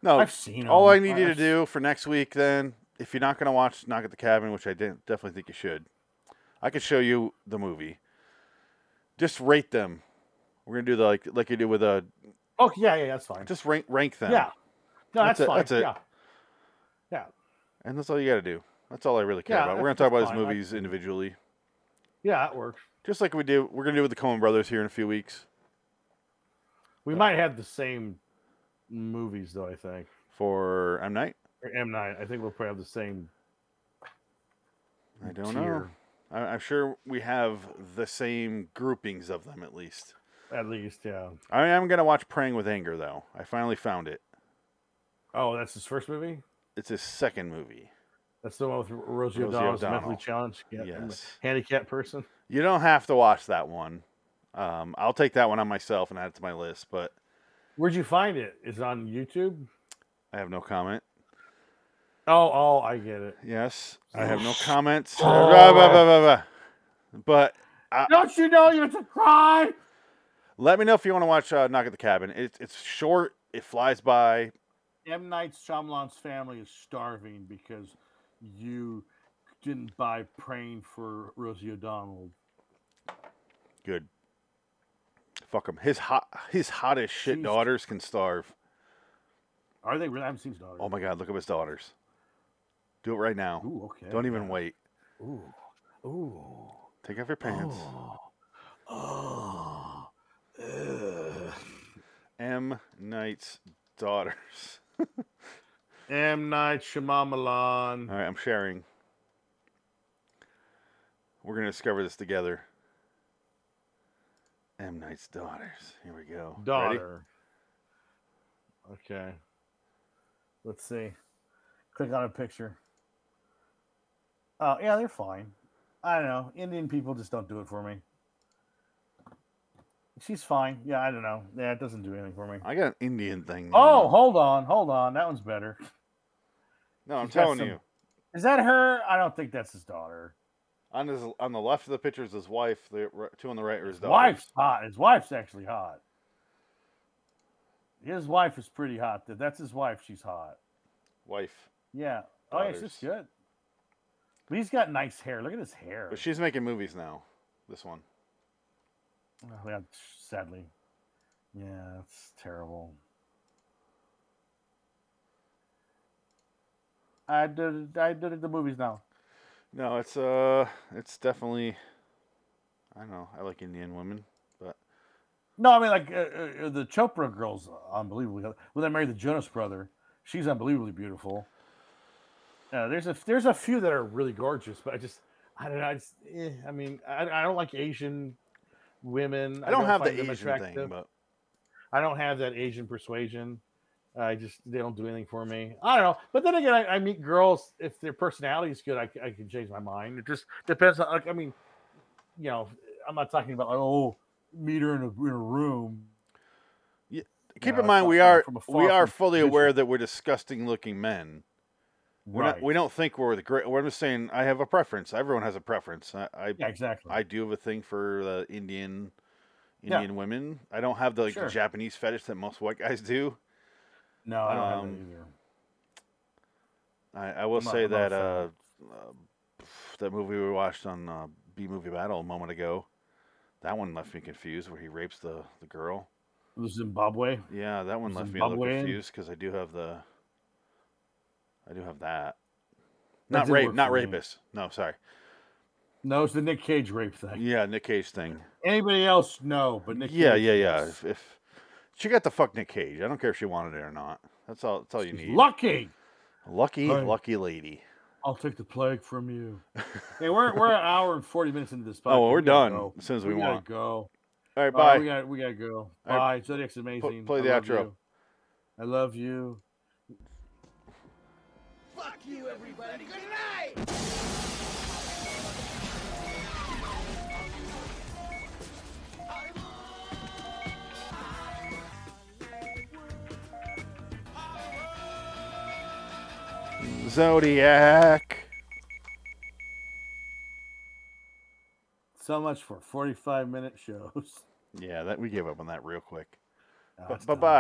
A: No,
B: I've seen
A: all
B: them.
A: I need you to
B: I've-
A: do for next week. Then, if you're not going to watch Knock at the Cabin, which I didn't, definitely think you should, I could show you the movie. Just rate them. We're gonna do the like like you did with uh,
C: Oh yeah, yeah, that's fine.
A: Just rank rank them.
C: Yeah. No, that's,
A: it,
C: fine.
A: That's it.
C: Yeah. Yeah.
A: And that's all you got to do. That's all I really care
C: Yeah,
A: about. We're gonna
C: that's-
A: talk about
C: that's
A: his
C: fine. I-
A: movies individually,
C: Yeah, that works.
A: just like we do. We're gonna do with the Coen Brothers here in a few weeks
C: We might have the same movies though, I think.
A: for M Night.
C: Or M9. I think we'll probably have the same
A: I don't know.
C: tier.
A: I, I'm sure we have the same groupings of them at least.
C: at least, yeah.
A: I am gonna watch Praying with Anger though. I finally found it.
C: Oh, that's his first movie?
A: It's his second movie.
C: That's the one with Rosie,
A: Rosie
C: O'Donnell, as the
A: O'Donnell.
C: mentally challenged yeah, and the
A: Yes.
C: handicapped person.
A: You don't have to watch that one. Um, I'll take that one on myself and add it to my list, but
C: Where'd you find it? Is it on YouTube?
A: I have no comment.
C: Oh, oh, I get it.
A: Yes, I have no comments.
C: Oh.
A: Blah, blah, blah, blah, blah. But I,
C: Don't you know you're to cry?
A: let me know if you want to watch uh, Knock at the Cabin. It's it's short. It flies by.
B: M. Night Shyamalan's family is starving because you didn't buy praying for Rosie O'Donnell.
A: Good. Fuck him. His hot his hot as shit
B: She's-
A: daughters can starve.
B: Are they really? I haven't seen his daughter.
A: Oh my god, look up his daughters. Do it right now.
B: Ooh, okay.
A: Don't even wait.
B: Ooh, ooh.
A: Take off your pants.
B: Oh.
A: M. Knight's daughters.
C: M. Night Shyamalan.
A: All right, I'm sharing. We're gonna discover this together. M. Knight's daughters. Here we go. Ready?
C: Daughter. Okay.
B: Let's see. Click on a picture. Oh, yeah, they're fine. I don't know. Indian people just don't do it for me. She's fine. Yeah, I don't know. Yeah, it doesn't do anything for me.
A: I got an Indian thing.
B: Oh, hold on, hold on. That one's better.
A: No, I'm
B: She's got
A: telling
B: some-
A: you.
B: Is that her? I don't think that's his daughter.
A: On his on the left of the picture is his wife. The r- two on the right are his
B: His
A: daughters.
B: wife's hot. His wife's actually hot. His wife is pretty hot. though. That's his wife. She's hot.
A: Wife.
B: Yeah. Oh, yeah, she's
A: Daughters.
B: good. But he's got nice hair. Look at his hair.
A: But she's making movies now. This one.
B: Oh, yeah, sadly. Yeah, it's terrible. I did. I did the movies now.
A: No, it's uh, it's definitely. I don't know. I like Indian women, but
B: No, I mean like uh, uh, the Chopra girl's unbelievably. hot. When they married the Jonas brother, she's unbelievably beautiful. Uh, there's a there's a few that are really gorgeous, but I just I don't know. I, just, eh, I mean, I, I don't like Asian women.
A: I don't have the
B: find them
A: Asian thing.
B: attractive.
A: But
C: I don't have that Asian persuasion. I just they don't do anything for me. I don't know. But then again, I, I meet girls if their personality is good, I, c- I can change my mind. It just depends on. Like, I mean, you know, I'm not talking about like oh, meet her in a, in a room.
A: keep
B: No,
A: in
B: it's
A: mind,
B: not
A: we
B: from-
A: are
B: from afar,
A: we are
B: from
A: fully
B: visual.
A: aware that we're disgusting looking men. We're not, we don't think we're the great. We're just saying I have a preference. Everyone has a preference. I, I
B: Yeah, exactly.
A: I do have a thing for the Indian
B: Yeah.
A: Indian women. I don't have the like
B: Sure.
A: the Japanese fetish that most white guys do.
B: No, I don't have
A: Um,
B: that either.
A: I, I will
B: I'm not-
A: say
B: I'm not a
A: that uh, uh, that movie we watched on uh, B Movie Battle a moment ago, that one left me confused where he rapes the, the girl.
B: The Zimbabwe.
A: Yeah, that one left me a little
B: Zimbabwean?
A: confused because I do have the I do have that.
B: That
A: Not
B: did
A: rape,
B: work
A: not
B: for me.
A: rapist. No, sorry.
B: No, it's the Nick Cage rape thing.
A: Yeah, Nick Cage thing.
B: Anybody else? No, but Nick.
A: yeah,
B: Cage,
A: yeah, yeah. If,
B: yes.
A: if she got the fuck Nick Cage, I don't care if she wanted it or not. That's all. That's all you need.
B: Lucky.
A: lucky,
B: Hey.
A: lucky lady.
B: I'll take the plague from you. hey, we're we're an hour and forty minutes into this podcast.
A: Oh, well, we're
B: We gotta
A: done
B: go.
A: as soon as we
B: gotta
A: want.
B: go.
A: All right,
B: All right,
A: bye.
B: we got we gotta go.
A: All
B: Bye.
A: right,
B: Zodiac's amazing.
A: play
B: I
A: the
B: love
A: outro.
B: you. I love you.
O: Fuck you, everybody. Good night.
A: Zodiac.
B: So much for forty-five minute shows.
A: Yeah, that we gave up on that real quick.
B: Oh,
A: Bye
B: it's
A: bye.
B: done.